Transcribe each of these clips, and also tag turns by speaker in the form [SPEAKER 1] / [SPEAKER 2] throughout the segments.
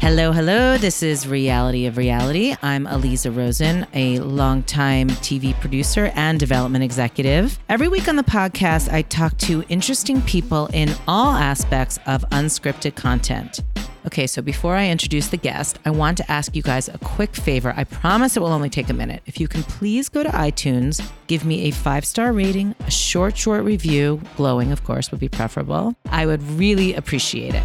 [SPEAKER 1] Hello, hello. This is Reality of Reality. I'm Aliza Rosen, a longtime TV producer and development executive. Every week on the podcast, I talk to interesting people in all aspects of unscripted content. Okay, so before I introduce the guest, I want to ask you guys a quick favor. I promise it will only take a minute. If you can please go to iTunes, give me a five star rating, a short, short review, glowing, of course, would be preferable. I would really appreciate it.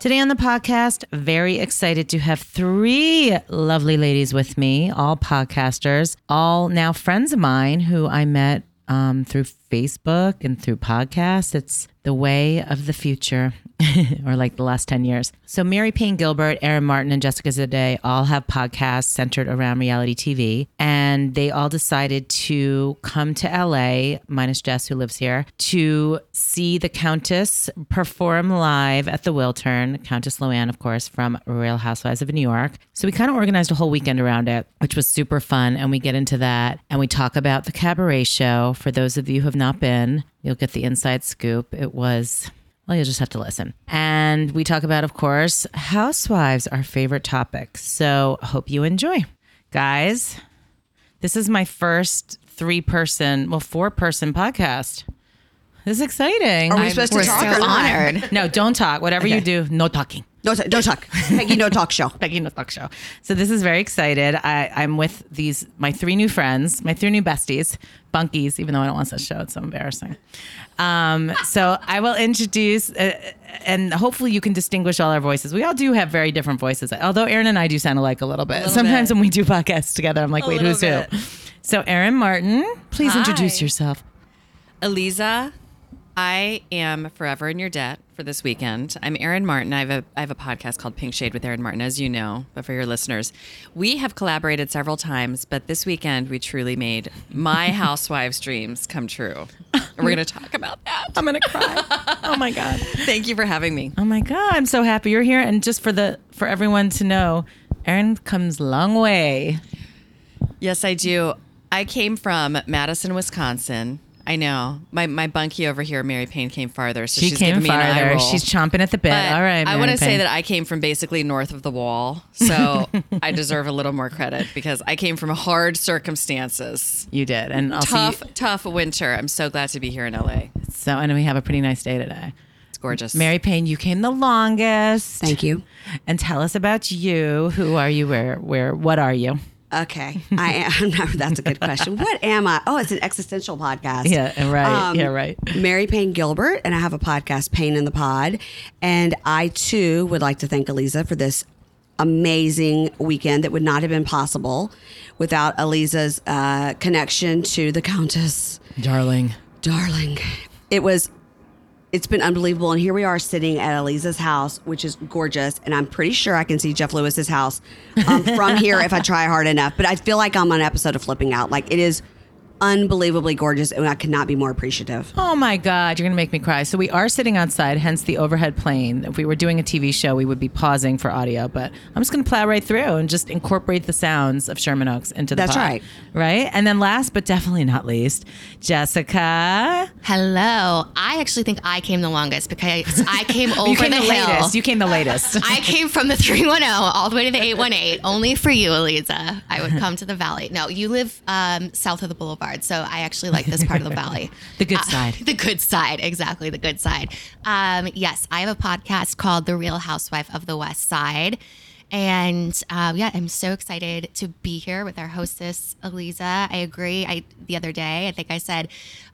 [SPEAKER 1] Today on the podcast, very excited to have three lovely ladies with me, all podcasters, all now friends of mine who I met um, through Facebook and through podcasts. It's the way of the future, or like the last 10 years. So, Mary Payne Gilbert, Erin Martin, and Jessica Zade all have podcasts centered around reality TV. And they all decided to come to LA, minus Jess, who lives here, to see the Countess perform live at the Wiltern, Countess Loanne, of course, from Real Housewives of New York. So, we kind of organized a whole weekend around it, which was super fun. And we get into that and we talk about the cabaret show. For those of you who have not been, you'll get the inside scoop. It was, well, you'll just have to listen. And we talk about, of course, housewives, our favorite topic. So hope you enjoy. Guys, this is my first three person, well, four person podcast. This is exciting.
[SPEAKER 2] Are we
[SPEAKER 1] I'm-
[SPEAKER 2] supposed
[SPEAKER 3] we're
[SPEAKER 2] to talk
[SPEAKER 3] so
[SPEAKER 2] or not?
[SPEAKER 3] honored.
[SPEAKER 1] no, don't talk. Whatever you do, no talking.
[SPEAKER 2] No, t- no talk. Peggy, no talk show.
[SPEAKER 1] Becky No Talk Show. So this is very excited. I, I'm with these my three new friends, my three new besties, bunkies. Even though I don't want that show, it's so embarrassing. Um, so I will introduce, uh, and hopefully you can distinguish all our voices. We all do have very different voices. Although Aaron and I do sound alike a little bit. Sometimes when we do podcasts together, I'm like, wait, who's who? So Aaron Martin, please introduce
[SPEAKER 3] Hi.
[SPEAKER 1] yourself.
[SPEAKER 3] Eliza, I am forever in your debt for this weekend. I'm Erin Martin. I have a I have a podcast called Pink Shade with Erin Martin, as you know, but for your listeners, we have collaborated several times, but this weekend we truly made my housewives' dreams come true. And we're gonna talk about that.
[SPEAKER 1] I'm gonna cry. oh my god.
[SPEAKER 3] Thank you for having me.
[SPEAKER 1] Oh my god, I'm so happy you're here. And just for the for everyone to know, Aaron comes long way.
[SPEAKER 3] Yes, I do. I came from Madison, Wisconsin. I know. My my bunkie over here, Mary Payne, came farther. So
[SPEAKER 1] She
[SPEAKER 3] she's
[SPEAKER 1] came
[SPEAKER 3] giving me An eye
[SPEAKER 1] farther.
[SPEAKER 3] roll.
[SPEAKER 1] She's chomping at the bit.
[SPEAKER 3] But
[SPEAKER 1] All right,
[SPEAKER 3] Uh, I
[SPEAKER 1] Mary
[SPEAKER 3] want to say
[SPEAKER 1] Payne.
[SPEAKER 3] that I came from basically north of the wall, so I deserve a little more credit because I came from hard circumstances,
[SPEAKER 1] you did, and also
[SPEAKER 3] tough,
[SPEAKER 1] You,
[SPEAKER 3] tough winter. I'm so glad to be here in LA.
[SPEAKER 1] so, and we have a pretty nice day today.
[SPEAKER 3] It's gorgeous.
[SPEAKER 1] Mary Payne, you came the longest.
[SPEAKER 2] Thank you.
[SPEAKER 1] And tell us about you. Who are you? Where? Where? What are you?
[SPEAKER 2] Okay, I am. no, that's a good question. What am I? Oh, it's an existential podcast.
[SPEAKER 1] Yeah, right.
[SPEAKER 2] Um,
[SPEAKER 1] Yeah, right.
[SPEAKER 2] Mary Payne Gilbert, and I have a podcast, Pain in the Pod, and I too would like to thank Aliza for this amazing weekend that would not have been possible without Aliza's uh, connection to the Countess,
[SPEAKER 1] darling?
[SPEAKER 2] darling. It was. It's been unbelievable, and here we are sitting at Aliza's house, which is gorgeous, and I'm pretty sure I can see Jeff Lewis's house um, from here if I try hard enough. But I feel like I'm on an episode of Flipping Out. Like it is unbelievably gorgeous, and I cannot be more appreciative.
[SPEAKER 1] Oh my God, you're gonna make me cry. So we are sitting outside, hence the overhead plane. If we were doing a TV show, we would be pausing for audio, but I'm just gonna plow right through and just incorporate the sounds of Sherman Oaks into the
[SPEAKER 2] That's
[SPEAKER 1] pod.
[SPEAKER 2] right.
[SPEAKER 1] right. And then last but definitely not least, Jessica.
[SPEAKER 4] Hello. I actually think I came the longest because I came over
[SPEAKER 1] you came the,
[SPEAKER 4] the, hill.
[SPEAKER 1] latest. You came the latest.
[SPEAKER 4] I came from the 310 all the way to the 818. Only for you, Eliza. I would come to the valley. No, you live um, south of the boulevard, so I actually like this part of the valley.
[SPEAKER 1] The good
[SPEAKER 4] Uh,
[SPEAKER 1] side.
[SPEAKER 4] the good side, exactly. The good side. Um, yes, I have a podcast called The Real Housewife of the West Side. And um, yeah, I'm so excited to be here with our hostess, Eliza. I agree. I the other day, I think I said,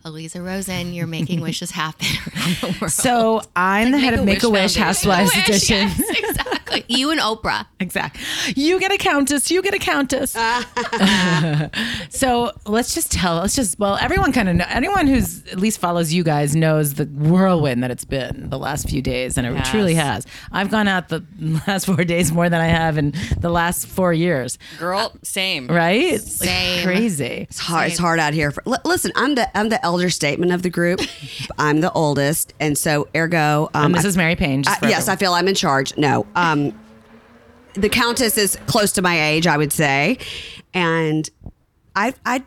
[SPEAKER 4] Eliza Rosen, you're making wishes happen around the world.
[SPEAKER 1] So I'm the head of Make a Wish
[SPEAKER 3] Make-A-Wish
[SPEAKER 1] Housewives
[SPEAKER 4] Wish,
[SPEAKER 1] Edition.
[SPEAKER 4] yes, exactly. You and Oprah.
[SPEAKER 1] Exactly. You get a countess. You get a countess. so let's just tell. Let's just. Well, everyone kind of. know Anyone who's at least follows you guys knows the whirlwind that it's been the last few days, and it
[SPEAKER 3] Yes.
[SPEAKER 1] truly has. I've gone out the last four days more than I have in the last four years.
[SPEAKER 3] girl, same.
[SPEAKER 1] Right? It's like
[SPEAKER 4] Same.
[SPEAKER 1] crazy.
[SPEAKER 2] It's hard. It's hard out here. For, li- listen, I'm the I'm the elder statement of the group. I'm the oldest, and so ergo, um,
[SPEAKER 1] Mrs. Mary Payne.
[SPEAKER 2] I,
[SPEAKER 1] Just
[SPEAKER 2] I,
[SPEAKER 1] for
[SPEAKER 2] yes, I
[SPEAKER 1] everyone.
[SPEAKER 2] feel I'm in charge. No, um, the Countess is close to my age, I would say, and I I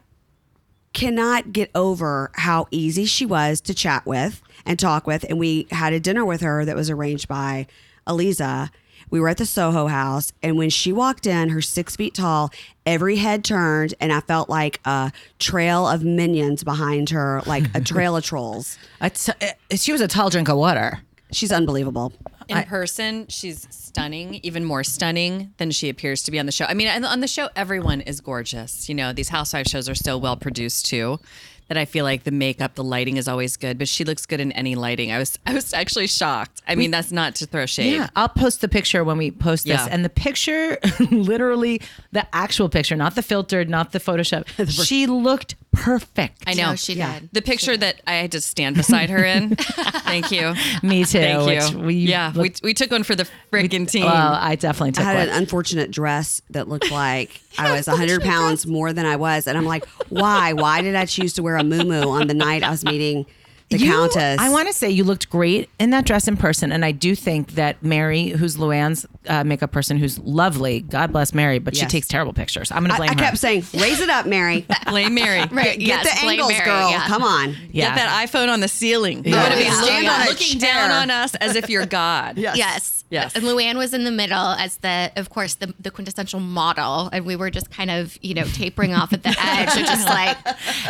[SPEAKER 2] cannot get over how easy she was to chat with and talk with. And we had a dinner with her that was arranged by Aliza. We were at the Soho House, and when she walked in, her six feet tall, every head turned, and I felt like a trail of minions behind her, like a trail of trolls.
[SPEAKER 1] A t- uh, she was a tall drink of water.
[SPEAKER 2] She's unbelievable.
[SPEAKER 3] in person, she's stunning, even more stunning than she appears to be on the show. I mean, and on the show, everyone is gorgeous. You know, these housewife shows are so well produced too that I feel like the makeup, the lighting is always good. But she looks good in any lighting. I was, I was actually shocked. I mean, that's not to throw shade.
[SPEAKER 1] Yeah, I'll post the picture when we post this.
[SPEAKER 3] Yeah.
[SPEAKER 1] And the picture, literally the actual picture, not the filtered, not the Photoshop. she looked perfect.
[SPEAKER 3] I know
[SPEAKER 4] No, she did.
[SPEAKER 3] The picture that I had to stand beside her in. Thank you.
[SPEAKER 1] Me too.
[SPEAKER 3] Thank
[SPEAKER 1] which
[SPEAKER 3] you.
[SPEAKER 1] we-
[SPEAKER 3] yeah,
[SPEAKER 1] look-
[SPEAKER 3] we, we took one for the freaking team.
[SPEAKER 1] well, I definitely took
[SPEAKER 2] I had
[SPEAKER 1] one.
[SPEAKER 2] an unfortunate dress that looked like I was 100 pounds more than I was. And I'm like, why? Why did I choose to wear a muumuu on the night I was meeting the
[SPEAKER 1] You-
[SPEAKER 2] Countess?
[SPEAKER 1] I want to say you looked great in that dress in person, and I do think that Mary, who's Luann's uh, makeup person, who's lovely, God bless Mary, but she
[SPEAKER 2] Yes.
[SPEAKER 1] takes terrible pictures. I'm going to
[SPEAKER 2] I,
[SPEAKER 1] blame
[SPEAKER 2] I
[SPEAKER 1] her.
[SPEAKER 2] kept saying, raise it up, Mary.
[SPEAKER 3] Blame Mary.
[SPEAKER 4] Right.
[SPEAKER 2] Get
[SPEAKER 4] yes,
[SPEAKER 2] the
[SPEAKER 4] Lady
[SPEAKER 2] angles,
[SPEAKER 4] Mary,
[SPEAKER 2] girl.
[SPEAKER 4] yeah.
[SPEAKER 2] Come on.
[SPEAKER 1] yeah.
[SPEAKER 3] Get that iPhone on the ceiling.
[SPEAKER 1] Yeah.
[SPEAKER 3] You want to be
[SPEAKER 2] Yeah.
[SPEAKER 3] looking,
[SPEAKER 2] Stand on a
[SPEAKER 3] looking
[SPEAKER 2] chair.
[SPEAKER 3] down on us as if you're God. yeah.
[SPEAKER 4] Yes.
[SPEAKER 3] Yes.
[SPEAKER 4] And Luann was in the middle as the, of course, the, the quintessential model. And we were just kind of, you know, tapering off at the edge and just like,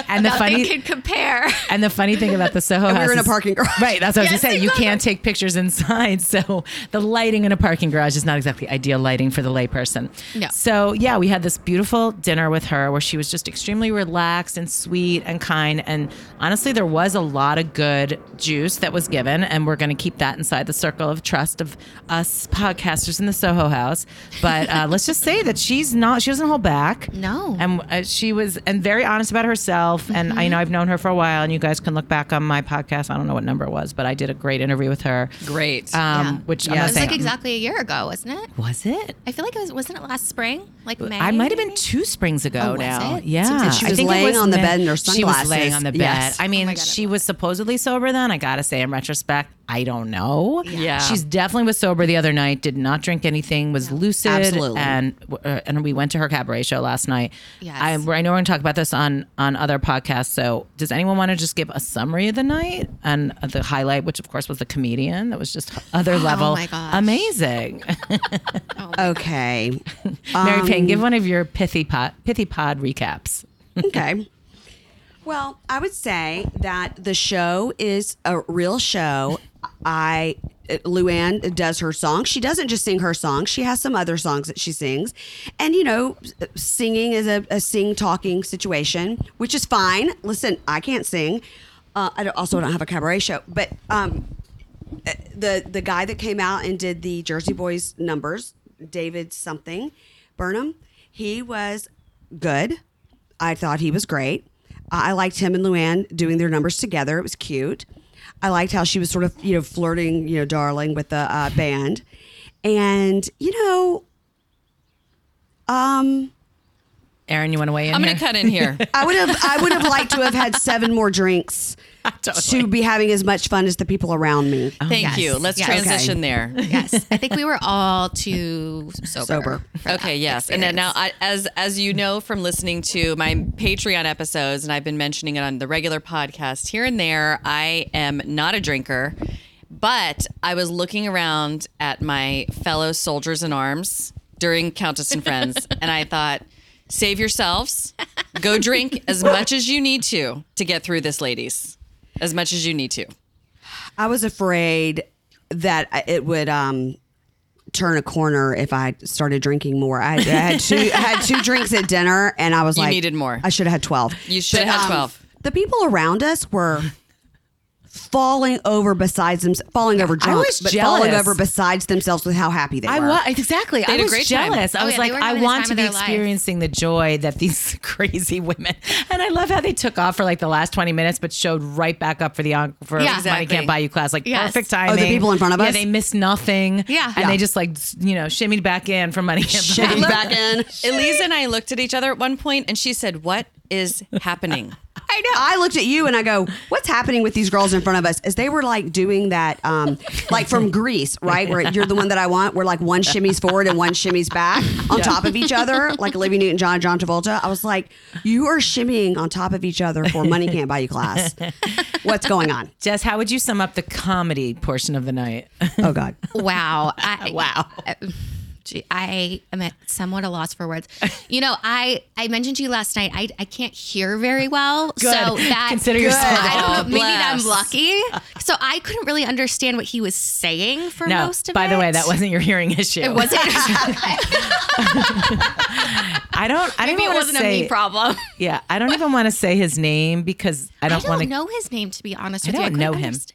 [SPEAKER 1] and the
[SPEAKER 4] nothing
[SPEAKER 1] funny
[SPEAKER 4] could compare.
[SPEAKER 1] and the funny thing about the Soho
[SPEAKER 2] we
[SPEAKER 1] House
[SPEAKER 2] were in a
[SPEAKER 1] is-
[SPEAKER 2] parking garage.
[SPEAKER 1] Right, that's what I was
[SPEAKER 4] Yes,
[SPEAKER 1] going to say. You can't take pictures inside, so the lighting in a parking garage is not exactly ideal lighting for the layperson.
[SPEAKER 4] No.
[SPEAKER 1] So yeah, we had this beautiful dinner with her where she was just extremely relaxed and sweet and kind, and honestly, there was a lot of good juice that was given, and we're going to keep that inside the circle of trust of us podcasters in the Soho House. But uh, let's just say that she's not; she doesn't hold back.
[SPEAKER 4] No.
[SPEAKER 1] And uh, she was and very honest about herself. And I
[SPEAKER 4] Mm-hmm.
[SPEAKER 1] know I've known her for a while, and you guys can look back on my podcast. I don't know what number it was, but I did a great interview with her.
[SPEAKER 3] Great.
[SPEAKER 1] Um,
[SPEAKER 4] Yeah.
[SPEAKER 1] Which I'm
[SPEAKER 4] it
[SPEAKER 1] not
[SPEAKER 4] was
[SPEAKER 1] saying
[SPEAKER 4] like exactly a year ago, wasn't it?
[SPEAKER 1] was it.
[SPEAKER 4] I feel like it was, wasn't it last spring? Like May?
[SPEAKER 1] I might have been
[SPEAKER 4] maybe?
[SPEAKER 1] two springs ago
[SPEAKER 4] Oh, was
[SPEAKER 1] now.
[SPEAKER 4] it?
[SPEAKER 1] Yeah,
[SPEAKER 4] Seems like she
[SPEAKER 1] I
[SPEAKER 2] was
[SPEAKER 1] think it
[SPEAKER 2] laying on the
[SPEAKER 1] May.
[SPEAKER 2] bed in her
[SPEAKER 1] She was laying
[SPEAKER 2] sunglasses.
[SPEAKER 1] on the bed.
[SPEAKER 2] Yes.
[SPEAKER 1] I mean,
[SPEAKER 4] Oh my God,
[SPEAKER 1] she
[SPEAKER 4] it
[SPEAKER 1] was supposedly sober then. I gotta say, in retrospect, I don't know.
[SPEAKER 3] Yeah.
[SPEAKER 1] she's definitely was sober the other night. Did not drink anything. Was lucid.
[SPEAKER 2] Absolutely.
[SPEAKER 1] And uh, and we went to her cabaret show last night.
[SPEAKER 4] Yes.
[SPEAKER 1] I, I know we're gonna talk about this on on other podcasts. So, does anyone want to just give a summary of the night and the highlight, which of course was the comedian that was just other level,
[SPEAKER 4] my gosh.
[SPEAKER 1] amazing.
[SPEAKER 2] Okay.
[SPEAKER 1] Mary Payne, give one of your pithy pod pithy pod recaps.
[SPEAKER 2] okay. Well, I would say that the show is a real show. I Luann does her song. She doesn't just sing her song. She has some other songs that she sings, and you know, singing is a, a sing talking situation, which is fine. Listen, I can't sing. Uh, I don't, also don't have a cabaret show, but um, the the guy that came out and did the Jersey Boys numbers, David something, Burnham, he was good. I thought he was great. I I liked him and Luann doing their numbers together. It was cute. I liked how she was sort of you know flirting, you know, darling with the uh, band, and you know,
[SPEAKER 1] Aaron, you want to weigh in?
[SPEAKER 3] I'm going
[SPEAKER 1] here?
[SPEAKER 3] to cut in here.
[SPEAKER 2] I would have I would have liked to have had seven more drinks to be having as much fun as the people around me.
[SPEAKER 1] Oh,
[SPEAKER 3] Thank
[SPEAKER 4] Yes.
[SPEAKER 3] you. Let's
[SPEAKER 4] Yes.
[SPEAKER 3] transition there.
[SPEAKER 4] Yes. I think we were all too sober.
[SPEAKER 2] Sober.
[SPEAKER 4] for that
[SPEAKER 3] Okay, yes. And
[SPEAKER 4] experience.
[SPEAKER 3] then now I, as as you know from listening to my Patreon episodes and I've been mentioning it on the regular podcast here and there, I am not a drinker, but I was looking around at my fellow soldiers in arms during Countess and Friends and I thought, save yourselves. Go drink as much as you need to to get through this ladies. As much as you need to.
[SPEAKER 2] I was afraid that I- it would um, turn a corner if I started drinking more. I, I had two I had two drinks at dinner, and I was like,
[SPEAKER 3] needed more.
[SPEAKER 2] I should have had twelve.
[SPEAKER 3] You should have had 12.
[SPEAKER 2] The people around us were falling over besides them, falling over drunk,
[SPEAKER 1] was
[SPEAKER 2] but falling
[SPEAKER 1] jealous.
[SPEAKER 2] over besides themselves with how happy they
[SPEAKER 1] I
[SPEAKER 2] were.
[SPEAKER 1] was exactly. I
[SPEAKER 3] had a
[SPEAKER 1] was
[SPEAKER 3] great time.
[SPEAKER 1] jealous. I
[SPEAKER 4] Oh,
[SPEAKER 1] was
[SPEAKER 4] yeah, they
[SPEAKER 1] like,
[SPEAKER 4] were
[SPEAKER 1] I
[SPEAKER 4] having the
[SPEAKER 1] want
[SPEAKER 4] time
[SPEAKER 1] to
[SPEAKER 4] of
[SPEAKER 1] be
[SPEAKER 4] their life.
[SPEAKER 1] experiencing the joy that these crazy women. And I love how they took off for like the last twenty minutes, but showed right back up for the on- for
[SPEAKER 4] Yeah.
[SPEAKER 1] money
[SPEAKER 4] Exactly.
[SPEAKER 1] can't buy you class. Like
[SPEAKER 4] Yes.
[SPEAKER 1] perfect
[SPEAKER 4] Oh,
[SPEAKER 1] timing.
[SPEAKER 2] the people in front of
[SPEAKER 1] yeah,
[SPEAKER 2] us?
[SPEAKER 1] they missed nothing.
[SPEAKER 4] Yeah.
[SPEAKER 1] and
[SPEAKER 4] Yeah.
[SPEAKER 1] they just like s- you know shimmied back in for money can't buy
[SPEAKER 2] Shitting
[SPEAKER 1] you
[SPEAKER 2] back in.
[SPEAKER 3] Elise and I looked at each other at one point and she said, What is happening?
[SPEAKER 4] I know.
[SPEAKER 2] I looked at you and I go, "What's happening with these girls in front of us?" As they were like doing that, um, like from Greece, right? Where you're the one that I want. Where like one shimmies forward and one shimmies back on top of each other, like Olivia Newton John, John Travolta. I was like, "You are shimmying on top of each other for money can't buy you class." What's going on?
[SPEAKER 1] Jess, how would you sum up the comedy portion of the night?
[SPEAKER 2] Oh God.
[SPEAKER 4] Wow. I, wow. Gee, I am at somewhat a loss for words. You know, I I mentioned to you last night. I, I can't hear very well, so that
[SPEAKER 1] Consider yourself
[SPEAKER 4] I don't know.
[SPEAKER 3] Oh,
[SPEAKER 4] Maybe I'm
[SPEAKER 3] bless.
[SPEAKER 4] lucky. So I couldn't really understand what he was saying for
[SPEAKER 1] No,
[SPEAKER 4] most of
[SPEAKER 1] by
[SPEAKER 4] it.
[SPEAKER 1] the way, that wasn't your hearing issue. It
[SPEAKER 4] was it.
[SPEAKER 1] I don't. I
[SPEAKER 3] Maybe
[SPEAKER 1] don't
[SPEAKER 3] it
[SPEAKER 1] wanna
[SPEAKER 3] wasn't
[SPEAKER 1] say,
[SPEAKER 3] a me problem.
[SPEAKER 1] Yeah, I don't even want to say his name because I
[SPEAKER 4] I
[SPEAKER 1] don't,
[SPEAKER 4] don't
[SPEAKER 1] want to.
[SPEAKER 4] know his name to be honest
[SPEAKER 1] I
[SPEAKER 4] with you.
[SPEAKER 1] don't
[SPEAKER 4] couldn't
[SPEAKER 1] know him.
[SPEAKER 4] underst-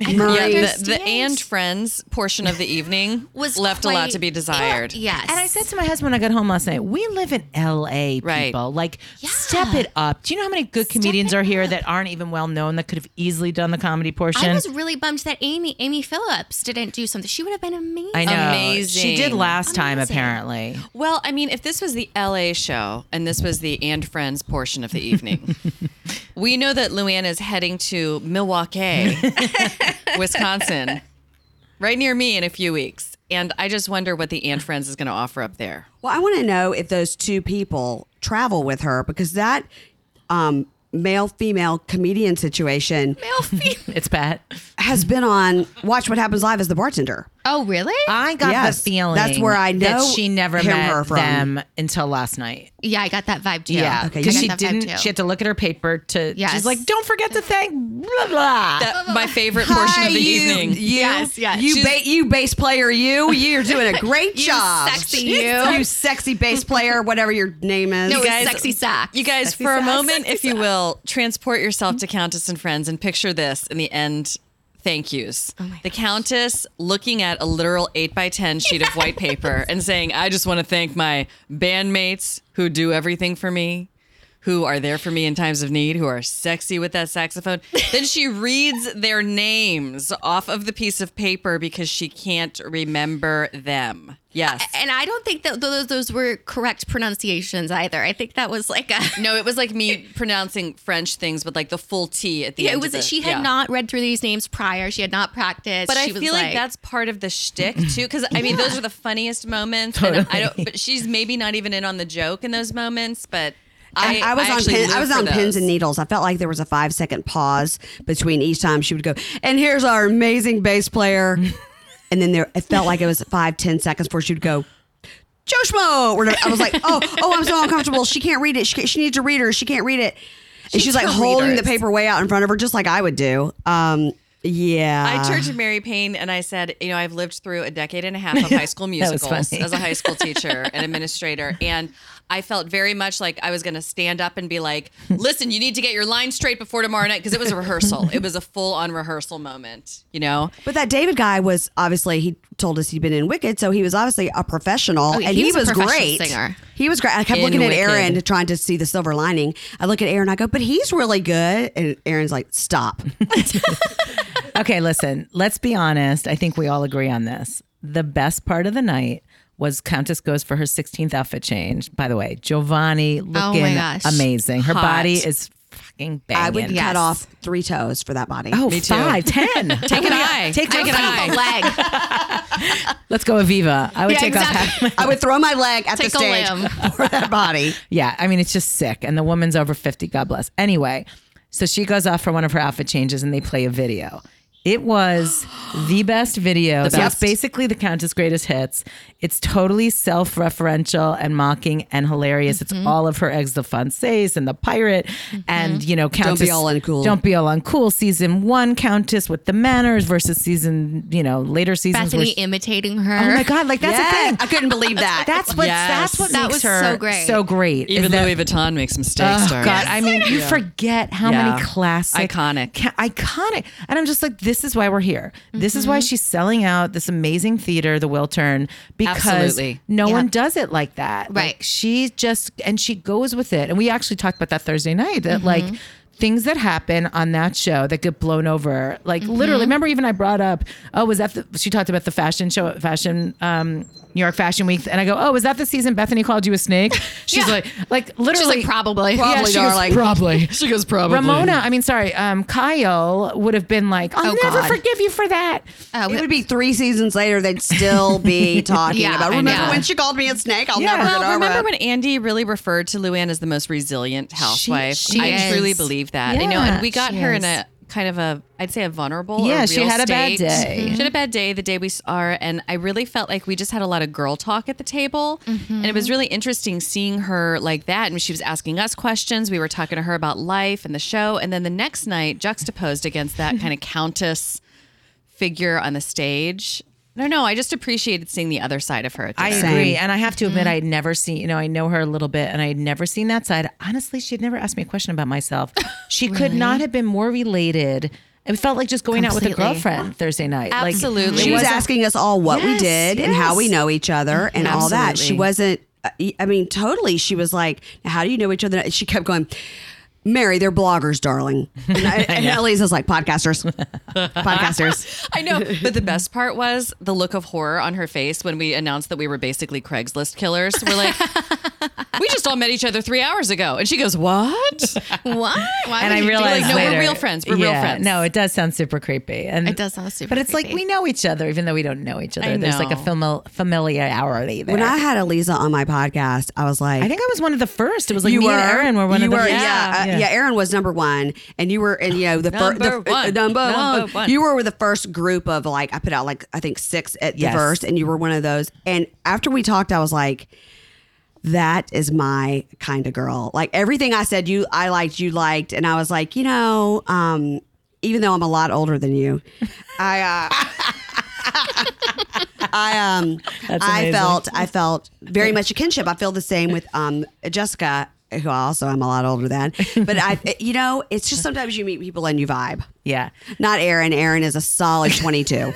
[SPEAKER 4] I couldn't
[SPEAKER 3] Yeah, the, the
[SPEAKER 4] understand.
[SPEAKER 3] and friends portion of the evening was left a lot
[SPEAKER 4] quite-
[SPEAKER 3] to be desired.
[SPEAKER 4] Yes.
[SPEAKER 1] And I said to my husband when I got home last night, we live in LA,
[SPEAKER 3] Right.
[SPEAKER 1] people. Like, step it up. Do you know how many good comedians are here that aren't even well known that could have easily done the comedy portion?
[SPEAKER 4] I was really bummed that Amy Amy Phillips didn't do something. She would have been amazing.
[SPEAKER 1] I know. She did
[SPEAKER 3] Amazing.
[SPEAKER 1] last time,
[SPEAKER 4] Amazing.
[SPEAKER 1] apparently.
[SPEAKER 3] Well, I mean, if this was the LA show and this was the and friends portion of the evening, we know that Luann is heading to Milwaukee, Wisconsin, right near me in a few weeks. And I just wonder what the and friends is going to offer up there.
[SPEAKER 2] Well, I want to know if those two people travel with her because that um, male female comedian situation
[SPEAKER 1] It's bad.
[SPEAKER 2] has been on Watch What Happens Live as the bartender.
[SPEAKER 4] Oh, really?
[SPEAKER 1] I got
[SPEAKER 2] Yes,
[SPEAKER 1] the feeling
[SPEAKER 2] that's where I
[SPEAKER 1] that
[SPEAKER 2] know
[SPEAKER 1] she never
[SPEAKER 2] him,
[SPEAKER 1] met
[SPEAKER 2] her from.
[SPEAKER 1] them until last night.
[SPEAKER 4] yeah, I got that vibe too.
[SPEAKER 1] Yeah,
[SPEAKER 2] Okay,
[SPEAKER 1] because
[SPEAKER 4] I
[SPEAKER 1] she
[SPEAKER 4] got that vibe
[SPEAKER 1] didn't.
[SPEAKER 4] too.
[SPEAKER 1] She had to look at her paper to. She's
[SPEAKER 4] Yes.
[SPEAKER 1] like, don't forget to thank blah blah.
[SPEAKER 3] That, my favorite portion of the
[SPEAKER 2] you,
[SPEAKER 3] evening.
[SPEAKER 2] You,
[SPEAKER 4] Yes, yes.
[SPEAKER 2] You,
[SPEAKER 4] She's-
[SPEAKER 2] ba- you bass player, you. You're doing a great job.
[SPEAKER 4] sexy
[SPEAKER 2] you. You sexy bass player, whatever your name is.
[SPEAKER 4] No, it's sexy sack.
[SPEAKER 3] You guys,
[SPEAKER 2] Sexy
[SPEAKER 3] for a
[SPEAKER 2] sass, sexy
[SPEAKER 3] moment,
[SPEAKER 2] Mm-hmm.
[SPEAKER 3] if you will, transport yourself to Countess and Friends and picture this in the end. Thank yous.
[SPEAKER 2] Oh
[SPEAKER 3] the Countess looking at a literal 8 by 10 sheet of white paper and saying, I just want to thank my bandmates who do everything for me, who are there for me in times of need, who are sexy with that saxophone. then she reads their names off of the piece of paper because she can't remember them. Yes.
[SPEAKER 4] and I don't think that those those were correct pronunciations either. I think that was like a
[SPEAKER 3] No, it was like me pronouncing French things with like the full T at the
[SPEAKER 4] Yeah,
[SPEAKER 3] end.
[SPEAKER 4] it was.
[SPEAKER 3] of the-
[SPEAKER 4] she had
[SPEAKER 3] yeah.
[SPEAKER 4] not read through these names prior. She had not practiced.
[SPEAKER 3] But I
[SPEAKER 4] She was
[SPEAKER 3] feel like, that's part of the shtick too, because I mean those are the funniest moments. And I don't. But she's maybe not even in on the joke in those moments. But I,
[SPEAKER 2] I, I was on
[SPEAKER 3] actually
[SPEAKER 2] pin,
[SPEAKER 3] live
[SPEAKER 2] I was
[SPEAKER 3] for
[SPEAKER 2] on pins
[SPEAKER 3] those.
[SPEAKER 2] and needles. I felt like there was a five second pause between each time she would go, and here's our amazing bass player, and then there it felt like it was five ten seconds before she would go. Joshmo, Or I was like, oh, oh, I'm so uncomfortable. She can't read it. She, can't- she needs a reader. She can't read it. And she's like
[SPEAKER 3] her
[SPEAKER 2] holding the
[SPEAKER 3] readers.
[SPEAKER 2] paper way out in front of her, just like I would do. Um, yeah.
[SPEAKER 1] Uh,
[SPEAKER 3] I turned to Mary Payne and I said, you know, I've lived through a decade and a half of high school
[SPEAKER 1] was
[SPEAKER 3] musicals
[SPEAKER 1] funny.
[SPEAKER 3] as a high school teacher and administrator. And I felt very much like I was going to stand up and be like, listen, you need to get your line straight before tomorrow night because it was a rehearsal. it was a full on rehearsal moment, you know?
[SPEAKER 2] But that David guy was obviously he told us he'd been in Wicked, so he was obviously a professional,
[SPEAKER 4] yeah,
[SPEAKER 2] and
[SPEAKER 4] he
[SPEAKER 2] he
[SPEAKER 4] was a
[SPEAKER 2] was
[SPEAKER 4] professional
[SPEAKER 2] great.
[SPEAKER 4] singer.
[SPEAKER 2] He was great. I kept
[SPEAKER 3] In
[SPEAKER 2] looking at
[SPEAKER 3] Wicked.
[SPEAKER 2] Aaron to trying to see the silver lining. I look at Aaron, I go, "But he's really good," and Aaron's like, "Stop."
[SPEAKER 1] Okay, listen, let's be honest. I think we all agree on this. The best part of the night was Countess goes for her 16th outfit change. By the way, Giovanni looking
[SPEAKER 4] gosh.
[SPEAKER 1] amazing. Her
[SPEAKER 3] Hot.
[SPEAKER 1] body is fucking banging.
[SPEAKER 2] I would
[SPEAKER 4] Yes.
[SPEAKER 2] cut off three toes for that body.
[SPEAKER 1] Oh,
[SPEAKER 3] Me too.
[SPEAKER 1] five, ten.
[SPEAKER 3] Take an eye.
[SPEAKER 1] Take,
[SPEAKER 3] Take
[SPEAKER 1] off
[SPEAKER 3] an
[SPEAKER 1] half.
[SPEAKER 3] eye.
[SPEAKER 4] a leg.
[SPEAKER 1] Let's go Aviva. I would
[SPEAKER 4] Yeah,
[SPEAKER 1] take off
[SPEAKER 4] exactly.
[SPEAKER 1] half.
[SPEAKER 2] I would throw my leg at
[SPEAKER 4] Take
[SPEAKER 2] the
[SPEAKER 4] a
[SPEAKER 2] stage
[SPEAKER 4] limb.
[SPEAKER 2] for that body.
[SPEAKER 1] Yeah, I mean, it's just sick. And the woman's over 50, God bless. Anyway, so she goes off for one of her outfit changes and they play a video. It was the best video. So it's basically the Countess' greatest hits. It's totally self referential and mocking and hilarious. It's all of her ex, the Fonsees and the pirate and, you know, Countess.
[SPEAKER 2] all uncool.
[SPEAKER 1] Don't be all uncool. Season one, Countess with the manners versus season, you know, later seasons.
[SPEAKER 4] Bethany
[SPEAKER 1] where she-
[SPEAKER 4] imitating her.
[SPEAKER 1] oh my God, like that's
[SPEAKER 2] Yeah,
[SPEAKER 1] a
[SPEAKER 2] I
[SPEAKER 1] thing.
[SPEAKER 2] couldn't believe that.
[SPEAKER 1] That's what,
[SPEAKER 3] Yes.
[SPEAKER 1] that's what
[SPEAKER 4] That
[SPEAKER 1] makes
[SPEAKER 4] was
[SPEAKER 1] her
[SPEAKER 4] so great.
[SPEAKER 1] So great. is
[SPEAKER 3] Even
[SPEAKER 1] that-
[SPEAKER 3] Louis Vuitton makes mistakes.
[SPEAKER 1] Oh
[SPEAKER 3] darling.
[SPEAKER 1] God, I mean, you forget how
[SPEAKER 3] Yeah.
[SPEAKER 1] many classic,
[SPEAKER 3] Iconic.
[SPEAKER 1] ca- iconic, and I'm just like, this is why we're here. This is why she's selling out this amazing theater, the Wiltern, because
[SPEAKER 3] Absolutely.
[SPEAKER 1] no one does it like that. Like,
[SPEAKER 4] Right.
[SPEAKER 1] she just and she goes with it, and we actually talked about that Thursday night. That like things that happen on that show that get blown over. Like literally, remember even I brought up, oh, was that the, she talked about the fashion show at fashion um New York Fashion Week and I go, "Oh, was that the season Bethany called you a snake?" She's
[SPEAKER 4] Yeah.
[SPEAKER 1] like like literally
[SPEAKER 4] probably.
[SPEAKER 1] yeah,
[SPEAKER 2] Probably,
[SPEAKER 1] she goes,
[SPEAKER 2] darling.
[SPEAKER 1] probably.
[SPEAKER 3] She goes probably.
[SPEAKER 1] Ramona, I mean, sorry, um, Kyle would have been like, I'll
[SPEAKER 4] Oh,
[SPEAKER 1] never
[SPEAKER 4] God.
[SPEAKER 1] forgive you for that.
[SPEAKER 4] Uh,
[SPEAKER 2] It would be three seasons later, they'd still be talking
[SPEAKER 4] Yeah,
[SPEAKER 2] about.
[SPEAKER 4] I
[SPEAKER 2] Remember
[SPEAKER 4] know.
[SPEAKER 2] when she called me a snake? I'll
[SPEAKER 1] Yeah.
[SPEAKER 2] never
[SPEAKER 1] Well,
[SPEAKER 2] get
[SPEAKER 3] Well,
[SPEAKER 2] over
[SPEAKER 3] remember
[SPEAKER 2] it.
[SPEAKER 3] when Andy really referred to Luann as the most resilient housewife?
[SPEAKER 1] she
[SPEAKER 3] I
[SPEAKER 4] is.
[SPEAKER 3] truly believe that. I know,
[SPEAKER 1] Yeah,
[SPEAKER 3] and we got
[SPEAKER 4] she
[SPEAKER 3] her in
[SPEAKER 4] is.
[SPEAKER 3] a kind of a, I'd say a vulnerable. or
[SPEAKER 1] Yeah, she
[SPEAKER 3] real
[SPEAKER 1] had a bad
[SPEAKER 3] state.
[SPEAKER 1] day.
[SPEAKER 3] She had a bad day the day we saw her, and I really felt like we just had a lot of girl talk at the table,
[SPEAKER 1] Mm-hmm.
[SPEAKER 3] and it was really interesting seeing her like that. And she was asking us questions. We were talking to her about life and the show, and then the next night juxtaposed against that kind of countess figure on the stage. I don't know. I just appreciated seeing the other side of her. at the
[SPEAKER 1] I
[SPEAKER 3] dinner.
[SPEAKER 1] agree. And I have to admit, I had never seen, you know, I know her a little bit and I had never seen that side. Honestly, she had never asked me a question about myself. She could not have been more related. It felt like just going out with a
[SPEAKER 4] Completely.
[SPEAKER 1] girlfriend Thursday night. Like,
[SPEAKER 3] Absolutely.
[SPEAKER 1] it
[SPEAKER 2] she was
[SPEAKER 1] wasn't-
[SPEAKER 2] asking us all what we
[SPEAKER 1] Yes,
[SPEAKER 2] did and how we
[SPEAKER 1] yes.
[SPEAKER 2] know each other and all that. She
[SPEAKER 3] Absolutely.
[SPEAKER 2] wasn't. I mean, totally. She was like, "How do you know each other?" She kept going. Mary, they're bloggers, darling. And, I, and Elisa's like podcasters, podcasters.
[SPEAKER 3] I know. But the best part was the look of horror on her face when we announced that we were basically Craigslist killers. We're like, we just all met each other three hours ago. And she goes, What?
[SPEAKER 4] what? Why
[SPEAKER 1] and
[SPEAKER 4] would
[SPEAKER 1] I
[SPEAKER 4] you do
[SPEAKER 1] realized
[SPEAKER 4] that?
[SPEAKER 3] no, we're
[SPEAKER 1] later-
[SPEAKER 3] real friends. We're real
[SPEAKER 1] Yeah.
[SPEAKER 3] friends.
[SPEAKER 1] No, it does sound super creepy. And
[SPEAKER 4] It does sound super
[SPEAKER 1] But it's like
[SPEAKER 4] creepy.
[SPEAKER 1] we know each other, even though we don't know each other.
[SPEAKER 3] I
[SPEAKER 1] There's like a
[SPEAKER 3] know.
[SPEAKER 1] famil- familiarity there.
[SPEAKER 2] When I had Elisa on my podcast, I was like,
[SPEAKER 1] I think I was one of the first. It was like me and Aaron were one
[SPEAKER 2] you
[SPEAKER 1] of the
[SPEAKER 2] were,
[SPEAKER 1] first.
[SPEAKER 2] Yeah, yeah. Uh, yeah. Aaron was number one, and you were, and you know, the first,
[SPEAKER 3] Number
[SPEAKER 2] the,
[SPEAKER 3] one.
[SPEAKER 2] number,
[SPEAKER 3] Number
[SPEAKER 2] one.
[SPEAKER 3] one.
[SPEAKER 2] You were the first group of like I put out like I think six at
[SPEAKER 1] Yes.
[SPEAKER 2] the first, and you were one of those. And after we talked, I was like. That is my kind of girl. Like everything I said, you I liked, you liked, and I was like, you know, um, even though I'm a lot older than you, I uh, I um
[SPEAKER 1] That's
[SPEAKER 2] I
[SPEAKER 1] amazing.
[SPEAKER 2] felt I felt very much a kinship. I feel the same with um Jessica, who I also am a lot older than. But I, you know, it's just sometimes you meet people and you vibe.
[SPEAKER 1] Yeah.
[SPEAKER 2] Not Aaron. Aaron is a solid twenty-two.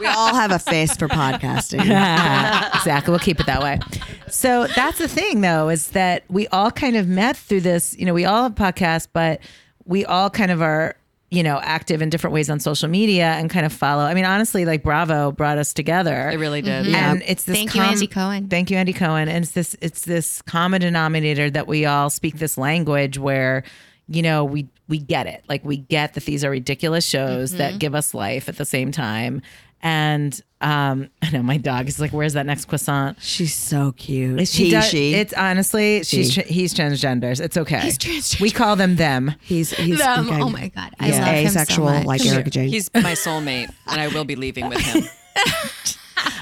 [SPEAKER 2] we all have a face for podcasting.
[SPEAKER 1] Uh, exactly. We'll keep it that way. So that's the thing, though, is that we all kind of met through this. You know, we all have podcasts, but we all kind of are, you know, active in different ways on social media and kind of follow. I mean, honestly, like Bravo brought us together.
[SPEAKER 3] It really did.
[SPEAKER 1] And it's this
[SPEAKER 4] Thank you, Andy Cohen.
[SPEAKER 1] Thank you, Andy Cohen. And it's this it's this common denominator that we all speak this language where, you know, we we get it. Like we get that these are ridiculous shows
[SPEAKER 4] Mm-hmm.
[SPEAKER 1] that give us life at the same time. And um, I know my dog is like, where's that next croissant?
[SPEAKER 2] She's so cute.
[SPEAKER 1] She
[SPEAKER 2] he,
[SPEAKER 1] does-
[SPEAKER 2] she.
[SPEAKER 1] It's honestly, she's tra- he's transgenders. It's okay. He's
[SPEAKER 4] transgender.
[SPEAKER 1] We call them them.
[SPEAKER 2] he's he's
[SPEAKER 4] Them.
[SPEAKER 2] okay.
[SPEAKER 4] Oh my God. I
[SPEAKER 2] He's
[SPEAKER 4] love him so
[SPEAKER 2] asexual,
[SPEAKER 4] much.
[SPEAKER 2] like Erica Jane.
[SPEAKER 3] He's my soulmate, and I will be leaving with him.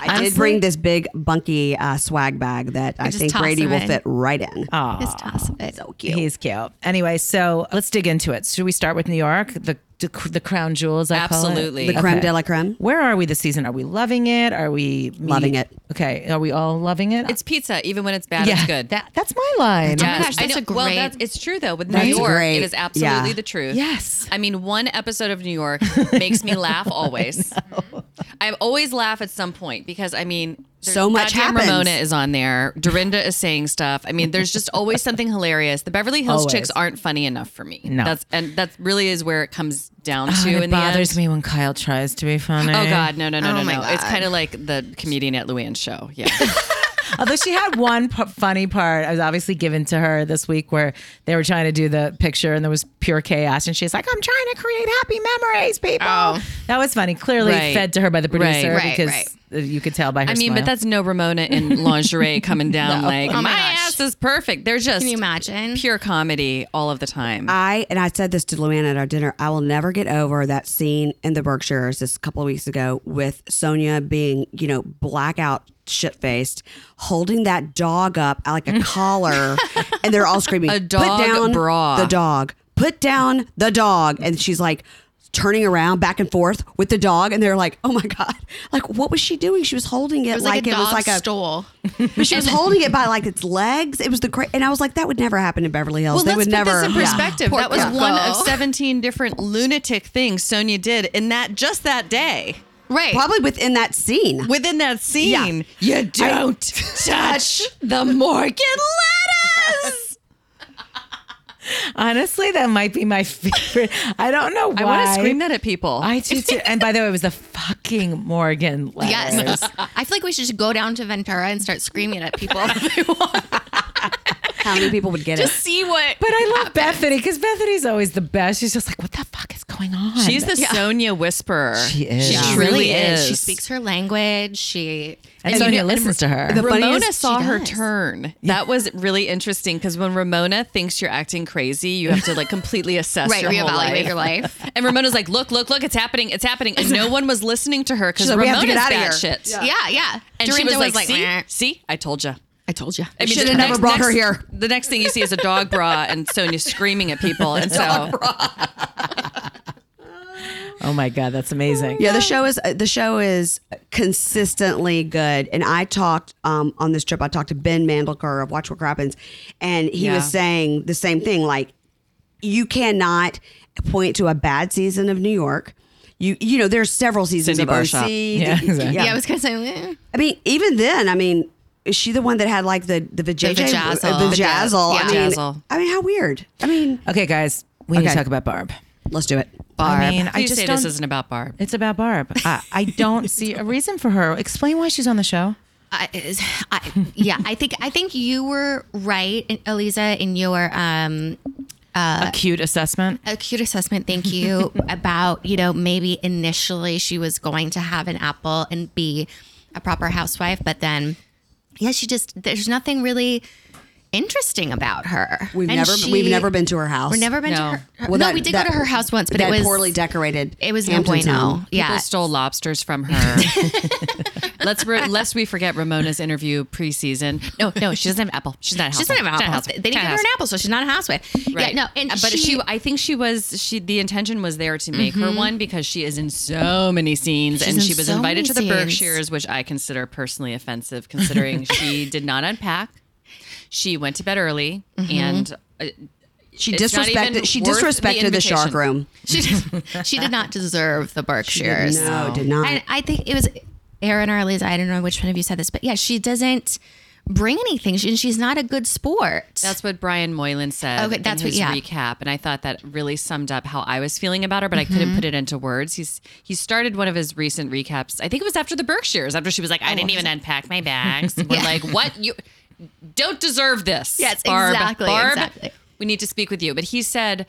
[SPEAKER 2] I did bring this big bunky uh, swag bag that I
[SPEAKER 4] just
[SPEAKER 2] think
[SPEAKER 4] toss
[SPEAKER 2] Brady
[SPEAKER 4] him
[SPEAKER 2] will
[SPEAKER 4] in.
[SPEAKER 2] fit right in.
[SPEAKER 1] Oh,
[SPEAKER 4] Just toss it. So cute.
[SPEAKER 1] He's cute. Anyway, so let's dig into it. Should we start with New York, the the, the crown jewels? I call it?
[SPEAKER 3] Absolutely.
[SPEAKER 2] the creme de la creme.
[SPEAKER 1] Where are we this season? Are we loving it? Are we
[SPEAKER 2] Loving it.
[SPEAKER 1] Okay. Are we all loving it?
[SPEAKER 3] It's pizza. Even when it's bad, it's good.
[SPEAKER 1] That, that's Oh my line.
[SPEAKER 4] my gosh,
[SPEAKER 3] I
[SPEAKER 4] that's
[SPEAKER 3] know-
[SPEAKER 4] a
[SPEAKER 3] Well,
[SPEAKER 4] great-
[SPEAKER 3] that's, it's true though. With
[SPEAKER 2] That's
[SPEAKER 3] New York,
[SPEAKER 2] great.
[SPEAKER 3] it is absolutely
[SPEAKER 2] Yeah.
[SPEAKER 3] the truth.
[SPEAKER 1] Yes.
[SPEAKER 3] I mean, one episode of New York makes me laugh always. I, always laugh at some point because I mean, there's-
[SPEAKER 2] So much
[SPEAKER 3] goddamn
[SPEAKER 2] happens.
[SPEAKER 3] Ramona is on there. Dorinda is saying stuff. I mean, there's just always something hilarious. The Beverly Hills
[SPEAKER 1] Always.
[SPEAKER 3] chicks aren't funny enough for me.
[SPEAKER 1] No.
[SPEAKER 3] that's and that really is where it comes down to.
[SPEAKER 1] And
[SPEAKER 3] in
[SPEAKER 1] Oh it
[SPEAKER 3] the
[SPEAKER 1] bothers
[SPEAKER 3] end.
[SPEAKER 1] me when Kyle tries to be funny.
[SPEAKER 3] Oh God, no, no, no,
[SPEAKER 4] Oh
[SPEAKER 3] no,
[SPEAKER 4] my
[SPEAKER 3] no! It's
[SPEAKER 4] God.
[SPEAKER 3] kind of like the comedian at Luann's show. Yeah,
[SPEAKER 1] Although she had one p- funny part, I was obviously given to her this week where they were trying to do the picture and there was pure chaos, and she's like, "I'm trying to create happy memories, people."
[SPEAKER 4] Oh.
[SPEAKER 1] That was funny. Clearly
[SPEAKER 3] Right.
[SPEAKER 1] fed to her by the producer
[SPEAKER 4] Right,
[SPEAKER 1] because
[SPEAKER 4] right.
[SPEAKER 1] uh, you could tell by her.
[SPEAKER 3] I mean,
[SPEAKER 1] smile.
[SPEAKER 3] but that's no Ramona in lingerie coming down like
[SPEAKER 4] Oh
[SPEAKER 3] my,
[SPEAKER 4] my gosh.
[SPEAKER 3] ass is perfect. They're just
[SPEAKER 4] Can you imagine?
[SPEAKER 3] pure comedy all of the time.
[SPEAKER 1] Uh,
[SPEAKER 2] I and I said this to Luann at our dinner. I will never get over that scene in the Berkshires this couple of weeks ago with Sonia being, you know, blackout shit faced, holding that dog up uh, like a collar, and they're all screaming,
[SPEAKER 3] A dog
[SPEAKER 2] "Put down
[SPEAKER 3] bra."
[SPEAKER 2] the dog! Put down the dog!" And she's like. Turning around back and forth with the dog, and they're like, "Oh my god! Like, what was she doing? She was holding it,
[SPEAKER 4] It was like, a
[SPEAKER 2] it
[SPEAKER 4] dog
[SPEAKER 2] was like a
[SPEAKER 4] stole.
[SPEAKER 2] but she was holding it by like its legs. It was the cra- and I was like, that would never happen in Beverly Hills.
[SPEAKER 3] well,
[SPEAKER 2] they
[SPEAKER 3] let's
[SPEAKER 2] would
[SPEAKER 3] put
[SPEAKER 2] never.
[SPEAKER 3] this in
[SPEAKER 2] Yeah.
[SPEAKER 3] perspective.
[SPEAKER 4] Poor
[SPEAKER 3] That was
[SPEAKER 4] girl.
[SPEAKER 3] one of 17 different lunatic things Sonia did in that just that day
[SPEAKER 4] Right.
[SPEAKER 2] probably within that scene.
[SPEAKER 3] within that scene. You don't touch the Morgan lettuce.
[SPEAKER 1] Honestly, that might be my favorite. I don't know why.
[SPEAKER 3] I want to scream that at people.
[SPEAKER 1] I do too. And by the way, it was the fucking Morgan letters.
[SPEAKER 4] Yes. I feel like we should just go down to Ventura and start screaming at people.
[SPEAKER 2] How many people would get
[SPEAKER 4] just
[SPEAKER 2] it?
[SPEAKER 4] see what.
[SPEAKER 1] But I love Bethany because Bethany's always the best. She's just like, what the fuck is going on?
[SPEAKER 3] She's the Sonia whisperer.
[SPEAKER 1] She is.
[SPEAKER 3] She
[SPEAKER 1] Yeah.
[SPEAKER 3] truly is.
[SPEAKER 4] She speaks her language. She.
[SPEAKER 1] and Sonia listens to her.
[SPEAKER 2] The funniest-
[SPEAKER 3] Ramona saw
[SPEAKER 4] She
[SPEAKER 3] her
[SPEAKER 4] does.
[SPEAKER 3] turn. That was really interesting because when Ramona thinks you're acting crazy, you have to like completely assess
[SPEAKER 4] Right,
[SPEAKER 3] your whole
[SPEAKER 4] reevaluate
[SPEAKER 3] life.
[SPEAKER 4] your life.
[SPEAKER 3] And Ramona's like, "Look, look, look! It's happening! It's happening!" And no one was listening to her because
[SPEAKER 2] like, "We have to
[SPEAKER 3] Ramona's
[SPEAKER 2] get out of
[SPEAKER 3] bad
[SPEAKER 2] here."
[SPEAKER 3] shit.
[SPEAKER 4] Yeah, yeah.
[SPEAKER 3] And she was, like, "See, see, I told you."
[SPEAKER 4] I told you.
[SPEAKER 3] I mean,
[SPEAKER 2] Shoulda
[SPEAKER 3] the
[SPEAKER 2] never
[SPEAKER 3] next-
[SPEAKER 2] brought her
[SPEAKER 3] next-
[SPEAKER 2] here.
[SPEAKER 3] The next thing you see is a dog bra and Sonia screaming at people, and so
[SPEAKER 1] oh my God, that's amazing.
[SPEAKER 2] Yeah, the show is uh, the show is consistently good. And I talked um, on this trip. I talked to Ben Mandelker of Watch What Happens, and he
[SPEAKER 3] Yeah.
[SPEAKER 2] was saying the same thing. Like, you cannot point to a bad season of New York. You you know, there's several seasons
[SPEAKER 3] Cindy
[SPEAKER 2] of
[SPEAKER 3] Barshop.
[SPEAKER 2] OC.
[SPEAKER 1] Yeah,
[SPEAKER 2] The-
[SPEAKER 1] exactly.
[SPEAKER 4] Yeah, I was gonna say. eh.
[SPEAKER 2] I mean, even then, I mean, is she the one that had like the the vajayjay,
[SPEAKER 4] vajazzle.
[SPEAKER 2] uh, the vajazzle? I
[SPEAKER 4] Yeah.
[SPEAKER 2] mean,
[SPEAKER 3] Vajazzle.
[SPEAKER 2] I mean, how weird. I mean,
[SPEAKER 1] Okay, guys, we need to
[SPEAKER 2] Okay.
[SPEAKER 1] talk about Barb.
[SPEAKER 2] let's do it.
[SPEAKER 1] Barb. I mean, I
[SPEAKER 3] Please
[SPEAKER 1] just
[SPEAKER 3] say
[SPEAKER 1] don't.
[SPEAKER 3] this isn't about Barb.
[SPEAKER 1] it's about Barb. I, I don't see a reason for her. Explain why she's on the show.
[SPEAKER 4] I, is- I, yeah, I think I think you were right, Eliza, in your um,
[SPEAKER 3] Uh,
[SPEAKER 1] Acute assessment.
[SPEAKER 4] acute assessment. Thank you about you know maybe initially she was going to have an apple and be a proper housewife, but then yeah, she just there's nothing really interesting about her.
[SPEAKER 2] We've
[SPEAKER 4] And
[SPEAKER 2] never
[SPEAKER 4] she-
[SPEAKER 2] we've never been to her house.
[SPEAKER 4] we've never been
[SPEAKER 3] No.
[SPEAKER 4] to her. her-
[SPEAKER 2] Well,
[SPEAKER 4] no,
[SPEAKER 2] that-
[SPEAKER 4] we did
[SPEAKER 2] that-
[SPEAKER 4] go to her house once, but it
[SPEAKER 2] that
[SPEAKER 4] was
[SPEAKER 2] poorly decorated.
[SPEAKER 4] It was oh. no
[SPEAKER 2] Hampton
[SPEAKER 4] bueno.
[SPEAKER 2] Town.
[SPEAKER 4] Yeah,
[SPEAKER 3] People stole lobsters from her. Let's re- lest we forget Ramona's interview preseason. No, no, she doesn't have apple. She's not. A
[SPEAKER 4] She's not
[SPEAKER 3] housewife.
[SPEAKER 4] an apple.
[SPEAKER 3] housewife.
[SPEAKER 4] They didn't
[SPEAKER 3] Not
[SPEAKER 4] give
[SPEAKER 3] a
[SPEAKER 4] her an apple, so she's not a housewife.
[SPEAKER 3] Right.
[SPEAKER 4] Yeah, no, and
[SPEAKER 3] Uh, but she, I think she was she the intention was there to make her one because she is in so many scenes and
[SPEAKER 4] Mm-hmm. in
[SPEAKER 3] she was
[SPEAKER 4] so
[SPEAKER 3] invited
[SPEAKER 4] many
[SPEAKER 3] to the
[SPEAKER 4] scenes.
[SPEAKER 3] Berkshires, which I consider personally offensive considering she did not unpack. She went to bed early
[SPEAKER 4] Mm-hmm.
[SPEAKER 3] and uh,
[SPEAKER 2] She
[SPEAKER 3] It's not even
[SPEAKER 2] disrespected. She
[SPEAKER 3] worth the
[SPEAKER 2] disrespected the, shark
[SPEAKER 3] invitation.
[SPEAKER 2] room.
[SPEAKER 4] she she did not deserve the Berkshires.
[SPEAKER 2] No, did not.
[SPEAKER 4] I, I think it was Aaron or Eliza. I don't know which one of you said this, but yeah, she doesn't bring anything, she, and she's not a good sport.
[SPEAKER 3] That's what Brian Moylan said.
[SPEAKER 4] Okay, that's
[SPEAKER 3] in
[SPEAKER 4] what-
[SPEAKER 3] his
[SPEAKER 4] yeah.
[SPEAKER 3] recap, and I thought that really summed up how I was feeling about her, but I
[SPEAKER 4] Mm-hmm.
[SPEAKER 3] couldn't put it into words. He's he started one of his recent recaps. I think it was after the Berkshires, after she was
[SPEAKER 4] Oh,
[SPEAKER 3] like, "I didn't even unpack my bags." We're like, "What you don't deserve this."
[SPEAKER 4] Yes,
[SPEAKER 3] Barb.
[SPEAKER 4] exactly,
[SPEAKER 3] Barb,
[SPEAKER 4] exactly.
[SPEAKER 3] we need to speak with you. But he said,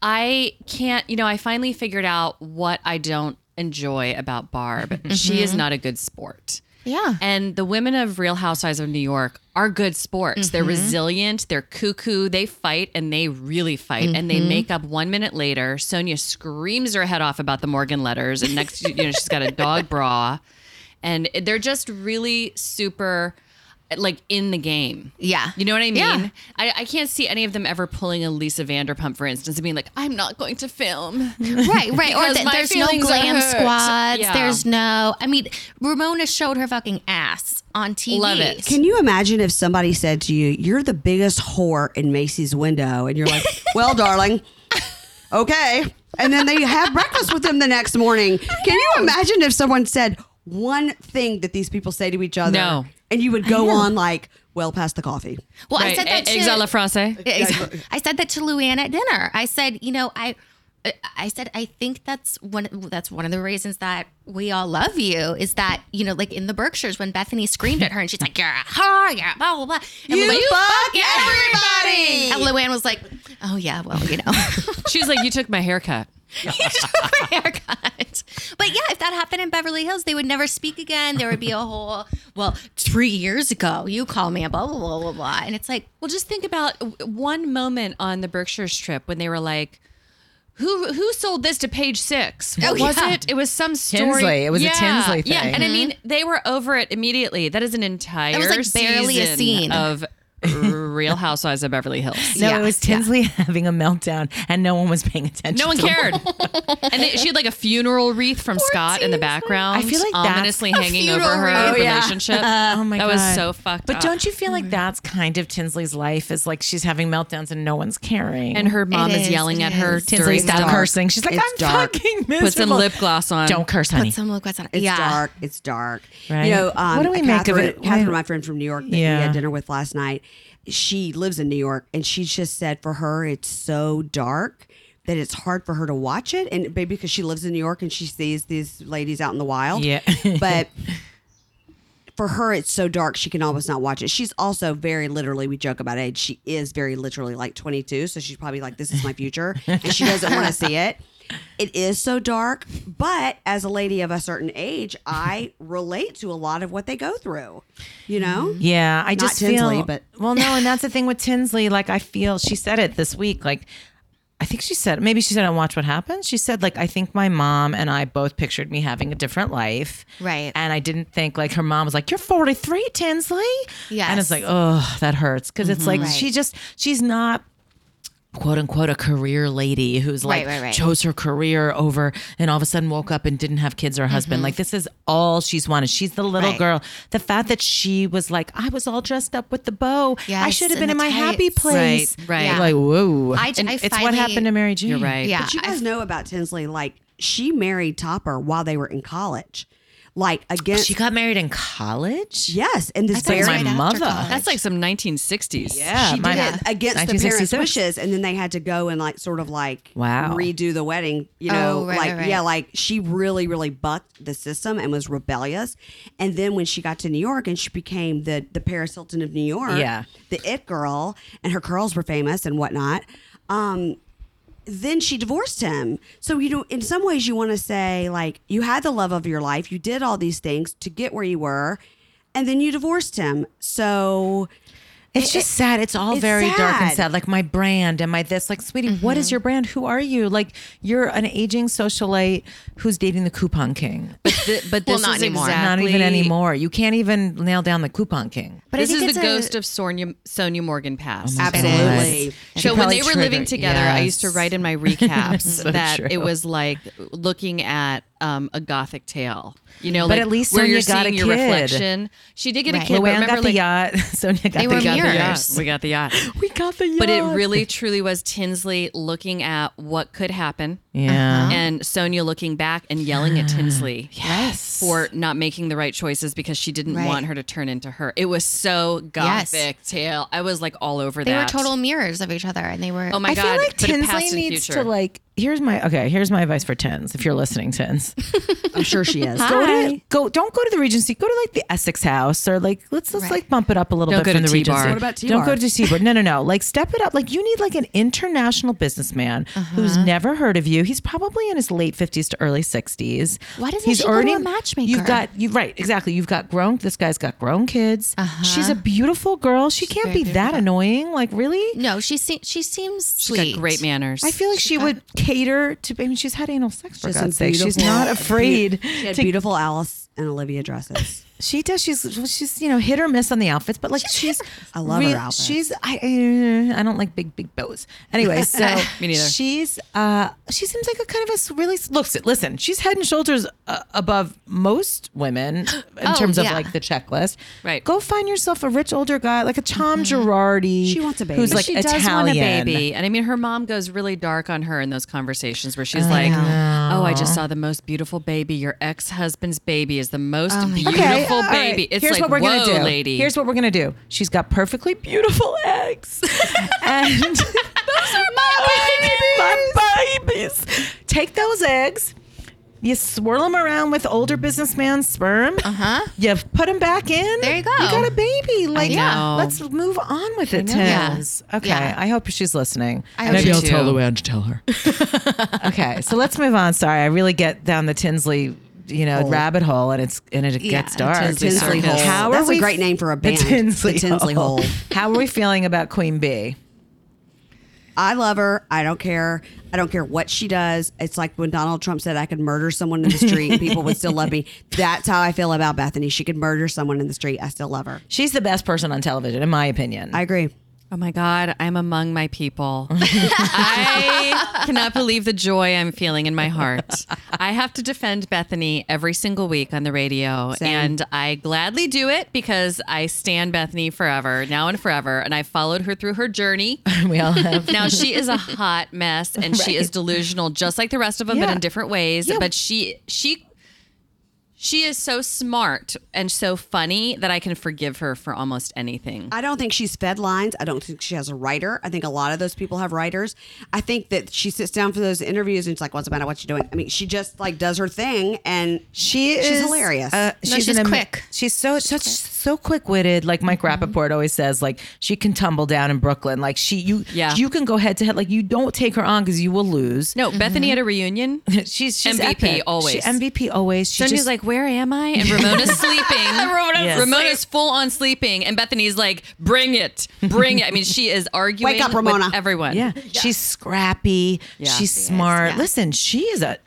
[SPEAKER 3] "I can't." You know, I finally figured out what I don't enjoy about Barb. She is not a good sport.
[SPEAKER 4] Mm-hmm. Yeah.
[SPEAKER 3] And the women of Real Housewives of New York are good sports.
[SPEAKER 4] Mm-hmm.
[SPEAKER 3] They're resilient, they're cuckoo, they fight and they really fight. And
[SPEAKER 4] Mm-hmm.
[SPEAKER 3] they make up one minute later. Sonia screams her head off about the Morgan letters. And next, you know, she's got a dog bra. And they're just really super like in the game.
[SPEAKER 4] Yeah.
[SPEAKER 3] You know what I mean?
[SPEAKER 4] Yeah.
[SPEAKER 3] I, I can't see any of them ever pulling a Lisa Vanderpump, for instance, and being like, I'm not going to film.
[SPEAKER 4] right, right. Or
[SPEAKER 3] Because
[SPEAKER 4] that
[SPEAKER 3] my
[SPEAKER 4] there's no
[SPEAKER 3] feelings are
[SPEAKER 4] glam
[SPEAKER 3] hurt.
[SPEAKER 4] squads.
[SPEAKER 3] Yeah.
[SPEAKER 4] There's no. I mean, Ramona showed her fucking ass on TV.
[SPEAKER 3] Love it.
[SPEAKER 2] Can you imagine if somebody said to you, "You're the biggest whore in Macy's window," and you're like, "Well, darling, okay." And then they have breakfast with them the next morning. Can you imagine if someone said one thing that these people say to each other?
[SPEAKER 3] No.
[SPEAKER 2] And you would go on like, "Well, past the coffee."
[SPEAKER 4] Well, I
[SPEAKER 3] Right.
[SPEAKER 4] said that
[SPEAKER 3] E-
[SPEAKER 4] to
[SPEAKER 3] Eggs a la France.
[SPEAKER 4] Yeah, exactly. I said that to Luann at dinner. I said, you know, I, uh, I said, I think that's one. That's one of the reasons that we all love you is that you know, like in the Berkshires when Bethany screamed at her and she's like, "You're a whore, you're a blah blah blah," and
[SPEAKER 2] You
[SPEAKER 4] Luann-
[SPEAKER 2] fuck everybody!
[SPEAKER 4] and Luann was like, "Oh yeah, well you know."
[SPEAKER 3] She was like, You took my haircut.
[SPEAKER 4] My haircut. But yeah, if that happened in Beverly Hills, they would never speak again. There would be a whole, well, three years ago, you called me a blah, blah, blah, blah, blah. And it's like,
[SPEAKER 3] Well, just think about w- one moment on the Berkshires trip when they were like, "Who who sold this to Page Six? What
[SPEAKER 4] Oh,
[SPEAKER 3] was
[SPEAKER 4] yeah.
[SPEAKER 3] it? It was some story.
[SPEAKER 1] Tinsley. It was a
[SPEAKER 3] Yeah,
[SPEAKER 1] Tinsley
[SPEAKER 3] Yeah,
[SPEAKER 1] thing.
[SPEAKER 3] and I mean, they were over it immediately. That is an entire
[SPEAKER 4] like, barely a
[SPEAKER 3] season
[SPEAKER 4] scene.
[SPEAKER 3] of Real Housewives of Beverly Hills.
[SPEAKER 1] No,
[SPEAKER 4] Yeah,
[SPEAKER 1] it was
[SPEAKER 4] yeah.
[SPEAKER 1] Tinsley having a meltdown, and no one was paying attention.
[SPEAKER 3] No one
[SPEAKER 1] to her.
[SPEAKER 3] cared, and they, she had like a funeral wreath from Scott in the background.
[SPEAKER 1] I feel like that's-
[SPEAKER 3] ominously
[SPEAKER 1] A
[SPEAKER 3] hanging over
[SPEAKER 4] funeral
[SPEAKER 3] her
[SPEAKER 4] wreath.
[SPEAKER 1] Oh, yeah.
[SPEAKER 3] relationship.
[SPEAKER 1] Oh my
[SPEAKER 3] that
[SPEAKER 1] god,
[SPEAKER 3] was so fucked.
[SPEAKER 1] But
[SPEAKER 3] up.
[SPEAKER 1] don't you feel like that's kind of Tinsley's life? Is like she's having meltdowns and no one's caring.
[SPEAKER 3] And her mom is,
[SPEAKER 4] is,
[SPEAKER 3] yelling
[SPEAKER 4] it
[SPEAKER 3] at her.
[SPEAKER 4] is.
[SPEAKER 1] Tinsley,
[SPEAKER 3] during the
[SPEAKER 1] stop
[SPEAKER 3] dark.
[SPEAKER 1] cursing. She's like,
[SPEAKER 2] It's
[SPEAKER 1] I'm
[SPEAKER 2] dark.
[SPEAKER 1] fucking miserable.
[SPEAKER 3] Put some lip gloss on.
[SPEAKER 1] Don't curse, honey.
[SPEAKER 4] some look what's on it.
[SPEAKER 2] It's
[SPEAKER 4] yeah.
[SPEAKER 2] dark. It's dark.
[SPEAKER 1] Right.
[SPEAKER 2] You know, um,
[SPEAKER 1] What do we make of
[SPEAKER 2] Catherine-
[SPEAKER 1] it?
[SPEAKER 2] Catherine,
[SPEAKER 1] Why-
[SPEAKER 2] my friend from New York that we
[SPEAKER 1] Yeah.
[SPEAKER 2] had dinner with last night, she lives in New York and she just said for her it's so dark that it's hard for her to watch it and maybe because she lives in New York and she sees these ladies out in the wild.
[SPEAKER 1] Yeah.
[SPEAKER 2] but for her it's so dark she can almost not watch it. She's also very literally we joke about age. She is very literally like 22, so she's probably like this is my future and she doesn't want to see it. It is so dark, but as a lady of a certain age, I relate to a lot of what they go through. You know?
[SPEAKER 4] Mm-hmm.
[SPEAKER 1] Yeah, I
[SPEAKER 2] Not
[SPEAKER 1] just
[SPEAKER 2] Tinsley,
[SPEAKER 1] feel.
[SPEAKER 2] but-
[SPEAKER 1] well, no, and that's the thing with Tinsley. Like, I feel she said it this week. Like, I think she said maybe she said on Watch What Happens. She said like I think my mom and I both pictured me having a different life,
[SPEAKER 4] Right.
[SPEAKER 1] And I didn't think like her mom was like you're 43, Tinsley. and it's
[SPEAKER 4] Yes.
[SPEAKER 1] like oh that hurts because it's like she just she's not quote unquote a career lady who's like
[SPEAKER 4] Right, right, right.
[SPEAKER 1] chose her career over and all of a sudden woke up and didn't have kids or a husband. Like this is all she's wanted. She's the little
[SPEAKER 4] Mm-hmm. Right.
[SPEAKER 1] girl. The fact that she was like, I was all dressed up with the bow. I
[SPEAKER 4] Yes,
[SPEAKER 1] should have
[SPEAKER 4] and
[SPEAKER 1] been in
[SPEAKER 4] the
[SPEAKER 1] my happy
[SPEAKER 4] tights."
[SPEAKER 1] place.
[SPEAKER 3] Right, right. Yeah.
[SPEAKER 1] Like, whoa.
[SPEAKER 4] I-
[SPEAKER 1] And
[SPEAKER 4] I
[SPEAKER 1] it's what
[SPEAKER 4] finally-
[SPEAKER 1] happened to Mary Jane.
[SPEAKER 3] You're right.
[SPEAKER 4] Yeah.
[SPEAKER 2] But you guys know about Tinsley. Like she married Topper while they were in college. Like
[SPEAKER 4] Oh,
[SPEAKER 2] against
[SPEAKER 1] She got married in college.
[SPEAKER 2] yes, and this
[SPEAKER 4] thought it
[SPEAKER 2] very
[SPEAKER 4] was
[SPEAKER 1] my
[SPEAKER 4] after
[SPEAKER 1] mother.
[SPEAKER 4] college.
[SPEAKER 3] That's like some 1960s.
[SPEAKER 1] Yeah,
[SPEAKER 2] she
[SPEAKER 1] my-
[SPEAKER 2] did it against the parents'
[SPEAKER 1] 1966.
[SPEAKER 2] wishes, and then they had to go and like sort of like
[SPEAKER 1] Wow.
[SPEAKER 2] redo the wedding. You know,
[SPEAKER 4] Oh, right,
[SPEAKER 2] like
[SPEAKER 4] right, right.
[SPEAKER 2] yeah, like she really really bucked the system and was rebellious. And then when she got to New York and she became the the Paris Hilton of New York,
[SPEAKER 1] Yeah.
[SPEAKER 2] the it girl, and her curls were famous and whatnot. Um, then she divorced him. So, you know, in some ways, you want to say, like, you had the love of your life, you did all these things to get where you were, and then you divorced him. So,
[SPEAKER 1] It's just sad. It's all
[SPEAKER 2] it's
[SPEAKER 1] very dark and
[SPEAKER 2] sad.
[SPEAKER 1] sad. Like my brand and my this. Like, sweetie, what
[SPEAKER 3] Mm-hmm.
[SPEAKER 1] is your brand? Who are you? Like, you're an aging socialite who's dating the coupon king.
[SPEAKER 3] But, thi- but
[SPEAKER 4] Well,
[SPEAKER 3] this
[SPEAKER 4] not
[SPEAKER 3] is
[SPEAKER 4] anymore.
[SPEAKER 3] exactly
[SPEAKER 1] Not even anymore. You can't even nail down the coupon king.
[SPEAKER 4] But I
[SPEAKER 3] this
[SPEAKER 4] think
[SPEAKER 3] is
[SPEAKER 4] it's
[SPEAKER 3] the
[SPEAKER 4] a-
[SPEAKER 3] ghost of Sonia Sonia Morgan past.
[SPEAKER 1] my
[SPEAKER 2] Absolutely.
[SPEAKER 1] God. She
[SPEAKER 3] So when
[SPEAKER 1] probably
[SPEAKER 3] they were living
[SPEAKER 1] triggered-
[SPEAKER 3] together, I used to
[SPEAKER 1] yes.
[SPEAKER 3] write in my recaps
[SPEAKER 1] So
[SPEAKER 3] that
[SPEAKER 1] true.
[SPEAKER 3] it was like looking at um, a gothic tale. You know,
[SPEAKER 1] But
[SPEAKER 3] like
[SPEAKER 1] at least
[SPEAKER 3] where
[SPEAKER 1] Sonia
[SPEAKER 3] you're
[SPEAKER 1] got a
[SPEAKER 3] seeing your
[SPEAKER 1] kid.
[SPEAKER 3] reflection. She did get a
[SPEAKER 4] Right.
[SPEAKER 3] kid. but
[SPEAKER 1] Luann
[SPEAKER 3] remember,
[SPEAKER 1] got the
[SPEAKER 3] like,
[SPEAKER 1] yacht. Sonia got
[SPEAKER 4] They
[SPEAKER 1] the
[SPEAKER 4] were
[SPEAKER 1] yacht.
[SPEAKER 3] got the yacht.
[SPEAKER 4] Mirrors.
[SPEAKER 3] We got the yacht.
[SPEAKER 1] We got the yacht.
[SPEAKER 3] But it really, truly was Tinsley looking at what could happen,
[SPEAKER 1] Yeah.
[SPEAKER 3] and Sonia looking back and yelling at Tinsley
[SPEAKER 1] Yes.
[SPEAKER 3] for not making the right choices because she didn't
[SPEAKER 4] Right.
[SPEAKER 3] want her to turn into her. It was so
[SPEAKER 4] Yes.
[SPEAKER 3] gothic tale. I was like all over
[SPEAKER 4] They were
[SPEAKER 3] that.
[SPEAKER 4] total mirrors of each other, and they were.
[SPEAKER 3] Oh my
[SPEAKER 1] I
[SPEAKER 3] god!
[SPEAKER 1] feel like
[SPEAKER 3] but it
[SPEAKER 1] Tinsley
[SPEAKER 3] passed in
[SPEAKER 1] needs
[SPEAKER 3] future.
[SPEAKER 1] to like. Here's my okay. Here's my advice for tins. If you're listening, tins,
[SPEAKER 2] I'm sure she is.
[SPEAKER 1] go to go. Don't go to the Regency. Go to like the Essex House or like let's let's
[SPEAKER 4] Right.
[SPEAKER 1] like bump it up a little
[SPEAKER 3] Don't
[SPEAKER 1] bit
[SPEAKER 3] go
[SPEAKER 1] from
[SPEAKER 3] to
[SPEAKER 1] the
[SPEAKER 3] T-Bar.
[SPEAKER 1] Regency.
[SPEAKER 3] What
[SPEAKER 2] about
[SPEAKER 1] Don't go
[SPEAKER 2] T-Bar?
[SPEAKER 1] to Seaboard. No, no, no. Like step it up. Like you need like an international businessman who's
[SPEAKER 4] Uh-huh.
[SPEAKER 1] never heard of you. He's probably in his late fifties to early sixties.
[SPEAKER 4] Why doesn't
[SPEAKER 1] He's
[SPEAKER 4] she go to a matchmaker?
[SPEAKER 1] You've got you right exactly. You've got grown. This guy's got grown kids.
[SPEAKER 4] Uh-huh.
[SPEAKER 1] She's a beautiful girl. She can't be that annoying. Like really.
[SPEAKER 4] no, she se- she seems sweet.
[SPEAKER 3] She's got great manners.
[SPEAKER 1] I feel like she would cater to. I mean, she's had anal sex for God's
[SPEAKER 2] Just some
[SPEAKER 1] sake. She's
[SPEAKER 2] beautiful-
[SPEAKER 1] not afraid.
[SPEAKER 2] She had
[SPEAKER 1] to,
[SPEAKER 2] beautiful Alice and Olivia dresses.
[SPEAKER 1] she does. She's well, she's you know hit or miss on the outfits, but like she's.
[SPEAKER 2] I love her outfits.
[SPEAKER 1] She's I uh, I don't like big big bows. Anyway, so
[SPEAKER 3] Me neither.
[SPEAKER 1] She's uh she seems like a kind of a s- really s- looks. Listen, she's head and shoulders uh, above most women in
[SPEAKER 4] Oh,
[SPEAKER 1] terms of
[SPEAKER 4] yeah.
[SPEAKER 1] like the checklist.
[SPEAKER 3] Right. Mm-hmm.
[SPEAKER 1] Go find yourself a rich older guy like a Tom Girardi.
[SPEAKER 2] She wants a baby.
[SPEAKER 1] Who's
[SPEAKER 2] But
[SPEAKER 1] like
[SPEAKER 3] she
[SPEAKER 1] Italian.
[SPEAKER 3] does want a baby, and I mean, her mom goes really dark on her in those conversations where she's like, "Oh, I just saw the most beautiful baby. Your ex husband's baby is the most beautiful
[SPEAKER 1] Oh Okay, all right.
[SPEAKER 3] baby." It's
[SPEAKER 1] Here's
[SPEAKER 3] like,
[SPEAKER 1] what we're
[SPEAKER 3] "Whoa,
[SPEAKER 1] gonna do.
[SPEAKER 3] lady."
[SPEAKER 1] Here's what we're gonna do. She's got perfectly beautiful eggs, and those are my babies. My babies. Take those eggs. You swirl them around with older businessman sperm. Uh huh. You put them back in.
[SPEAKER 4] Uh-huh. There you go.
[SPEAKER 1] You got a baby. Like,
[SPEAKER 3] know.
[SPEAKER 1] let's move on with it,
[SPEAKER 4] Yeah.
[SPEAKER 1] Tins. Okay.
[SPEAKER 4] Yeah.
[SPEAKER 1] I hope she's listening.
[SPEAKER 4] I hope Maybe so, I'll
[SPEAKER 3] tell too.
[SPEAKER 1] Luann to tell her. okay. So let's move on. Sorry, I really get down the Tinsley, you know, rabbit hole, and it's and it gets dark.
[SPEAKER 4] Tinsley
[SPEAKER 2] Tinsley Hole.
[SPEAKER 1] How are
[SPEAKER 2] That's
[SPEAKER 1] we-
[SPEAKER 2] a great name for a
[SPEAKER 1] The
[SPEAKER 2] band.
[SPEAKER 1] Tinsley,
[SPEAKER 2] The Tinsley Hole.
[SPEAKER 1] How are we feeling about Queen Bee?
[SPEAKER 2] I love her. I don't care. I don't care what she does. It's like when Donald Trump said, I could murder someone in the street and people would still love me. That's how I feel about Bethany. She could murder someone in the street. I still love her.
[SPEAKER 1] She's the best person on television, in my opinion.
[SPEAKER 2] I agree.
[SPEAKER 3] Oh my God, I'm among my people. I cannot believe the joy I'm feeling in my heart. I have to defend Bethany every single week on the radio, and I gladly do it because I stand Bethany forever, now and forever. And I followed her through her journey.
[SPEAKER 1] we all have.
[SPEAKER 3] Now she is a hot mess, and she is delusional, just like the rest of them,
[SPEAKER 1] Yeah.
[SPEAKER 3] but in different ways.
[SPEAKER 1] Yeah.
[SPEAKER 3] But she she She is so smart and so funny that I can forgive her for almost anything.
[SPEAKER 2] I don't think she's fed lines. I don't think she has a writer. I think a lot of those people have writers. I think that she sits down for those interviews and it's like, "What's the matter? What you doing?" I mean, she just like does her thing, and
[SPEAKER 1] She is
[SPEAKER 2] she's hilarious.
[SPEAKER 1] uh, she's
[SPEAKER 4] she's
[SPEAKER 1] an am-
[SPEAKER 4] quick.
[SPEAKER 1] She's so such so quick witted. Like Mike Rappaport always says, like she can tumble down in Brooklyn. Like she you
[SPEAKER 3] Yeah.
[SPEAKER 1] you can go head to head. Like you don't take her on because you will lose.
[SPEAKER 3] no, Bethany at a reunion.
[SPEAKER 1] she's she's
[SPEAKER 3] MVP
[SPEAKER 1] epic.
[SPEAKER 3] always.
[SPEAKER 1] She, MVP always. She
[SPEAKER 3] Sonya's
[SPEAKER 1] just,
[SPEAKER 3] like, where am I? And Ramona's sleeping. Ramona's,
[SPEAKER 1] Yes.
[SPEAKER 3] full on sleeping. And Bethany's like, bring it, bring it. I mean, she is arguing
[SPEAKER 2] Wake up,
[SPEAKER 3] with
[SPEAKER 2] Ramona.
[SPEAKER 3] everyone.
[SPEAKER 1] yeah. She's scrappy. she's smart.
[SPEAKER 4] yeah.
[SPEAKER 1] Listen, she is a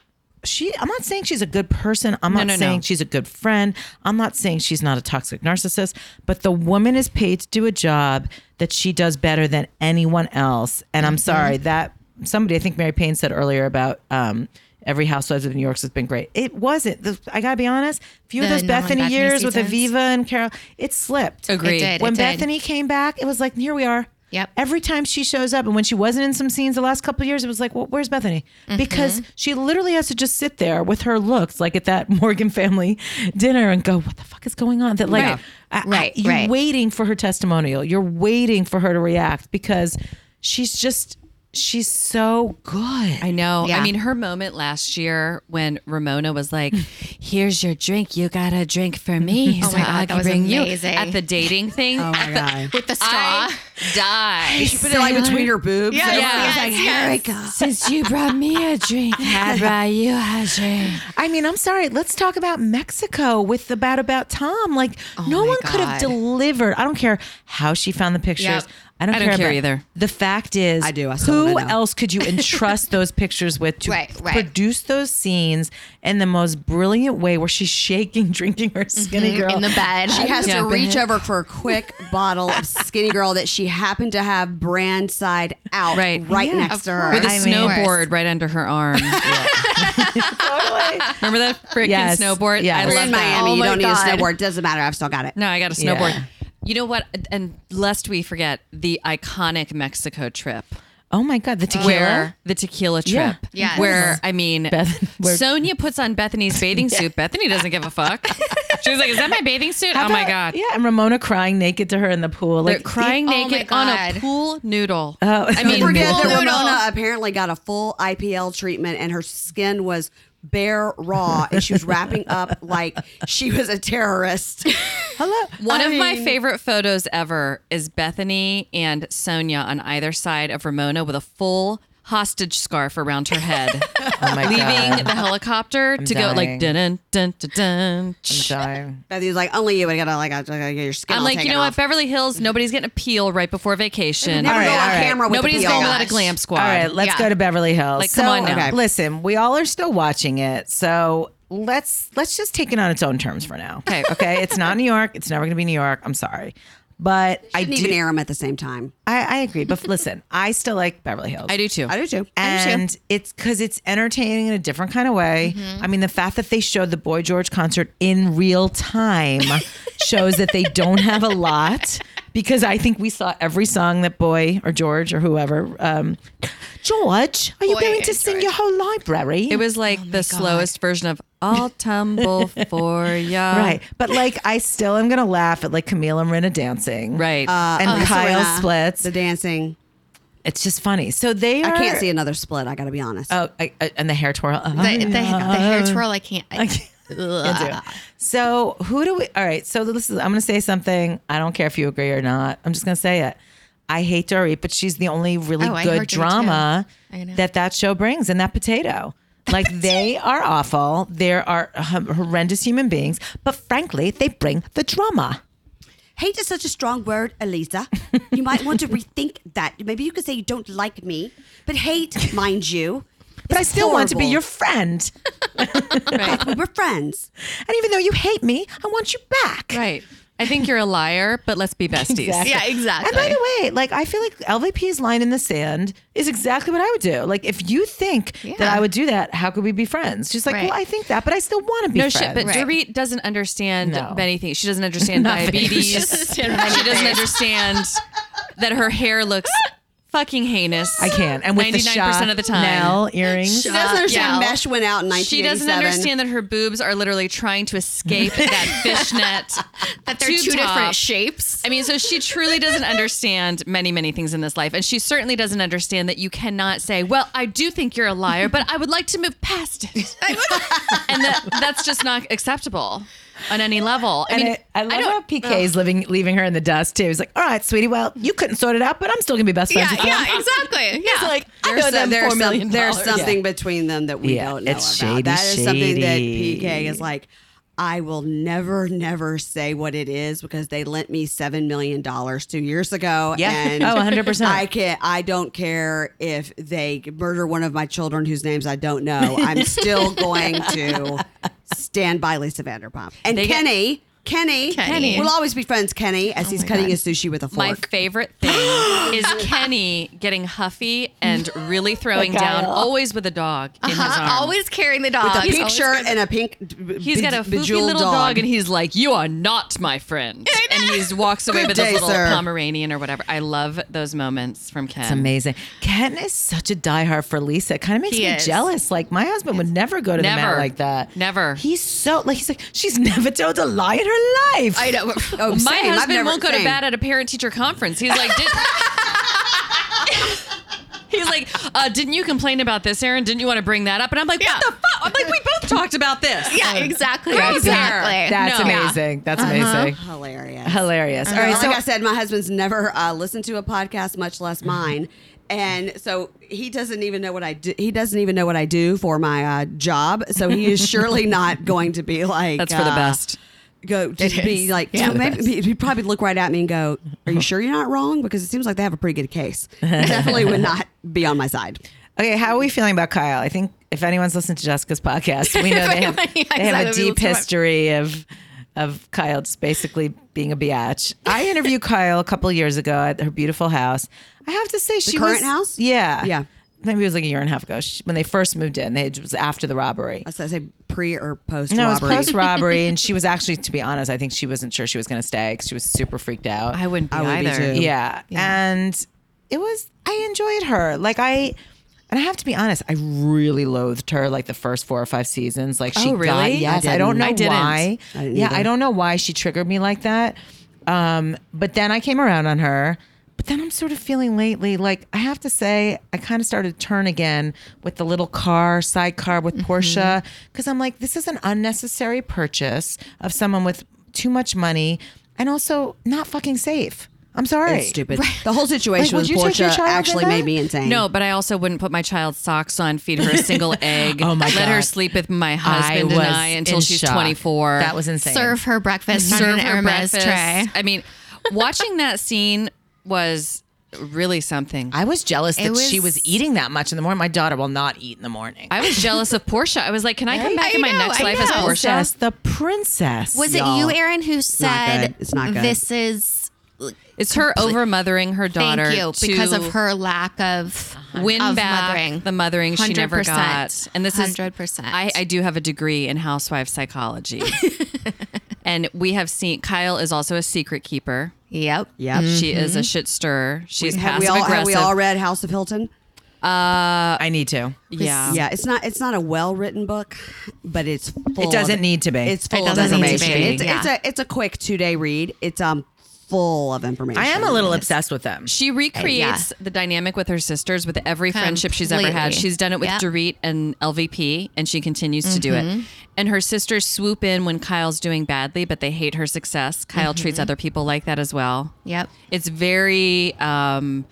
[SPEAKER 1] she I'm not saying she's a good person. I'm not
[SPEAKER 3] no, no.
[SPEAKER 1] saying she's a good friend. I'm not saying she's not a toxic narcissist, but the woman is paid to do a job that she does better than anyone else. And I'm sorry that somebody I think Mary Payne said earlier about um Every Housewives of New York has been great. It wasn't. The- I gotta be honest. Few of
[SPEAKER 4] The
[SPEAKER 1] those
[SPEAKER 4] Norman
[SPEAKER 1] Bethany,
[SPEAKER 4] Bethany
[SPEAKER 1] years with
[SPEAKER 4] seasons.
[SPEAKER 1] Aviva and Carol, it slipped.
[SPEAKER 3] Agreed.
[SPEAKER 4] It did.
[SPEAKER 1] When
[SPEAKER 4] it did.
[SPEAKER 1] Bethany came back, it was like, here we are.
[SPEAKER 4] Yep.
[SPEAKER 1] Every time she shows up, and when she wasn't in some scenes the last couple of years, it was like, well, where's Bethany?
[SPEAKER 4] Mm-hmm.
[SPEAKER 1] Because she literally has to just sit there with her looks, like at that Morgan family dinner, and go, what the fuck is going on? That like,
[SPEAKER 3] Right.
[SPEAKER 1] I- I-
[SPEAKER 4] Right,
[SPEAKER 1] you're
[SPEAKER 4] right.
[SPEAKER 1] waiting for her testimonial. You're waiting for her to react because she's just, she's so good.
[SPEAKER 3] I know. I
[SPEAKER 4] Yeah.
[SPEAKER 3] mean, her moment last year when Ramona was like, "Here's your drink. You got a drink for me, so
[SPEAKER 4] my God,
[SPEAKER 3] I
[SPEAKER 4] that
[SPEAKER 3] can
[SPEAKER 4] was
[SPEAKER 3] bring
[SPEAKER 4] amazing.
[SPEAKER 3] you." At the dating thing, oh
[SPEAKER 2] my God.
[SPEAKER 4] with the straw.
[SPEAKER 3] I died.
[SPEAKER 2] she put it like between her boobs.
[SPEAKER 4] Yeah,
[SPEAKER 2] and
[SPEAKER 3] yeah.
[SPEAKER 2] everything's like,
[SPEAKER 4] Yes,
[SPEAKER 2] "Here
[SPEAKER 4] yes.
[SPEAKER 2] we go."
[SPEAKER 3] Since you brought me a drink, I brought you a drink.
[SPEAKER 1] I mean, I'm sorry. Let's talk about Mexico with the Bad About Tom. Like, no
[SPEAKER 4] my
[SPEAKER 1] one could have
[SPEAKER 4] God.
[SPEAKER 1] delivered. I don't care how she found the pictures.
[SPEAKER 4] Yep.
[SPEAKER 1] I don't,
[SPEAKER 3] I don't care
[SPEAKER 1] about-
[SPEAKER 3] either.
[SPEAKER 1] The fact is,
[SPEAKER 2] I do. I still
[SPEAKER 1] who
[SPEAKER 2] wanna know.
[SPEAKER 1] else could you entrust those pictures with to
[SPEAKER 4] Right, right.
[SPEAKER 1] produce those scenes in the most brilliant way where she's shaking, drinking her skinny girl
[SPEAKER 4] in the bed.
[SPEAKER 2] She has
[SPEAKER 3] Yeah.
[SPEAKER 2] to reach over for a quick bottle of Skinny Girl that she happened to have brand side out
[SPEAKER 3] Right.
[SPEAKER 2] right,
[SPEAKER 1] Yeah,
[SPEAKER 2] next
[SPEAKER 1] of
[SPEAKER 2] to her.
[SPEAKER 1] course.
[SPEAKER 3] With a
[SPEAKER 1] I mean-
[SPEAKER 3] snowboard right under her arm.
[SPEAKER 1] Totally.
[SPEAKER 3] Remember that freaking
[SPEAKER 1] Yes.
[SPEAKER 3] snowboard?
[SPEAKER 1] Yes.
[SPEAKER 3] I
[SPEAKER 2] We're
[SPEAKER 3] love
[SPEAKER 2] in
[SPEAKER 3] that.
[SPEAKER 2] Miami.
[SPEAKER 4] Oh
[SPEAKER 2] you
[SPEAKER 4] my
[SPEAKER 2] don't
[SPEAKER 4] God.
[SPEAKER 2] need a snowboard. Doesn't matter. I've still got it.
[SPEAKER 3] No, I got a
[SPEAKER 1] Yeah.
[SPEAKER 3] snowboard. You know what? And lest we forget the iconic Mexico trip.
[SPEAKER 1] Oh my God, the tequila.
[SPEAKER 3] Where the tequila
[SPEAKER 1] Yeah.
[SPEAKER 3] trip.
[SPEAKER 4] Yes.
[SPEAKER 3] Where I mean
[SPEAKER 1] Beth- where-
[SPEAKER 3] Sonia puts on Bethany's bathing suit. Bethany doesn't give a fuck. She was like, Is that my bathing suit?
[SPEAKER 1] How
[SPEAKER 3] oh my
[SPEAKER 1] about-
[SPEAKER 3] god.
[SPEAKER 1] Yeah, and Ramona crying naked to her in the pool.
[SPEAKER 3] They're
[SPEAKER 1] Like
[SPEAKER 3] crying
[SPEAKER 4] Oh my
[SPEAKER 3] naked on a
[SPEAKER 4] God.
[SPEAKER 3] pool noodle.
[SPEAKER 1] Oh.
[SPEAKER 3] I mean,
[SPEAKER 1] Don't
[SPEAKER 2] forget
[SPEAKER 3] pool
[SPEAKER 2] that
[SPEAKER 3] noodle.
[SPEAKER 2] Ramona apparently got a full IPL treatment and her skin was bare raw and she was wrapping up like she was a terrorist.
[SPEAKER 1] hello.
[SPEAKER 3] One of my favorite photos ever is Bethany and Sonia on either side of Ramona with a full hostage scarf around her head,
[SPEAKER 1] Oh my
[SPEAKER 3] leaving
[SPEAKER 1] God.
[SPEAKER 3] the helicopter to go
[SPEAKER 1] dying.
[SPEAKER 3] like dun dun dun dun dun.
[SPEAKER 1] Dying.
[SPEAKER 2] That he was like, only you would gotta like I gotta get your skin.
[SPEAKER 3] I'm like, you know what, Beverly Hills, nobody's getting a peel right before vacation.
[SPEAKER 2] Never
[SPEAKER 1] All
[SPEAKER 2] go
[SPEAKER 1] right,
[SPEAKER 2] on
[SPEAKER 1] all right.
[SPEAKER 2] camera with
[SPEAKER 3] Nobody's
[SPEAKER 2] the
[SPEAKER 3] going
[SPEAKER 2] PL.
[SPEAKER 3] without a glam squad.
[SPEAKER 1] All right, let's
[SPEAKER 4] Yeah.
[SPEAKER 1] go to Beverly Hills.
[SPEAKER 3] Like, come on now. Okay.
[SPEAKER 1] Listen, we all are still watching it, so let's let's just take it on its own terms for now.
[SPEAKER 3] Okay.
[SPEAKER 1] okay. It's not New York. It's never going to be New York. I'm sorry, but I
[SPEAKER 2] I didn't
[SPEAKER 1] do.
[SPEAKER 2] even air them at the same time.
[SPEAKER 1] I, I agree. But listen, I still like Beverly Hills.
[SPEAKER 3] I do too.
[SPEAKER 2] I do too.
[SPEAKER 1] And it's because it's entertaining in a different kind of way. I mean, the fact that they showed the Boy George concert in real time shows that they don't have a lot because I think we saw every song that Boy or George or whoever. Um, George, are you
[SPEAKER 4] Boy
[SPEAKER 1] going to
[SPEAKER 4] and
[SPEAKER 1] sing
[SPEAKER 4] George.
[SPEAKER 1] your whole library?
[SPEAKER 3] It was like the slowest version of I'll tumble for ya.
[SPEAKER 1] Right. But like, I still am going to laugh at like Camille and Rinna dancing. Uh,
[SPEAKER 3] Right.
[SPEAKER 1] And
[SPEAKER 2] Oh,
[SPEAKER 1] Kyle
[SPEAKER 2] Serena,
[SPEAKER 1] splits.
[SPEAKER 2] The dancing.
[SPEAKER 1] It's just funny. So they are.
[SPEAKER 2] I can't see another split, I gotta be honest.
[SPEAKER 1] Oh, I, I, and the hair twirl. Oh,
[SPEAKER 4] the, the, the hair twirl. I can't. I,
[SPEAKER 1] Can't do it. So who do we? All right. So this is. I'm going to say something. I don't care if you agree or not. I'm just going to say it. I hate Dorit, but she's the only really
[SPEAKER 4] Oh, I
[SPEAKER 1] good
[SPEAKER 4] heard her
[SPEAKER 1] drama
[SPEAKER 4] too. I know.
[SPEAKER 1] that that show brings, and that potato. Like they are awful. They are hor- horrendous human beings, but frankly, they bring the drama.
[SPEAKER 2] Hate is such a strong word, Elisa. You might want to rethink that. Maybe you could say you don't like me, but hate, mind you.
[SPEAKER 1] But I
[SPEAKER 2] is
[SPEAKER 1] still want to be
[SPEAKER 2] horrible.
[SPEAKER 1] your friend,
[SPEAKER 2] We were friends.
[SPEAKER 1] and even though you hate me, I want you back.
[SPEAKER 3] Right. I think you're a liar, but let's be besties.
[SPEAKER 1] Exactly.
[SPEAKER 4] yeah, exactly.
[SPEAKER 1] And by the way, like I feel like LVP's line in the sand is exactly what I would do. Like if you think
[SPEAKER 4] Yeah.
[SPEAKER 1] that I would do that, how could we be friends? She's like,
[SPEAKER 4] Right.
[SPEAKER 1] well, I think that, but I still want to be
[SPEAKER 3] No
[SPEAKER 1] friends.
[SPEAKER 3] shit, but
[SPEAKER 4] Right.
[SPEAKER 3] Dorit doesn't understand
[SPEAKER 1] No.
[SPEAKER 3] many things. She doesn't understand
[SPEAKER 1] Nothing.
[SPEAKER 3] diabetes.
[SPEAKER 1] She
[SPEAKER 3] she doesn't understand that her hair looks fucking heinous.
[SPEAKER 1] I can. And with the
[SPEAKER 3] 99%
[SPEAKER 1] shot,
[SPEAKER 3] of the time.
[SPEAKER 1] Nell earrings.
[SPEAKER 2] She doesn't understand
[SPEAKER 3] yeah.
[SPEAKER 2] Uh, mesh went out in 1987.
[SPEAKER 3] She doesn't understand that her boobs are literally trying to escape that fishnet.
[SPEAKER 4] That they're
[SPEAKER 3] Tube
[SPEAKER 4] two
[SPEAKER 3] top.
[SPEAKER 4] different shapes.
[SPEAKER 3] I mean, so she truly doesn't understand many, many things in this life. And she certainly doesn't understand that you cannot say, Well, I do think you're a liar, but I would like to move past it. and that, that's just not acceptable on any level. I
[SPEAKER 1] And
[SPEAKER 3] mean,
[SPEAKER 1] it- I love
[SPEAKER 3] don't-
[SPEAKER 1] how PK is living, leaving her in the dust too. He's like, "All right, sweetie. Well, you couldn't sort it out, but I'm still gonna be best friends
[SPEAKER 3] yeah,
[SPEAKER 1] with you."
[SPEAKER 3] yeah, exactly. Yeah.
[SPEAKER 1] He's like, "I
[SPEAKER 2] There's,
[SPEAKER 1] know
[SPEAKER 2] some,
[SPEAKER 1] them
[SPEAKER 2] there's,
[SPEAKER 1] four
[SPEAKER 2] some-
[SPEAKER 1] million
[SPEAKER 2] there's
[SPEAKER 1] dollars."
[SPEAKER 2] something between them that we
[SPEAKER 1] Yeah,
[SPEAKER 2] don't know
[SPEAKER 1] it's
[SPEAKER 2] about.
[SPEAKER 1] shady,
[SPEAKER 2] that is something that
[SPEAKER 1] shady.
[SPEAKER 2] PK is like, I will never, never say what it is because they lent me seven million dollars two years ago.
[SPEAKER 1] Yeah.
[SPEAKER 2] and
[SPEAKER 1] Oh, 100%.
[SPEAKER 2] I can I don't care if they murder one of my children whose names I don't know. I'm still going to stand by Lisa Vanderpump and Kenny. Kenny,
[SPEAKER 3] Kenny.
[SPEAKER 2] we'll always be friends. Kenny, as he's cutting his sushi with a fork.
[SPEAKER 3] My favorite thing is Kenny getting huffy and really throwing down, always with a dog in his
[SPEAKER 4] Uh-huh,
[SPEAKER 3] arm.
[SPEAKER 4] Always carrying the dog.
[SPEAKER 2] a
[SPEAKER 4] He's
[SPEAKER 2] pink
[SPEAKER 4] always
[SPEAKER 2] shirt
[SPEAKER 4] carrying-
[SPEAKER 2] and a pink.
[SPEAKER 3] He's got a foofy little dog. and he's like, "You are not my friend," and he walks away
[SPEAKER 2] Good
[SPEAKER 3] with his
[SPEAKER 2] day,
[SPEAKER 3] little
[SPEAKER 2] sir.
[SPEAKER 3] Pomeranian or whatever. I love those moments from Ken.
[SPEAKER 1] It's amazing. Ken is such a diehard for Lisa. It kind of makes
[SPEAKER 4] He
[SPEAKER 1] me
[SPEAKER 4] is.
[SPEAKER 1] jealous. Like my husband would never go to the mat
[SPEAKER 3] Never.
[SPEAKER 1] like that.
[SPEAKER 3] Never.
[SPEAKER 1] He's so like he's like she's never told a lie in her life.
[SPEAKER 4] I know.
[SPEAKER 2] Oh,
[SPEAKER 3] My
[SPEAKER 2] same. I've
[SPEAKER 3] husband
[SPEAKER 2] never-
[SPEAKER 3] won't go to
[SPEAKER 2] same.
[SPEAKER 3] bed at a parent-teacher conference. He's like, Did- he's like, uh, "Didn't you complain about this, Aaron? Didn't you want to bring that up?" And I'm like, "What the fuck?" I'm like, "We both talked about this."
[SPEAKER 4] Yeah, exactly.
[SPEAKER 3] Girls there.
[SPEAKER 4] Exactly.
[SPEAKER 1] That's
[SPEAKER 3] No.
[SPEAKER 1] amazing. That's amazing.
[SPEAKER 2] Hilarious.
[SPEAKER 1] Uh-huh. Hilarious. All right,
[SPEAKER 2] Uh-huh. like
[SPEAKER 1] so
[SPEAKER 2] I said, my husband's never uh, listened to a podcast, much less mine, and so he doesn't even know what I do. He doesn't even know what I do for my uh, job. So he is surely not going to be like
[SPEAKER 3] That's for the
[SPEAKER 2] uh,
[SPEAKER 3] best.
[SPEAKER 2] Go just
[SPEAKER 4] It
[SPEAKER 2] be
[SPEAKER 4] is.
[SPEAKER 2] like
[SPEAKER 4] Yeah.
[SPEAKER 2] so maybe he'd probably look right at me and go, "Are you sure you're not wrong?" Because it seems like they have a pretty good case. Definitely would not be on my side.
[SPEAKER 1] okay, how are we feeling about Kyle? I think if anyone's listened to Jessica's podcast, we know they have, they have
[SPEAKER 4] Yeah,
[SPEAKER 1] a
[SPEAKER 4] exactly.
[SPEAKER 1] deep
[SPEAKER 4] We'll talk-
[SPEAKER 1] history of of Kyle just basically being a biatch. I interviewed Kyle a couple years ago at her beautiful house. I have to say, she
[SPEAKER 2] current
[SPEAKER 1] was,
[SPEAKER 2] house?
[SPEAKER 1] Yeah,
[SPEAKER 2] Yeah.
[SPEAKER 1] Maybe it was like a year and a half ago she, when they first moved in. They, it was after the robbery.
[SPEAKER 2] I said- I say pre or post
[SPEAKER 1] No, it was
[SPEAKER 2] robbery.
[SPEAKER 1] post robbery, and she was actually, to be honest, I think she wasn't sure she was going to stay because she was super freaked out.
[SPEAKER 3] I wouldn't be
[SPEAKER 2] I would be
[SPEAKER 3] either.
[SPEAKER 2] too.
[SPEAKER 1] Yeah. And it was, I enjoyed her. Like, I, and I have to be honest, I really loathed her like the first four or five seasons. Like, she
[SPEAKER 3] Oh, really?
[SPEAKER 1] got,
[SPEAKER 3] I
[SPEAKER 1] yes, I, don't
[SPEAKER 3] didn't.
[SPEAKER 1] know
[SPEAKER 3] I didn't.
[SPEAKER 1] why.
[SPEAKER 2] I didn't
[SPEAKER 1] yeah,
[SPEAKER 2] either.
[SPEAKER 1] I don't know why she triggered me like that. Um, but then I came around on her. But then I'm sort of feeling lately, like I have to say, I kind of started to turn again with the little car, sidecar with Portia, because I'm like, this is an unnecessary purchase of someone with too much money and also not fucking safe. I'm sorry.
[SPEAKER 2] It's stupid. The whole situation
[SPEAKER 1] would
[SPEAKER 2] with
[SPEAKER 1] you take your
[SPEAKER 2] Portia
[SPEAKER 1] child in
[SPEAKER 2] actually
[SPEAKER 1] that?
[SPEAKER 2] made me insane.
[SPEAKER 3] No, but I also wouldn't put my child's socks on, feed her a single egg,
[SPEAKER 1] Oh, my
[SPEAKER 3] let her
[SPEAKER 1] God.
[SPEAKER 3] sleep with my husband
[SPEAKER 1] was
[SPEAKER 3] and I until
[SPEAKER 1] in
[SPEAKER 3] she's
[SPEAKER 1] shock.
[SPEAKER 3] 24.
[SPEAKER 1] That was insane.
[SPEAKER 4] Serve her breakfast on
[SPEAKER 3] serve
[SPEAKER 4] an
[SPEAKER 3] her
[SPEAKER 4] Hermes
[SPEAKER 3] breakfast.
[SPEAKER 4] tray.
[SPEAKER 3] I mean, watching that scene was really something.
[SPEAKER 1] I
[SPEAKER 3] I,
[SPEAKER 1] was jealous that she
[SPEAKER 4] was-
[SPEAKER 1] was eating that much in the morning. My daughter will not eat in the morning.
[SPEAKER 3] was jealous of Portia. I was like, can I come back
[SPEAKER 4] I
[SPEAKER 3] in my
[SPEAKER 4] know,
[SPEAKER 3] next
[SPEAKER 4] I
[SPEAKER 3] life as
[SPEAKER 4] know.
[SPEAKER 3] Portia?
[SPEAKER 1] princess, the princess.
[SPEAKER 4] Was
[SPEAKER 2] Y'all,
[SPEAKER 4] it you, Aaron, who
[SPEAKER 2] not good.
[SPEAKER 4] said
[SPEAKER 2] It's not good.
[SPEAKER 4] this is
[SPEAKER 3] It's her over mothering her
[SPEAKER 4] thank
[SPEAKER 3] daughter
[SPEAKER 4] you
[SPEAKER 3] to Uh-huh.
[SPEAKER 4] because of her lack of
[SPEAKER 3] win
[SPEAKER 4] of
[SPEAKER 3] back
[SPEAKER 4] mothering.
[SPEAKER 3] the mothering she never
[SPEAKER 4] 100%.
[SPEAKER 3] got. And this is
[SPEAKER 4] 100%.
[SPEAKER 3] I, I do have a degree in housewife psychology. and we have seen Kyle is also a secret keeper.
[SPEAKER 4] Yep.
[SPEAKER 2] Yep.
[SPEAKER 1] Mm.
[SPEAKER 3] She
[SPEAKER 4] Mm-hmm.
[SPEAKER 3] is a shit stirrer. She's
[SPEAKER 2] Mm. Have we
[SPEAKER 3] passive
[SPEAKER 2] all have
[SPEAKER 3] aggressive.
[SPEAKER 2] we all read House of Hilton?
[SPEAKER 1] I need to. Um.
[SPEAKER 3] yeah.
[SPEAKER 2] Yeah, it's not it's not a well written book, but it's full
[SPEAKER 1] It doesn't
[SPEAKER 2] of-
[SPEAKER 1] need to be.
[SPEAKER 2] It's full
[SPEAKER 4] It
[SPEAKER 2] of
[SPEAKER 4] doesn't need to
[SPEAKER 2] information. It's,
[SPEAKER 4] be, yeah.
[SPEAKER 2] it's a it's a quick two day read. It's um full of information.
[SPEAKER 1] I am a little obsessed with them.
[SPEAKER 3] She recreates the dynamic with her sisters with every friendship she's ever had.
[SPEAKER 4] Completely.
[SPEAKER 3] She's done it with
[SPEAKER 4] Yep.
[SPEAKER 3] Dorit and LVP, and she continues to do
[SPEAKER 4] Mm-hmm.
[SPEAKER 3] it. And her sisters swoop in when Kyle's doing badly, but they hate her success. Kyle treats other people like that as well.
[SPEAKER 4] Mm-hmm. Yep.
[SPEAKER 3] It's very um,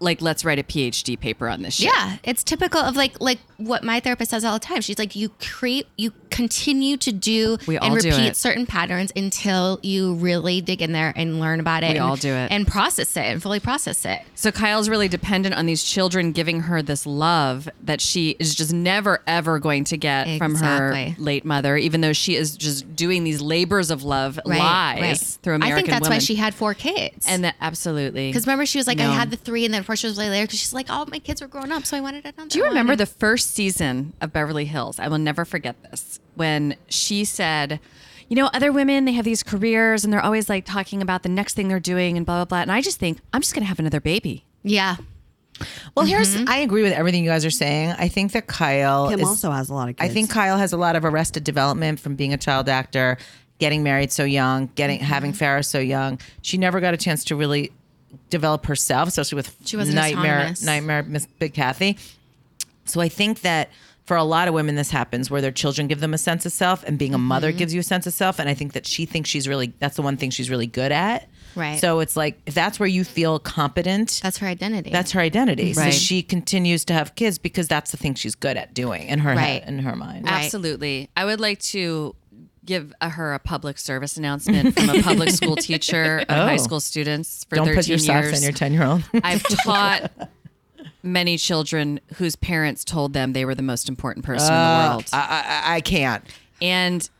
[SPEAKER 3] like let's write a PhD paper on this shit.
[SPEAKER 4] Yeah, it's typical of like like what my therapist says all the time. She's like, you create, you continue to do
[SPEAKER 3] We all
[SPEAKER 4] and
[SPEAKER 3] do
[SPEAKER 4] repeat
[SPEAKER 3] it.
[SPEAKER 4] certain patterns until you really dig in there and learn about it.
[SPEAKER 3] We
[SPEAKER 4] and,
[SPEAKER 3] all do it.
[SPEAKER 4] and process it and fully process it.
[SPEAKER 3] So Kyle's really dependent on these children giving her this love that she is just never ever going to get from her
[SPEAKER 4] Exactly.
[SPEAKER 3] late mother, even though she is just doing these labors of love lies through American
[SPEAKER 4] I think that's
[SPEAKER 3] women.
[SPEAKER 4] why she had four kids.
[SPEAKER 3] and that absolutely
[SPEAKER 4] Because remember, she was like, I had the three, and then Portia was way later because she's like, oh, my kids were grown up, so I wanted another.
[SPEAKER 3] Do you remember the first season of Beverly Hills? I will never forget this. When she said, you know, other women, they have these careers and they're always like talking about the next thing they're doing and blah, blah, blah. And I just think, I'm just going to have another baby.
[SPEAKER 4] Yeah.
[SPEAKER 1] Well, here's I agree with everything you guys are saying. I think that Kyle
[SPEAKER 2] Kim
[SPEAKER 1] is,
[SPEAKER 2] also has a lot of
[SPEAKER 1] I
[SPEAKER 2] kids.
[SPEAKER 1] think Kyle has a lot of arrested development from being a child actor, getting married so young, getting
[SPEAKER 4] Mm-hmm.
[SPEAKER 1] having Farrah so young. She never got a chance to really develop herself, especially with
[SPEAKER 4] She wasn't as
[SPEAKER 1] nightmare
[SPEAKER 4] autonomous.
[SPEAKER 1] nightmare Miss Big Kathy. So I think that for a lot of women, this happens where their children give them a sense of self, and being a mother
[SPEAKER 4] Mm-hmm.
[SPEAKER 1] gives you a sense of self. And I think that she thinks she's really that's the one thing she's really good at.
[SPEAKER 4] Right.
[SPEAKER 1] So it's like if that's where you feel competent,
[SPEAKER 4] That's her identity.
[SPEAKER 1] that's her identity. So
[SPEAKER 3] Right.
[SPEAKER 1] she continues to have kids because that's the thing she's good at doing in her
[SPEAKER 4] Right.
[SPEAKER 1] head, in her mind.
[SPEAKER 4] Right.
[SPEAKER 3] Absolutely. I would like to give a, her a public service announcement from a public school teacher of high
[SPEAKER 1] Oh.
[SPEAKER 3] school students for
[SPEAKER 1] Don't
[SPEAKER 3] 13
[SPEAKER 1] put your socks
[SPEAKER 3] years.
[SPEAKER 1] on your ten year old.
[SPEAKER 3] I've taught many children whose parents told them they were the most important person in the world.
[SPEAKER 1] Uh, I, I, I can't.
[SPEAKER 3] and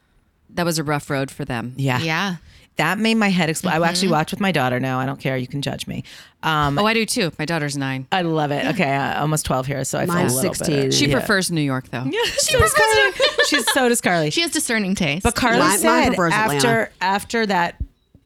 [SPEAKER 3] that was a rough road for them.
[SPEAKER 1] Yeah.
[SPEAKER 4] yeah.
[SPEAKER 1] That made my head explode. I actually watch with my daughter now. I don't care. You can judge me. Um,
[SPEAKER 3] Oh, I do too. My daughter's nine.
[SPEAKER 1] I love it. Okay, I, almost twelve here, so I feel a
[SPEAKER 2] Mine's
[SPEAKER 1] little
[SPEAKER 2] 16.
[SPEAKER 1] better.
[SPEAKER 3] She
[SPEAKER 1] Yeah.
[SPEAKER 3] prefers New York though.
[SPEAKER 1] so does Carly. She's so does Carly.
[SPEAKER 4] She has discerning taste.
[SPEAKER 1] But Carly
[SPEAKER 2] Mine- mine
[SPEAKER 1] said
[SPEAKER 2] prefers
[SPEAKER 1] after
[SPEAKER 2] Atlanta.
[SPEAKER 1] after that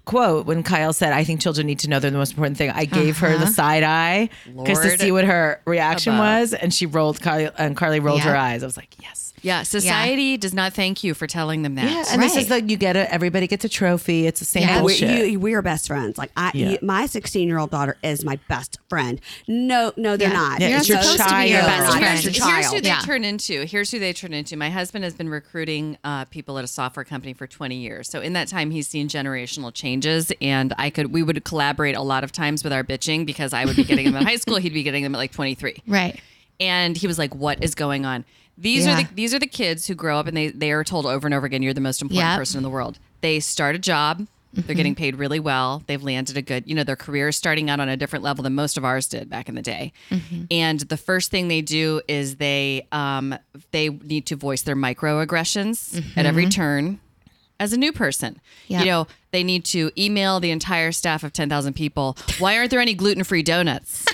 [SPEAKER 1] quote when Kyle said, "I think children need to know they're the most important thing." I gave her the side eye because to
[SPEAKER 3] Lord
[SPEAKER 1] see what her reaction
[SPEAKER 3] above.
[SPEAKER 1] was, and she rolled Carly and Carly rolled her
[SPEAKER 4] Yeah.
[SPEAKER 1] eyes. I was like, "Yes."
[SPEAKER 3] Yeah. Society does not thank you for telling them that.
[SPEAKER 1] Yeah, and this is
[SPEAKER 4] right.
[SPEAKER 1] like you get a everybody gets a trophy. It's the same
[SPEAKER 4] Yeah.
[SPEAKER 2] Uh, we,
[SPEAKER 1] bullshit.
[SPEAKER 2] you, we are best friends. Like I,
[SPEAKER 1] Yeah.
[SPEAKER 2] you- my 16 year old daughter is my best friend. No, no, they're
[SPEAKER 4] Yeah.
[SPEAKER 2] not.
[SPEAKER 1] Yeah,
[SPEAKER 2] You're
[SPEAKER 1] it's your
[SPEAKER 2] supposed to be
[SPEAKER 1] child.
[SPEAKER 2] your
[SPEAKER 1] It's
[SPEAKER 2] best
[SPEAKER 4] your
[SPEAKER 2] friend. It's your
[SPEAKER 4] friend.
[SPEAKER 3] Here's who
[SPEAKER 2] child.
[SPEAKER 3] they
[SPEAKER 4] Yeah.
[SPEAKER 3] turn into. Here's who they turn into. My husband has been recruiting uh, people at a software company for 20 years. So in that time, he's seen generational changes, and I could we would collaborate a lot of times with our bitching because I would be getting them in high school, he'd be getting them at like 23
[SPEAKER 4] right.
[SPEAKER 3] and he was like what is going on these are
[SPEAKER 4] Yeah.
[SPEAKER 3] the these are the kids who grow up and they they are told over and over again you're the most important
[SPEAKER 4] Yep. Mm-hmm.
[SPEAKER 3] person in the world they start a job they're getting paid really well they've landed a good you know their career is starting out on a different level than most of ours did back in the day
[SPEAKER 4] Mm-hmm.
[SPEAKER 3] and the first thing they do is they um they need to voice their microaggressions at
[SPEAKER 4] Mm-hmm.
[SPEAKER 3] every turn as a new person.
[SPEAKER 4] Yeah.
[SPEAKER 3] You know, they need to email the entire staff of 10,000 people. Why aren't there any gluten-free donuts?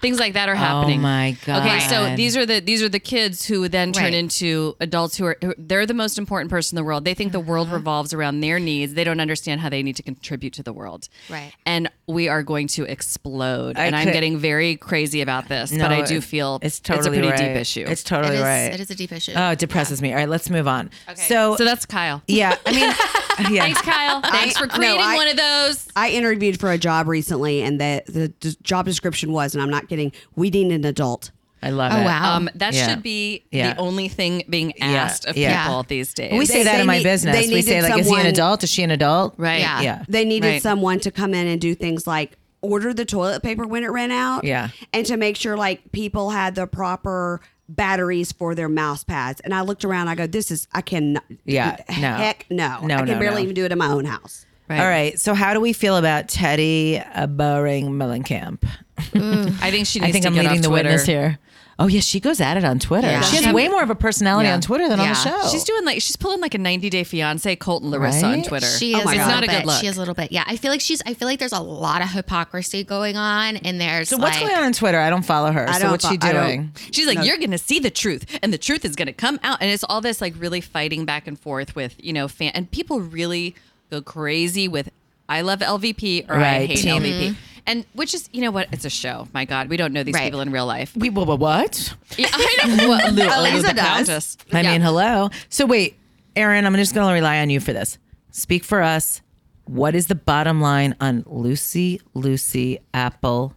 [SPEAKER 3] Things like that are happening.
[SPEAKER 1] Oh my God.
[SPEAKER 3] Okay, so
[SPEAKER 1] Right.
[SPEAKER 3] these are the these are the kids who then turn
[SPEAKER 4] Right.
[SPEAKER 3] into adults who are who- they're the most important person in the world. They think
[SPEAKER 1] Uh-huh.
[SPEAKER 3] the world revolves around their needs. They don't understand how they need to contribute to the world.
[SPEAKER 4] Right.
[SPEAKER 3] And we are going to explode.
[SPEAKER 1] I
[SPEAKER 3] and I'm
[SPEAKER 1] could-
[SPEAKER 3] getting very crazy about this,
[SPEAKER 1] No,
[SPEAKER 3] but I do
[SPEAKER 1] it-
[SPEAKER 3] feel
[SPEAKER 1] it's totally
[SPEAKER 3] a pretty
[SPEAKER 1] right.
[SPEAKER 3] deep issue.
[SPEAKER 1] It's
[SPEAKER 4] It
[SPEAKER 1] totally
[SPEAKER 4] is,
[SPEAKER 1] right.
[SPEAKER 4] it is a deep issue.
[SPEAKER 1] Oh, it depresses me. All right, let's move on. So,
[SPEAKER 3] so that's Kyle.
[SPEAKER 1] yeah, I mean, yeah.
[SPEAKER 3] Thanks, Kyle. Thanks for
[SPEAKER 2] no,
[SPEAKER 3] creating
[SPEAKER 2] I-
[SPEAKER 3] one of those.
[SPEAKER 2] I interviewed for a job recently, and the, the d- job description was, and I'm not kidding, we need an adult.
[SPEAKER 1] I love
[SPEAKER 4] Oh,
[SPEAKER 1] it.
[SPEAKER 4] wow.
[SPEAKER 3] Um, that
[SPEAKER 1] Yeah.
[SPEAKER 3] should be
[SPEAKER 1] Yeah.
[SPEAKER 3] the only thing being asked of
[SPEAKER 1] Yeah.
[SPEAKER 3] people
[SPEAKER 4] Yeah.
[SPEAKER 3] these days.
[SPEAKER 1] We say
[SPEAKER 2] They-
[SPEAKER 1] that
[SPEAKER 2] they
[SPEAKER 1] in my
[SPEAKER 2] need-
[SPEAKER 1] business.
[SPEAKER 2] they
[SPEAKER 1] We say
[SPEAKER 2] needed
[SPEAKER 1] like, is he an
[SPEAKER 2] someone-
[SPEAKER 1] adult? Is she an adult?
[SPEAKER 3] right.
[SPEAKER 4] Yeah.
[SPEAKER 1] Yeah.
[SPEAKER 2] They needed
[SPEAKER 3] Right.
[SPEAKER 2] someone to come in and do things like order the toilet paper when it ran out.
[SPEAKER 1] Yeah.
[SPEAKER 2] And to make sure like people had the proper batteries for their mouse pads. And I looked around, I go, this is, I cannot.
[SPEAKER 1] Yeah, no.
[SPEAKER 2] Heck no.
[SPEAKER 1] No,
[SPEAKER 2] I can
[SPEAKER 1] no,
[SPEAKER 2] barely
[SPEAKER 1] no.
[SPEAKER 2] even do it in my own house.
[SPEAKER 3] Right.
[SPEAKER 1] All right. So, how do we feel about Teddy uh, Boring Mellencamp?
[SPEAKER 3] I think she needs
[SPEAKER 1] I think
[SPEAKER 3] to
[SPEAKER 1] I'm
[SPEAKER 3] get
[SPEAKER 1] leading
[SPEAKER 3] off
[SPEAKER 1] the
[SPEAKER 3] Twitter.
[SPEAKER 1] witness here. Oh, yeah. She goes at it on Twitter.
[SPEAKER 4] Yeah.
[SPEAKER 1] She
[SPEAKER 3] She-
[SPEAKER 1] has way more of a personality
[SPEAKER 3] Yeah.
[SPEAKER 1] on Twitter than on the
[SPEAKER 4] Yeah.
[SPEAKER 1] show.
[SPEAKER 3] She's doing like she's pulling like a 90 day fiance Colton Larissa on
[SPEAKER 1] Oh. Right?
[SPEAKER 3] Twitter.
[SPEAKER 4] She
[SPEAKER 2] Oh
[SPEAKER 4] is
[SPEAKER 2] my
[SPEAKER 4] a
[SPEAKER 2] God.
[SPEAKER 4] little
[SPEAKER 3] It's not a
[SPEAKER 4] bit.
[SPEAKER 3] good look.
[SPEAKER 4] She is a little bit. Yeah, I feel like she's. I feel like there's a lot of hypocrisy going on, and there's
[SPEAKER 1] so, what's
[SPEAKER 4] like,
[SPEAKER 1] going on on Twitter? I don't follow her. so,
[SPEAKER 2] don't
[SPEAKER 1] what's she
[SPEAKER 2] fo- I don't-
[SPEAKER 1] doing?
[SPEAKER 3] She's like, you're gonna see the truth, and the truth is gonna come out, and it's all this like really fighting back and forth with you know fan, and people really go crazy with, I love LVP or I
[SPEAKER 1] Right,
[SPEAKER 3] hate
[SPEAKER 1] team.
[SPEAKER 3] LVP, and which is you know what, it's a show. My God, we don't know these
[SPEAKER 4] Right.
[SPEAKER 3] people in real life.
[SPEAKER 1] We, wha- wha- what?
[SPEAKER 3] Yeah, I know. Well, Lou- Lou
[SPEAKER 2] Eliza
[SPEAKER 3] the
[SPEAKER 2] does.
[SPEAKER 3] Countess.
[SPEAKER 1] I
[SPEAKER 3] Yeah.
[SPEAKER 1] mean, hello. So, wait, Aaron, I'm just going to rely on you for this. Speak for us. What is the bottom line on Lucy, Lucy, Apple?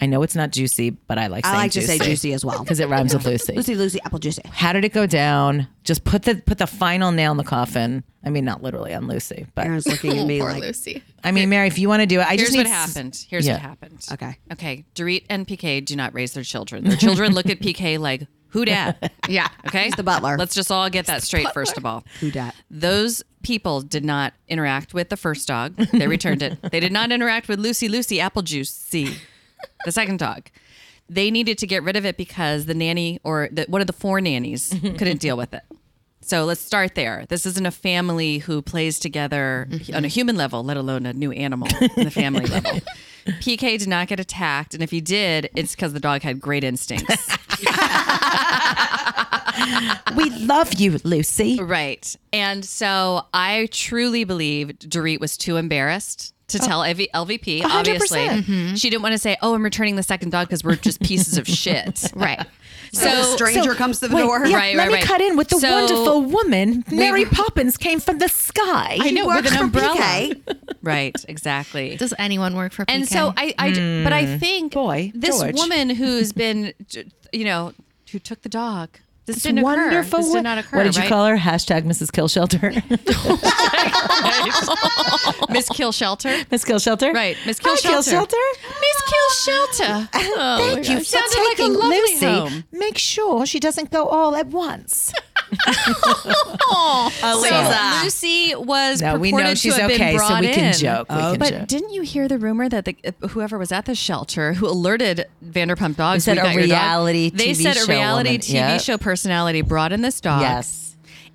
[SPEAKER 1] I know it's not juicy, but I like
[SPEAKER 2] I
[SPEAKER 1] saying
[SPEAKER 2] like to say juicy as well.
[SPEAKER 1] because it rhymes with Lucy.
[SPEAKER 2] Lucy, Lucy, apple juicy.
[SPEAKER 1] How did it go down? Just put the put the final nail in the coffin. I mean, not literally on Lucy, but
[SPEAKER 2] Aaron's looking at me
[SPEAKER 4] Poor
[SPEAKER 2] like,
[SPEAKER 4] Lucy.
[SPEAKER 1] I mean, Mary, if you want to do it, I just
[SPEAKER 3] Here's
[SPEAKER 1] need
[SPEAKER 3] what
[SPEAKER 1] s-
[SPEAKER 3] happened. Here's
[SPEAKER 1] Yeah.
[SPEAKER 3] what happened.
[SPEAKER 2] Okay.
[SPEAKER 3] Okay. Dorit and PK do not raise their children. Their children look at PK like, who dat?
[SPEAKER 4] Yeah.
[SPEAKER 3] Okay. He's
[SPEAKER 2] the butler.
[SPEAKER 3] Let's just all get that straight, first of all.
[SPEAKER 2] who dat?
[SPEAKER 3] Those people did not interact with the first dog. They returned it. They did not interact with Lucy, Lucy, Apple Juice, C, the second dog. They needed to get rid of it because the nanny or the, one of the four nannies couldn't deal with it. So let's start there. This isn't a family who plays together on a human level, let alone a new animal in the family level. PK did not get attacked. And if he did, it's because the dog had great instincts.
[SPEAKER 1] We love you, Lucy.
[SPEAKER 3] Right. And so I truly believe Dorit was too embarrassed to
[SPEAKER 1] Oh.
[SPEAKER 3] tell LV- LVP. Obviously, she didn't want to say, "Oh, I'm returning the second dog because we're just pieces of shit."
[SPEAKER 4] Right.
[SPEAKER 2] So the stranger comes to the
[SPEAKER 1] wait,
[SPEAKER 2] door.
[SPEAKER 1] yeah,
[SPEAKER 3] Right,
[SPEAKER 1] let
[SPEAKER 3] right,
[SPEAKER 1] me
[SPEAKER 3] right.
[SPEAKER 1] cut in with the
[SPEAKER 3] So-
[SPEAKER 1] wonderful woman. Mary Poppins came from the sky.
[SPEAKER 3] I know with
[SPEAKER 2] works
[SPEAKER 3] an
[SPEAKER 2] for
[SPEAKER 3] umbrella.
[SPEAKER 2] PK.
[SPEAKER 3] Right. Exactly.
[SPEAKER 4] Does anyone work for PK?
[SPEAKER 3] And so I, I but I think
[SPEAKER 1] boy,
[SPEAKER 3] this
[SPEAKER 1] George.
[SPEAKER 3] woman who's been, j- you know, who took the dog. This
[SPEAKER 1] It's
[SPEAKER 3] didn't
[SPEAKER 1] wonderful.
[SPEAKER 3] occur. This
[SPEAKER 1] wo-
[SPEAKER 3] did not occur.
[SPEAKER 1] what did you
[SPEAKER 3] right?
[SPEAKER 1] call her? Hashtag Mrs. Killshelter.
[SPEAKER 3] Miss Kill Shelter?
[SPEAKER 1] Miss Killshelter.
[SPEAKER 3] Right, Miss Oh
[SPEAKER 1] Hi,
[SPEAKER 3] Killshelter.
[SPEAKER 1] Killshelter.
[SPEAKER 3] Miss Kill Shelter.
[SPEAKER 1] Thank you for
[SPEAKER 3] Sounded like a
[SPEAKER 1] taking
[SPEAKER 3] lovely
[SPEAKER 1] Lucy.
[SPEAKER 3] home.
[SPEAKER 1] Make sure she doesn't go all at once.
[SPEAKER 3] So Lucy was
[SPEAKER 1] No,
[SPEAKER 3] purported
[SPEAKER 1] we know she's
[SPEAKER 3] to have
[SPEAKER 1] okay,
[SPEAKER 3] been
[SPEAKER 1] so
[SPEAKER 3] brought
[SPEAKER 1] we can
[SPEAKER 3] in.
[SPEAKER 1] joke, we can
[SPEAKER 3] but
[SPEAKER 1] joke.
[SPEAKER 3] didn't you hear the rumor that the, whoever was at the shelter who alerted Vanderpump Dogs
[SPEAKER 1] They said
[SPEAKER 3] "We
[SPEAKER 1] a
[SPEAKER 3] got your dog,"
[SPEAKER 1] reality
[SPEAKER 3] They
[SPEAKER 1] TV
[SPEAKER 3] said
[SPEAKER 1] show
[SPEAKER 3] a reality
[SPEAKER 1] woman.
[SPEAKER 3] TV
[SPEAKER 1] Yep.
[SPEAKER 3] show personality brought in this dog.
[SPEAKER 1] Yes.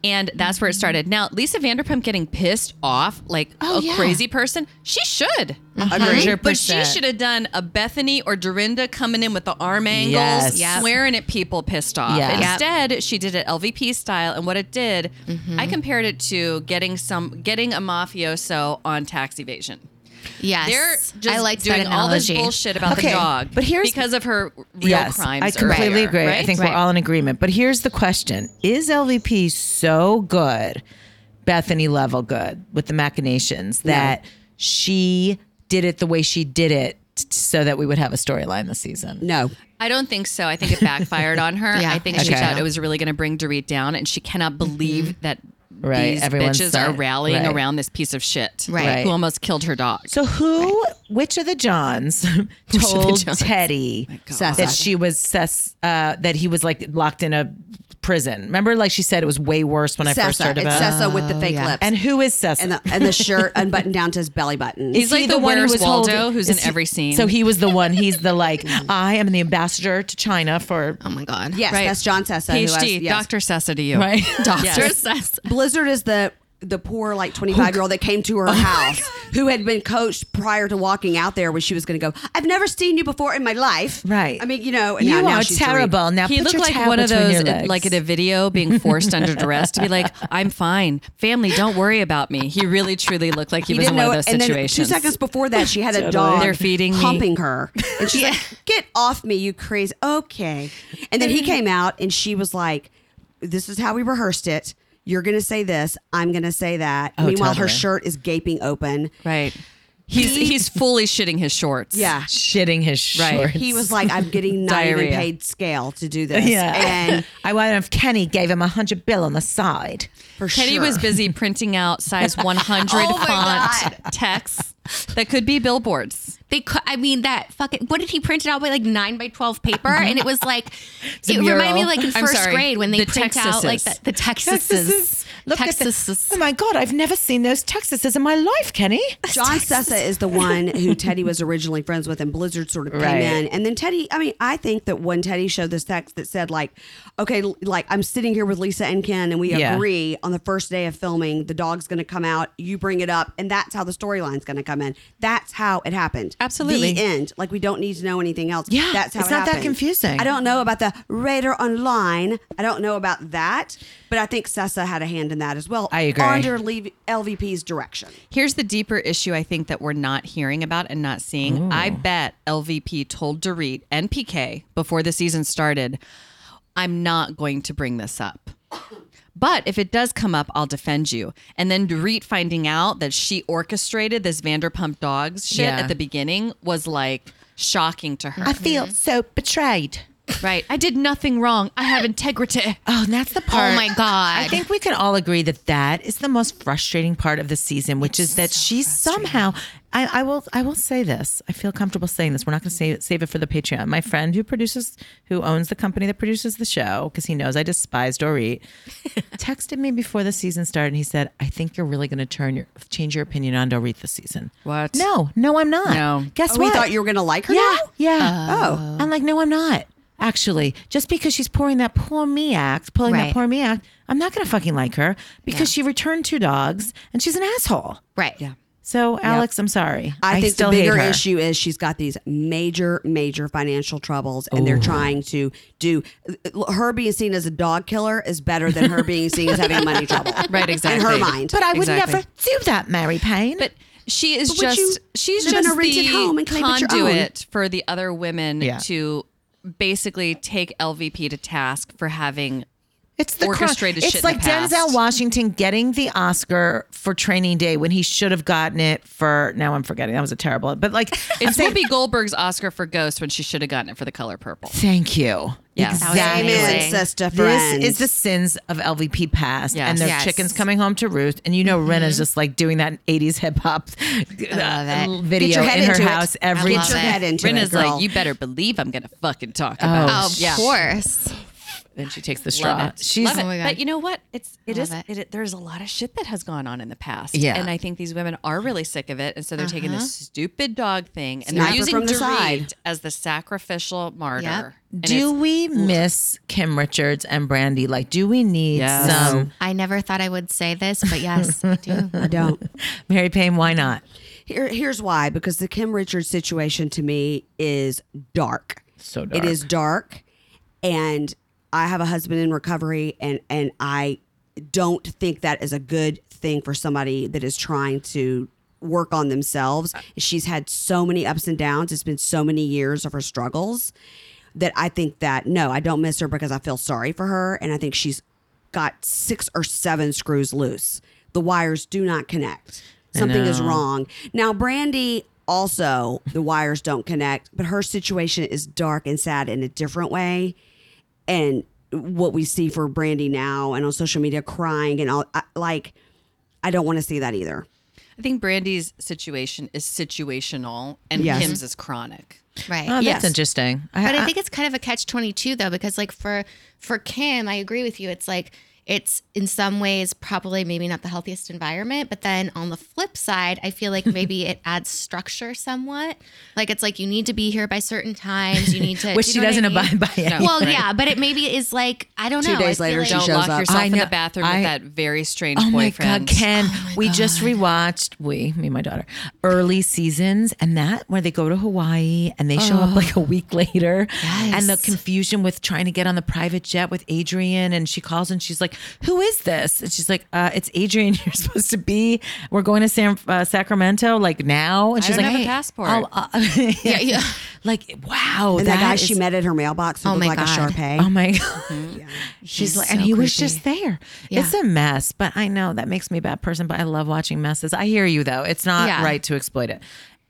[SPEAKER 3] And that's where it started. Now, Lisa Vanderpump getting pissed off like a
[SPEAKER 1] Oh, yeah. Uh-huh.
[SPEAKER 3] crazy person, she should.
[SPEAKER 1] Agreed.
[SPEAKER 3] But she
[SPEAKER 1] 100%.
[SPEAKER 3] should have done a Bethany or Dorinda coming in with the arm angles,
[SPEAKER 1] Yes. Yep.
[SPEAKER 3] swearing at people pissed off.
[SPEAKER 1] Yes. Yep. Mm-hmm.
[SPEAKER 3] Instead, she did it LVP style. And what it did, I compared it to getting some getting a mafioso on tax evasion.
[SPEAKER 4] yes,
[SPEAKER 3] They're just
[SPEAKER 4] I liked
[SPEAKER 3] doing
[SPEAKER 4] that
[SPEAKER 3] all this
[SPEAKER 4] analogy.
[SPEAKER 3] bullshit about
[SPEAKER 1] Okay,
[SPEAKER 3] the dog.
[SPEAKER 1] but here's-
[SPEAKER 3] because of her real crimes.
[SPEAKER 1] I completely
[SPEAKER 3] earlier,
[SPEAKER 1] agree. I
[SPEAKER 3] right?
[SPEAKER 1] think
[SPEAKER 4] Right.
[SPEAKER 1] we're all in agreement. But here's the question Is LVP so good, Bethany level good with the machinations, that she did it the way she did it t- so that we would have a storyline this season?
[SPEAKER 2] No.
[SPEAKER 3] I don't think so. I think it backfired on her.
[SPEAKER 4] Yeah,
[SPEAKER 3] I think
[SPEAKER 4] I
[SPEAKER 3] she
[SPEAKER 1] think
[SPEAKER 3] thought
[SPEAKER 1] so.
[SPEAKER 3] it was really going to bring Dorit down, and she cannot believe that
[SPEAKER 1] Mm-hmm. Right,
[SPEAKER 3] these
[SPEAKER 1] everyone's
[SPEAKER 3] bitches
[SPEAKER 1] that-
[SPEAKER 3] are rallying
[SPEAKER 1] right.
[SPEAKER 3] around this piece of shit
[SPEAKER 4] Right.
[SPEAKER 3] who almost killed her dog.
[SPEAKER 1] So who, which of the Johns told
[SPEAKER 3] Johns?
[SPEAKER 1] Teddy
[SPEAKER 2] God.
[SPEAKER 1] that she was sus- uh, that he was like locked in a prison? Remember, like she said, it was way worse when I first
[SPEAKER 2] Sessa.
[SPEAKER 1] heard
[SPEAKER 2] It's
[SPEAKER 1] about. it.
[SPEAKER 2] Sessa with the fake lips.
[SPEAKER 1] and who is Sessa?
[SPEAKER 2] and the, and the shirt unbuttoned down to his belly button.
[SPEAKER 3] He's
[SPEAKER 1] Is
[SPEAKER 3] like
[SPEAKER 1] he
[SPEAKER 3] the, worst Waldo
[SPEAKER 1] holding-
[SPEAKER 3] who's
[SPEAKER 1] is
[SPEAKER 3] in
[SPEAKER 1] he-
[SPEAKER 3] every scene.
[SPEAKER 1] So he was the one. He's the like,
[SPEAKER 3] Mm.
[SPEAKER 1] I am the ambassador to China for.
[SPEAKER 4] oh my god.
[SPEAKER 2] yes,
[SPEAKER 3] Right.
[SPEAKER 2] that's John Sessa. who I-
[SPEAKER 3] PhD,
[SPEAKER 2] yes.
[SPEAKER 3] Dr. Sessa to you.
[SPEAKER 1] Right.
[SPEAKER 3] Doctor
[SPEAKER 4] Yes.
[SPEAKER 2] Blizzard is the the poor like 25 year old that came to
[SPEAKER 1] Oh,
[SPEAKER 2] her house who had been coached prior to walking out there where she was going to go i've never seen you before in my life
[SPEAKER 1] Right.
[SPEAKER 2] i mean you know and
[SPEAKER 1] You
[SPEAKER 2] now, now
[SPEAKER 1] are
[SPEAKER 2] she's Dorit.
[SPEAKER 1] terrible. Now
[SPEAKER 3] He
[SPEAKER 1] put
[SPEAKER 3] looked
[SPEAKER 1] your
[SPEAKER 3] like
[SPEAKER 1] tab
[SPEAKER 3] one of
[SPEAKER 1] between your
[SPEAKER 3] those,
[SPEAKER 1] legs.
[SPEAKER 3] like in a video being forced under duress to be like, "I'm fine, family, don't worry about me." He really, truly looked like he, was in one of those
[SPEAKER 2] and
[SPEAKER 3] situations.
[SPEAKER 2] Then two seconds before that, she had a dog
[SPEAKER 3] They're feeding me.
[SPEAKER 2] humping her, and she's like, "Get off me, you crazy!" Okay, and then he came out, and she was like, "This is how we rehearsed it. You're gonna say this. I'm gonna say that."
[SPEAKER 3] Oh,
[SPEAKER 2] Meanwhile, her
[SPEAKER 1] totally.
[SPEAKER 2] shirt is gaping open.
[SPEAKER 3] right? He's he's fully shitting his shorts.
[SPEAKER 2] Yeah.
[SPEAKER 1] shitting his
[SPEAKER 3] Right.
[SPEAKER 1] shorts.
[SPEAKER 2] He was like, I'm getting not even
[SPEAKER 3] Diarrhea.
[SPEAKER 2] paid scale to do this.
[SPEAKER 1] yeah.
[SPEAKER 2] And
[SPEAKER 1] I wonder if Kenny gave him a hundred bill on the side.
[SPEAKER 2] for
[SPEAKER 3] Teddy
[SPEAKER 2] sure.
[SPEAKER 3] was busy printing out size 100
[SPEAKER 4] my
[SPEAKER 3] font texts that could be billboards.
[SPEAKER 4] They, cu- I mean, that fucking. What did he print it out by like nine by twelve paper? And it was like,
[SPEAKER 1] a
[SPEAKER 4] it reminded me
[SPEAKER 1] mural.
[SPEAKER 4] like in
[SPEAKER 3] I'm
[SPEAKER 4] first
[SPEAKER 3] sorry,
[SPEAKER 4] grade when they
[SPEAKER 3] the
[SPEAKER 4] print out like
[SPEAKER 3] Texases.
[SPEAKER 4] the, the Texases.
[SPEAKER 1] Look at
[SPEAKER 4] Texases.
[SPEAKER 1] the, Oh my God! I've never seen those Texases in my life, Kenny.
[SPEAKER 2] John Sessa is the one who Teddy was originally friends with, and Blizzard sort of came
[SPEAKER 1] Right.
[SPEAKER 2] in. And then Teddy, I mean, I think that when Teddy showed this text that said, like, okay, l- like I'm sitting here with Lisa and Ken, and we
[SPEAKER 1] Yeah.
[SPEAKER 2] agree on the first day of filming, the dog's going to come out, you bring it up, and that's how the storyline's going to come in. That's how it happened.
[SPEAKER 3] Absolutely.
[SPEAKER 2] The end. Like, we don't need to know anything else.
[SPEAKER 1] Yeah,
[SPEAKER 2] That's how
[SPEAKER 1] it's
[SPEAKER 2] it
[SPEAKER 1] not that
[SPEAKER 2] happened.
[SPEAKER 1] confusing.
[SPEAKER 2] I don't know about the Raider Online. I don't know about that, but I think Sessa had a hand in that as well.
[SPEAKER 1] I agree.
[SPEAKER 2] Under Lev- LVP's direction.
[SPEAKER 3] Here's the deeper issue I think that we're not hearing about and not seeing. I bet LVP told Dorit and PK before the season started, I'm not going to bring this up. But if it does come up, I'll defend you. And then Dorit finding out that she orchestrated this Vanderpump Dogs shit
[SPEAKER 1] Yeah.
[SPEAKER 3] at the beginning was like shocking to her.
[SPEAKER 1] I feel so betrayed.
[SPEAKER 3] Right. I did nothing wrong. I have integrity.
[SPEAKER 1] Oh, and that's the part.
[SPEAKER 4] Oh my god.
[SPEAKER 1] I think we can all agree that that is the most frustrating part of the season, which is that she somehow. I, I will. I will say this. I feel comfortable saying this. We're not going to save it, save it for the Patreon. My friend who produces, who owns the company that produces the show, because he knows I despise Dorit, texted me before the season started, and he said, "I think you're really going to turn your change your opinion on Dorit this season."
[SPEAKER 3] What?
[SPEAKER 1] No, no, I'm not.
[SPEAKER 3] No.
[SPEAKER 1] Guess
[SPEAKER 2] Oh,
[SPEAKER 1] what?
[SPEAKER 2] we thought you were gonna like her.
[SPEAKER 1] Yeah,
[SPEAKER 2] now?
[SPEAKER 1] yeah.
[SPEAKER 2] Oh.
[SPEAKER 1] I'm like, no, I'm not. Actually, just because she's pouring that poor me act, pulling that
[SPEAKER 4] Right.
[SPEAKER 1] poor me act, I'm not gonna fucking like her because she returned two dogs and she's an asshole.
[SPEAKER 4] right. Yeah.
[SPEAKER 1] So, Alex, I'm sorry.
[SPEAKER 2] I, think
[SPEAKER 1] still
[SPEAKER 2] the bigger
[SPEAKER 1] hate her.
[SPEAKER 2] issue is she's got these major, major financial troubles, and they're trying to do her being seen as a dog killer is better than her being seen as having money trouble.
[SPEAKER 3] Right,
[SPEAKER 2] In her
[SPEAKER 3] exactly.
[SPEAKER 2] mind.
[SPEAKER 1] But I would
[SPEAKER 3] Exactly.
[SPEAKER 1] never do that, Mary Payne.
[SPEAKER 3] But she is
[SPEAKER 2] would you
[SPEAKER 3] just she's
[SPEAKER 2] live in a
[SPEAKER 3] just
[SPEAKER 2] rented
[SPEAKER 3] the
[SPEAKER 2] home and claim it's your own?
[SPEAKER 3] conduit for the other women
[SPEAKER 1] Yeah.
[SPEAKER 3] to basically take LVP to task for having
[SPEAKER 1] it's the crime.
[SPEAKER 3] orchestrated
[SPEAKER 1] It's
[SPEAKER 3] shit in
[SPEAKER 1] like
[SPEAKER 3] the past.
[SPEAKER 1] Denzel Washington getting the Oscar for Training Day when he should have gotten it for. Now I'm forgetting. That was a terrible. But like, I'm
[SPEAKER 3] it's
[SPEAKER 1] saying,
[SPEAKER 3] Whoopi Goldberg's Oscar for Ghost when she should have gotten it for the color purple.
[SPEAKER 1] thank you.
[SPEAKER 3] Yeah. That was
[SPEAKER 1] Exactly.
[SPEAKER 4] amazing.
[SPEAKER 2] Amen, sister
[SPEAKER 1] This
[SPEAKER 2] friend.
[SPEAKER 1] is the sins of LVP past,
[SPEAKER 3] Yes.
[SPEAKER 1] and their
[SPEAKER 4] Yes.
[SPEAKER 1] chickens coming home to roost. And you know, Rena's just like doing that '80s hip hop uh,
[SPEAKER 4] love it.
[SPEAKER 2] Get
[SPEAKER 1] video
[SPEAKER 2] your head
[SPEAKER 1] in her
[SPEAKER 2] into it.
[SPEAKER 1] house every
[SPEAKER 4] love
[SPEAKER 2] Get your
[SPEAKER 4] it.
[SPEAKER 2] head into
[SPEAKER 3] Brenna's
[SPEAKER 2] it, girl.
[SPEAKER 3] like, you better believe I'm gonna fucking talk about.
[SPEAKER 1] Oh,
[SPEAKER 3] it."
[SPEAKER 4] Of course.
[SPEAKER 3] Then she takes the
[SPEAKER 1] straw.
[SPEAKER 3] straw.
[SPEAKER 1] She's-
[SPEAKER 3] Love it.
[SPEAKER 4] Oh my God.
[SPEAKER 3] but you know what? It's it
[SPEAKER 4] Love
[SPEAKER 3] is
[SPEAKER 4] it.
[SPEAKER 3] it. There's a lot of shit that has gone on in the past.
[SPEAKER 1] Yeah.
[SPEAKER 3] and I think these women are really sick of it, and so they're taking this stupid dog thing and they're
[SPEAKER 2] Sniper
[SPEAKER 3] using
[SPEAKER 2] from the
[SPEAKER 3] Dorit
[SPEAKER 2] side.
[SPEAKER 3] as the sacrificial martyr.
[SPEAKER 4] Yep.
[SPEAKER 3] And
[SPEAKER 1] Do we miss Kim Richards and Brandy? Like, do we need
[SPEAKER 3] Yes.
[SPEAKER 1] some
[SPEAKER 4] I never thought I would say this, but yes, I do.
[SPEAKER 2] I don't.
[SPEAKER 1] Mary Payne? Why not?
[SPEAKER 2] Here, here's why because the Kim Richards situation to me is dark.
[SPEAKER 1] So
[SPEAKER 2] It is dark. And I have a husband in recovery, and, and I don't think that is a good thing for somebody that is trying to work on themselves. She's had so many ups and downs. It's been so many years of her struggles that I think that no, I don't miss her because I feel sorry for her. And I think she's got six or seven screws loose. The wires do not connect. Something is wrong. Now, Brandy also, the wires don't connect, but her situation is dark and sad in a different way. And what we see for Brandy now and on social media crying and all, I, like, I don't want to see that either.
[SPEAKER 3] I think Brandy's situation is situational, and
[SPEAKER 2] Yes.
[SPEAKER 3] Kim's is chronic.
[SPEAKER 4] Right.
[SPEAKER 1] Oh, that's
[SPEAKER 2] Yes.
[SPEAKER 1] interesting.
[SPEAKER 4] But I think it's kind of a catch 22 though because like for for Kim, I agree with you. It's like it's in some ways probably maybe not the healthiest environment, but then on the flip side, I feel like maybe it adds structure somewhat. Like it's like you need to be here by certain times, you need to
[SPEAKER 1] which
[SPEAKER 4] do you
[SPEAKER 1] she
[SPEAKER 4] know what I
[SPEAKER 1] doesn't
[SPEAKER 4] mean?
[SPEAKER 1] abide by. any-
[SPEAKER 4] Well, yeah, but it maybe is like I don't
[SPEAKER 2] Two
[SPEAKER 4] know. I
[SPEAKER 2] days
[SPEAKER 4] feel
[SPEAKER 2] later, she
[SPEAKER 4] like-
[SPEAKER 3] Don't
[SPEAKER 2] shows
[SPEAKER 3] lock
[SPEAKER 2] up.
[SPEAKER 3] yourself
[SPEAKER 1] I
[SPEAKER 3] in
[SPEAKER 1] know-
[SPEAKER 3] the bathroom
[SPEAKER 1] I-
[SPEAKER 3] with that very strange
[SPEAKER 1] Oh my
[SPEAKER 3] boyfriend.
[SPEAKER 1] God, Ken! we just rewatched we, me, and my daughter, early seasons, and that where they go to Hawaii and they show up like a week later, and the
[SPEAKER 4] Yes.
[SPEAKER 1] confusion with trying to get on the private jet with Adrian, and she calls and she's like, "Who is this?" And she's like, uh, "It's Adrian. You're supposed to be. We're going to San uh, Sacramento like now." And she's
[SPEAKER 3] don't
[SPEAKER 1] like,
[SPEAKER 3] have a
[SPEAKER 1] "Hey,
[SPEAKER 3] passport."
[SPEAKER 1] I'll, uh, yeah,
[SPEAKER 4] yeah.
[SPEAKER 1] Like, wow,
[SPEAKER 2] And that, guy
[SPEAKER 1] is-
[SPEAKER 2] she met at her mailbox who
[SPEAKER 4] Oh
[SPEAKER 2] looked
[SPEAKER 4] my
[SPEAKER 2] like a
[SPEAKER 4] God.
[SPEAKER 2] Sharpay.
[SPEAKER 1] Oh my god. She's like, and
[SPEAKER 4] so
[SPEAKER 1] he was
[SPEAKER 4] creepy.
[SPEAKER 1] just there.
[SPEAKER 4] Yeah.
[SPEAKER 1] It's a mess, but I know that makes me a bad person, but I love watching messes. I hear you though. It's not
[SPEAKER 4] Yeah.
[SPEAKER 1] right to exploit it.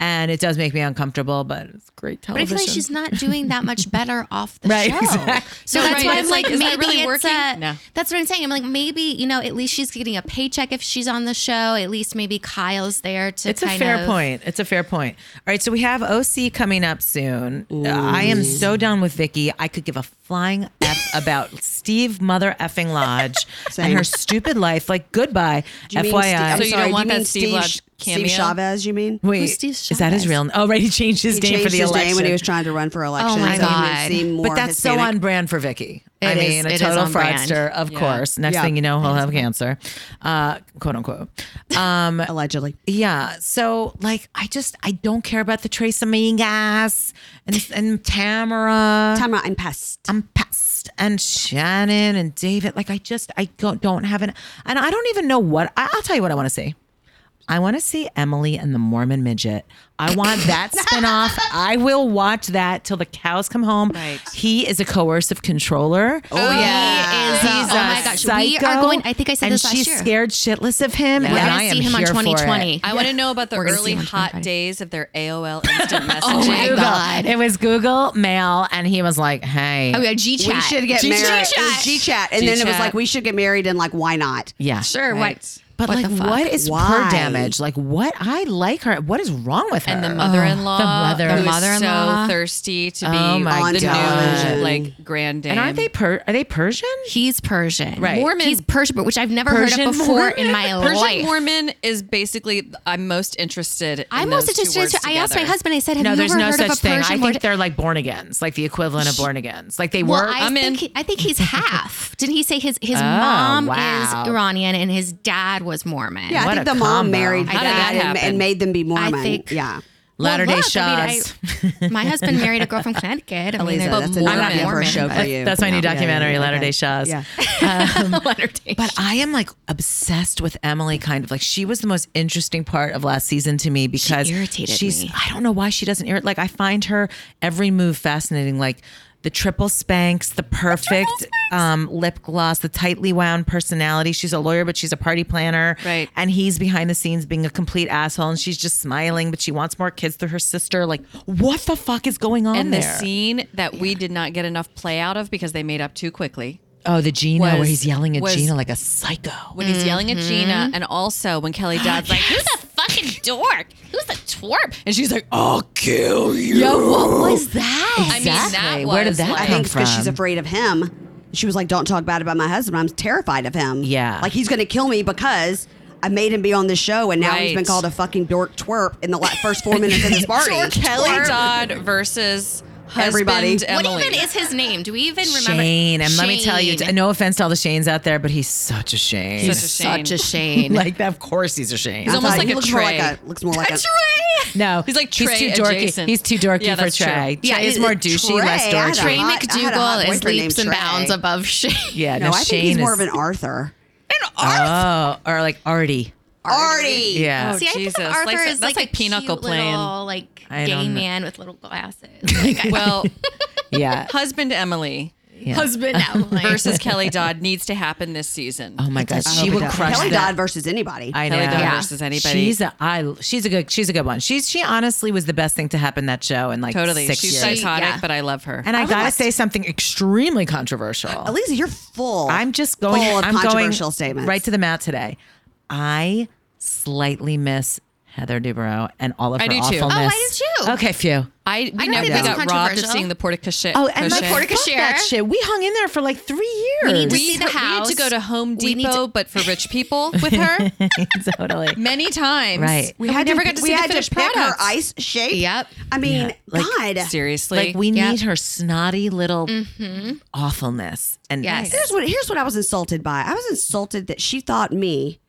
[SPEAKER 1] And it does make me uncomfortable, but it's great
[SPEAKER 4] But I
[SPEAKER 1] television.
[SPEAKER 4] feel like she's not doing that much better off the
[SPEAKER 1] Right,
[SPEAKER 4] show.
[SPEAKER 1] exactly.
[SPEAKER 4] So
[SPEAKER 3] No,
[SPEAKER 4] that's
[SPEAKER 3] right.
[SPEAKER 4] why I'm
[SPEAKER 3] It's
[SPEAKER 4] like,
[SPEAKER 3] like, is that
[SPEAKER 4] maybe
[SPEAKER 3] really
[SPEAKER 4] it's
[SPEAKER 3] working?
[SPEAKER 4] a-
[SPEAKER 3] No.
[SPEAKER 4] That's what I'm saying. I'm like, maybe you know, at least she's getting a paycheck if she's on the show. At least maybe Kyle's there to.
[SPEAKER 1] it's a
[SPEAKER 4] kind
[SPEAKER 1] fair
[SPEAKER 4] of-
[SPEAKER 1] point. It's a fair point. All right, so we have OC coming up soon. I am so done with Vicky. I could give a flying f about Steve Mother effing Lodge and
[SPEAKER 2] Same.
[SPEAKER 1] her stupid life. Like goodbye.
[SPEAKER 2] You mean Steve-
[SPEAKER 1] FYI,
[SPEAKER 2] I'm
[SPEAKER 3] So you don't
[SPEAKER 2] sorry, do
[SPEAKER 3] want that
[SPEAKER 2] mean
[SPEAKER 3] Steve
[SPEAKER 2] Steve,
[SPEAKER 3] Lodge cameo?
[SPEAKER 2] Steve Chavez, you mean?
[SPEAKER 1] wait,
[SPEAKER 4] who's Steve
[SPEAKER 1] is that his
[SPEAKER 4] Chavez?
[SPEAKER 1] real? name? Oh, right, he changed his
[SPEAKER 2] He
[SPEAKER 1] name
[SPEAKER 2] changed
[SPEAKER 1] for the
[SPEAKER 2] his
[SPEAKER 1] election
[SPEAKER 2] name when he was trying to run for
[SPEAKER 3] Oh
[SPEAKER 2] election.
[SPEAKER 4] my
[SPEAKER 2] so he would
[SPEAKER 4] God.
[SPEAKER 2] seem more
[SPEAKER 1] But that's so
[SPEAKER 2] Hispanic.
[SPEAKER 1] on brand for Vicky. I
[SPEAKER 4] It is-
[SPEAKER 1] mean,
[SPEAKER 4] it
[SPEAKER 1] a
[SPEAKER 4] is
[SPEAKER 1] total
[SPEAKER 4] on brand.
[SPEAKER 1] fraudster, of course. Next
[SPEAKER 2] Yeah.
[SPEAKER 1] thing you know, he'll have cancer, uh, quote unquote. Um,
[SPEAKER 2] allegedly.
[SPEAKER 1] yeah. So, like, I just I don't care about the Trace Amigas and and Tamara.
[SPEAKER 2] Time out. I'm past.
[SPEAKER 1] I'm past and Shannon and David. Like, I just I don't don't have an and I don't even know what I, I'll tell you what I want to see. I want to see Emily and the Mormon Midget. I want that spinoff. I will watch that till the cows come home.
[SPEAKER 3] Right.
[SPEAKER 1] He is a coercive controller.
[SPEAKER 4] Oh yeah, is,
[SPEAKER 1] He's
[SPEAKER 4] oh
[SPEAKER 1] a
[SPEAKER 4] my gosh, we are
[SPEAKER 1] psycho,
[SPEAKER 4] going. I think I said
[SPEAKER 1] and
[SPEAKER 4] this last
[SPEAKER 1] she's
[SPEAKER 4] year.
[SPEAKER 1] scared shitless of him.
[SPEAKER 4] We're
[SPEAKER 1] and
[SPEAKER 4] gonna
[SPEAKER 1] I am
[SPEAKER 4] see him on
[SPEAKER 1] here for it.
[SPEAKER 4] 2020.
[SPEAKER 3] I want to know about the
[SPEAKER 4] gonna see
[SPEAKER 3] early
[SPEAKER 4] him on
[SPEAKER 3] hot
[SPEAKER 4] Friday.
[SPEAKER 3] days of their AOL instant messaging.
[SPEAKER 4] my
[SPEAKER 1] Google.
[SPEAKER 4] God.
[SPEAKER 1] It was Google Mail, and he was like, "Hey,
[SPEAKER 4] Oh yeah, G chat.
[SPEAKER 2] We should get married. It was G-chat. And then it was
[SPEAKER 3] G-chat.
[SPEAKER 2] like, we should get married. And like, why not?
[SPEAKER 1] yeah,
[SPEAKER 4] Sure.
[SPEAKER 3] Right.
[SPEAKER 4] What?
[SPEAKER 1] But
[SPEAKER 4] what
[SPEAKER 1] like,
[SPEAKER 4] the fuck?
[SPEAKER 1] what is her
[SPEAKER 2] Why?
[SPEAKER 1] damage? Like, what I like her. What is wrong with her?
[SPEAKER 3] and the
[SPEAKER 4] Oh.
[SPEAKER 3] mother-in-law,
[SPEAKER 1] Oh, the mother,
[SPEAKER 3] who is
[SPEAKER 4] mother-in-law.
[SPEAKER 3] so thirsty to be
[SPEAKER 1] Oh my
[SPEAKER 3] the
[SPEAKER 2] God.
[SPEAKER 3] new like grand dame.
[SPEAKER 1] And aren't they per- are they Persian?
[SPEAKER 4] He's Persian.
[SPEAKER 1] Right.
[SPEAKER 3] Mormon.
[SPEAKER 4] He's Persian, but which I've never heard
[SPEAKER 1] Persian
[SPEAKER 4] of before
[SPEAKER 1] Mormon?
[SPEAKER 4] in my
[SPEAKER 3] Persian
[SPEAKER 4] life.
[SPEAKER 3] Mormon is basically I'm most interested. In
[SPEAKER 4] I'm also just.
[SPEAKER 3] Two words
[SPEAKER 4] I asked my
[SPEAKER 3] together.
[SPEAKER 4] husband. I said, "Have
[SPEAKER 1] No,
[SPEAKER 4] you
[SPEAKER 1] there's
[SPEAKER 4] ever
[SPEAKER 1] no
[SPEAKER 4] heard of
[SPEAKER 1] such
[SPEAKER 4] a
[SPEAKER 1] thing.
[SPEAKER 4] Persian
[SPEAKER 1] I
[SPEAKER 4] word?"
[SPEAKER 1] think they're like born agains, like the equivalent of born agains. Like they
[SPEAKER 4] Well,
[SPEAKER 1] were.
[SPEAKER 4] I
[SPEAKER 3] I'm
[SPEAKER 4] think
[SPEAKER 3] in.
[SPEAKER 4] He, I think he's half. Didn't he say his his mom
[SPEAKER 1] wow.
[SPEAKER 4] is Iranian and his dad was Mormon.
[SPEAKER 2] Yeah,
[SPEAKER 1] What
[SPEAKER 2] I
[SPEAKER 1] a
[SPEAKER 2] think the
[SPEAKER 1] combo.
[SPEAKER 2] mom married
[SPEAKER 1] How
[SPEAKER 3] did that
[SPEAKER 2] that and,
[SPEAKER 3] happen?
[SPEAKER 2] and made them be Mormon.
[SPEAKER 4] think-
[SPEAKER 2] yeah.
[SPEAKER 4] Well,
[SPEAKER 1] Latter day
[SPEAKER 4] look, I mean,
[SPEAKER 1] Shaws.
[SPEAKER 4] I- my husband married a girl from Connecticut. I mean,
[SPEAKER 2] Lisa,
[SPEAKER 4] they're
[SPEAKER 2] that's
[SPEAKER 4] both
[SPEAKER 2] another
[SPEAKER 3] I'm not
[SPEAKER 2] idea for a
[SPEAKER 4] Mormon,
[SPEAKER 2] show for
[SPEAKER 4] but-
[SPEAKER 2] you.
[SPEAKER 1] That's my new
[SPEAKER 2] Yeah, yeah,
[SPEAKER 1] documentary,
[SPEAKER 2] yeah,
[SPEAKER 1] Latter
[SPEAKER 2] okay.
[SPEAKER 1] Day Shaws.
[SPEAKER 2] Yeah.
[SPEAKER 1] But I am like obsessed with Emily. Kind of like she was the most interesting part of last season to me because
[SPEAKER 4] irritated
[SPEAKER 1] she's.
[SPEAKER 4] me.
[SPEAKER 1] I don't know why she doesn't irritate. Like I find her every move fascinating. Like the triple spanks, the perfect um, lip gloss, the tightly wound personality. She's a lawyer, but she's a party planner.
[SPEAKER 3] Right.
[SPEAKER 1] And he's behind the scenes being a complete asshole, and she's just smiling, but she wants more kids through her sister. Like what the fuck is going on
[SPEAKER 3] And
[SPEAKER 1] there?
[SPEAKER 3] the scene that we did not get enough play out of because they made up too quickly.
[SPEAKER 1] oh, the Gina where
[SPEAKER 3] was-
[SPEAKER 1] he's yelling at
[SPEAKER 3] was-
[SPEAKER 1] Gina like a psycho.
[SPEAKER 3] When he's yelling at Gina, and also when
[SPEAKER 1] Oh,
[SPEAKER 3] Kelly Dodd's like, "Who's the
[SPEAKER 4] fucking dork? Who's the twerp?
[SPEAKER 3] And she's like,
[SPEAKER 1] Oh,
[SPEAKER 3] "I'll kill you."
[SPEAKER 4] What was that?
[SPEAKER 3] mean, that
[SPEAKER 1] Where did
[SPEAKER 3] was
[SPEAKER 1] that
[SPEAKER 3] like-
[SPEAKER 2] I
[SPEAKER 1] come
[SPEAKER 2] think it's because she's
[SPEAKER 1] from?
[SPEAKER 2] afraid of him. She was like, "Don't talk bad about my husband. I'm terrified of him.
[SPEAKER 1] Yeah.
[SPEAKER 2] like he's going to kill me because I made him be on this show, and now
[SPEAKER 3] Right.
[SPEAKER 2] he's been called a fucking dork twerp in the la- first four minutes of this party.
[SPEAKER 3] Or Kelly
[SPEAKER 2] Twerp.
[SPEAKER 3] Dodd versus husband
[SPEAKER 2] Everybody. What
[SPEAKER 3] Emily.
[SPEAKER 4] What even is his name? Do we even remember?
[SPEAKER 1] Shane. And let me tell you,
[SPEAKER 4] Shane.
[SPEAKER 1] no offense to all the Shanes out there, but he's such a Shane.
[SPEAKER 3] Such a Shane.
[SPEAKER 4] such a Shane.
[SPEAKER 1] like, of course he's a Shane.
[SPEAKER 3] He's
[SPEAKER 2] I
[SPEAKER 3] almost
[SPEAKER 2] thought
[SPEAKER 3] like
[SPEAKER 2] he
[SPEAKER 3] a
[SPEAKER 2] looks more like
[SPEAKER 3] Trey.
[SPEAKER 2] a looks more like a
[SPEAKER 1] no,
[SPEAKER 3] He's like Trey
[SPEAKER 1] he's too dorky.
[SPEAKER 3] adjacent.
[SPEAKER 1] He's too dorky
[SPEAKER 3] Yeah,
[SPEAKER 1] for
[SPEAKER 3] that's true.
[SPEAKER 1] Trey.
[SPEAKER 4] Yeah,
[SPEAKER 1] Trey is
[SPEAKER 4] it-
[SPEAKER 1] more douchey,
[SPEAKER 2] Trey,
[SPEAKER 1] less
[SPEAKER 2] I had
[SPEAKER 1] dorky.
[SPEAKER 2] a
[SPEAKER 4] Trey
[SPEAKER 2] hot- I had a hot
[SPEAKER 4] McDougal is
[SPEAKER 2] boyfriend
[SPEAKER 4] leaps
[SPEAKER 2] named
[SPEAKER 4] and
[SPEAKER 2] Trey.
[SPEAKER 4] bounds above Shane.
[SPEAKER 1] yeah,
[SPEAKER 2] No,
[SPEAKER 1] no,
[SPEAKER 2] I
[SPEAKER 1] Shane
[SPEAKER 2] think he's more
[SPEAKER 1] is,
[SPEAKER 2] of an Arthur.
[SPEAKER 1] Oh, or like Artie.
[SPEAKER 2] Artie.
[SPEAKER 1] Yeah.
[SPEAKER 4] See, I
[SPEAKER 3] Jesus.
[SPEAKER 4] think of Arthur
[SPEAKER 3] Like,
[SPEAKER 4] as
[SPEAKER 3] that's
[SPEAKER 4] like,
[SPEAKER 3] like
[SPEAKER 4] a cute
[SPEAKER 3] Pinochle playing.
[SPEAKER 4] little like
[SPEAKER 1] I
[SPEAKER 4] gay
[SPEAKER 1] don't know.
[SPEAKER 4] man with little glasses. Like, I-
[SPEAKER 3] Well,
[SPEAKER 1] Yeah.
[SPEAKER 3] husband Emily
[SPEAKER 4] husband Emily.
[SPEAKER 3] versus Kelly Dodd needs to happen this season.
[SPEAKER 1] Oh my God, she would crush
[SPEAKER 2] Kelly
[SPEAKER 1] that.
[SPEAKER 2] Dodd versus anybody.
[SPEAKER 1] I know.
[SPEAKER 3] Kelly Dodd
[SPEAKER 4] Yeah.
[SPEAKER 3] versus anybody.
[SPEAKER 1] She's a I she's a good she's a good one. She's she honestly was the best thing to happen that show in like
[SPEAKER 3] totally.
[SPEAKER 1] six
[SPEAKER 3] she's
[SPEAKER 1] years.
[SPEAKER 3] psychotic,
[SPEAKER 4] Yeah.
[SPEAKER 3] but I love her.
[SPEAKER 1] and I, gotta
[SPEAKER 2] like-
[SPEAKER 1] say something extremely controversial.
[SPEAKER 2] Elisa, you're full.
[SPEAKER 1] I'm just going.
[SPEAKER 2] full of
[SPEAKER 1] I'm
[SPEAKER 2] controversial
[SPEAKER 1] going
[SPEAKER 2] statements.
[SPEAKER 1] right to the mat today. I slightly miss Heather Dubrow and all of her
[SPEAKER 3] I do too.
[SPEAKER 1] awfulness.
[SPEAKER 4] Oh, I do too.
[SPEAKER 1] Okay, phew.
[SPEAKER 3] I we never
[SPEAKER 4] don't think
[SPEAKER 3] we
[SPEAKER 4] that's
[SPEAKER 3] got robbed of
[SPEAKER 4] controversial.
[SPEAKER 3] seeing the porta cachet.
[SPEAKER 1] Oh, and
[SPEAKER 3] cachet.
[SPEAKER 1] like,
[SPEAKER 4] Porta
[SPEAKER 1] fuck that
[SPEAKER 4] Cachere.
[SPEAKER 1] shit. We hung in there for like three years.
[SPEAKER 4] need to
[SPEAKER 3] we,
[SPEAKER 4] see the
[SPEAKER 3] we had
[SPEAKER 4] house.
[SPEAKER 3] to go to Home
[SPEAKER 4] We need
[SPEAKER 3] Depot,
[SPEAKER 4] to-
[SPEAKER 3] but for rich people with her
[SPEAKER 1] totally.
[SPEAKER 3] many times.
[SPEAKER 1] Right.
[SPEAKER 3] We, had never got to
[SPEAKER 2] we
[SPEAKER 3] see the
[SPEAKER 2] had
[SPEAKER 3] finished
[SPEAKER 2] to pick her
[SPEAKER 3] product.
[SPEAKER 2] ice shape.
[SPEAKER 4] Yep.
[SPEAKER 2] I mean,
[SPEAKER 1] like,
[SPEAKER 2] God.
[SPEAKER 3] Seriously.
[SPEAKER 1] Like we
[SPEAKER 4] Yeah.
[SPEAKER 1] need her snotty little
[SPEAKER 3] Mm-hmm.
[SPEAKER 1] awfulness. And
[SPEAKER 4] Yes.
[SPEAKER 2] Here's what here's what I was insulted by. I was insulted that she thought me,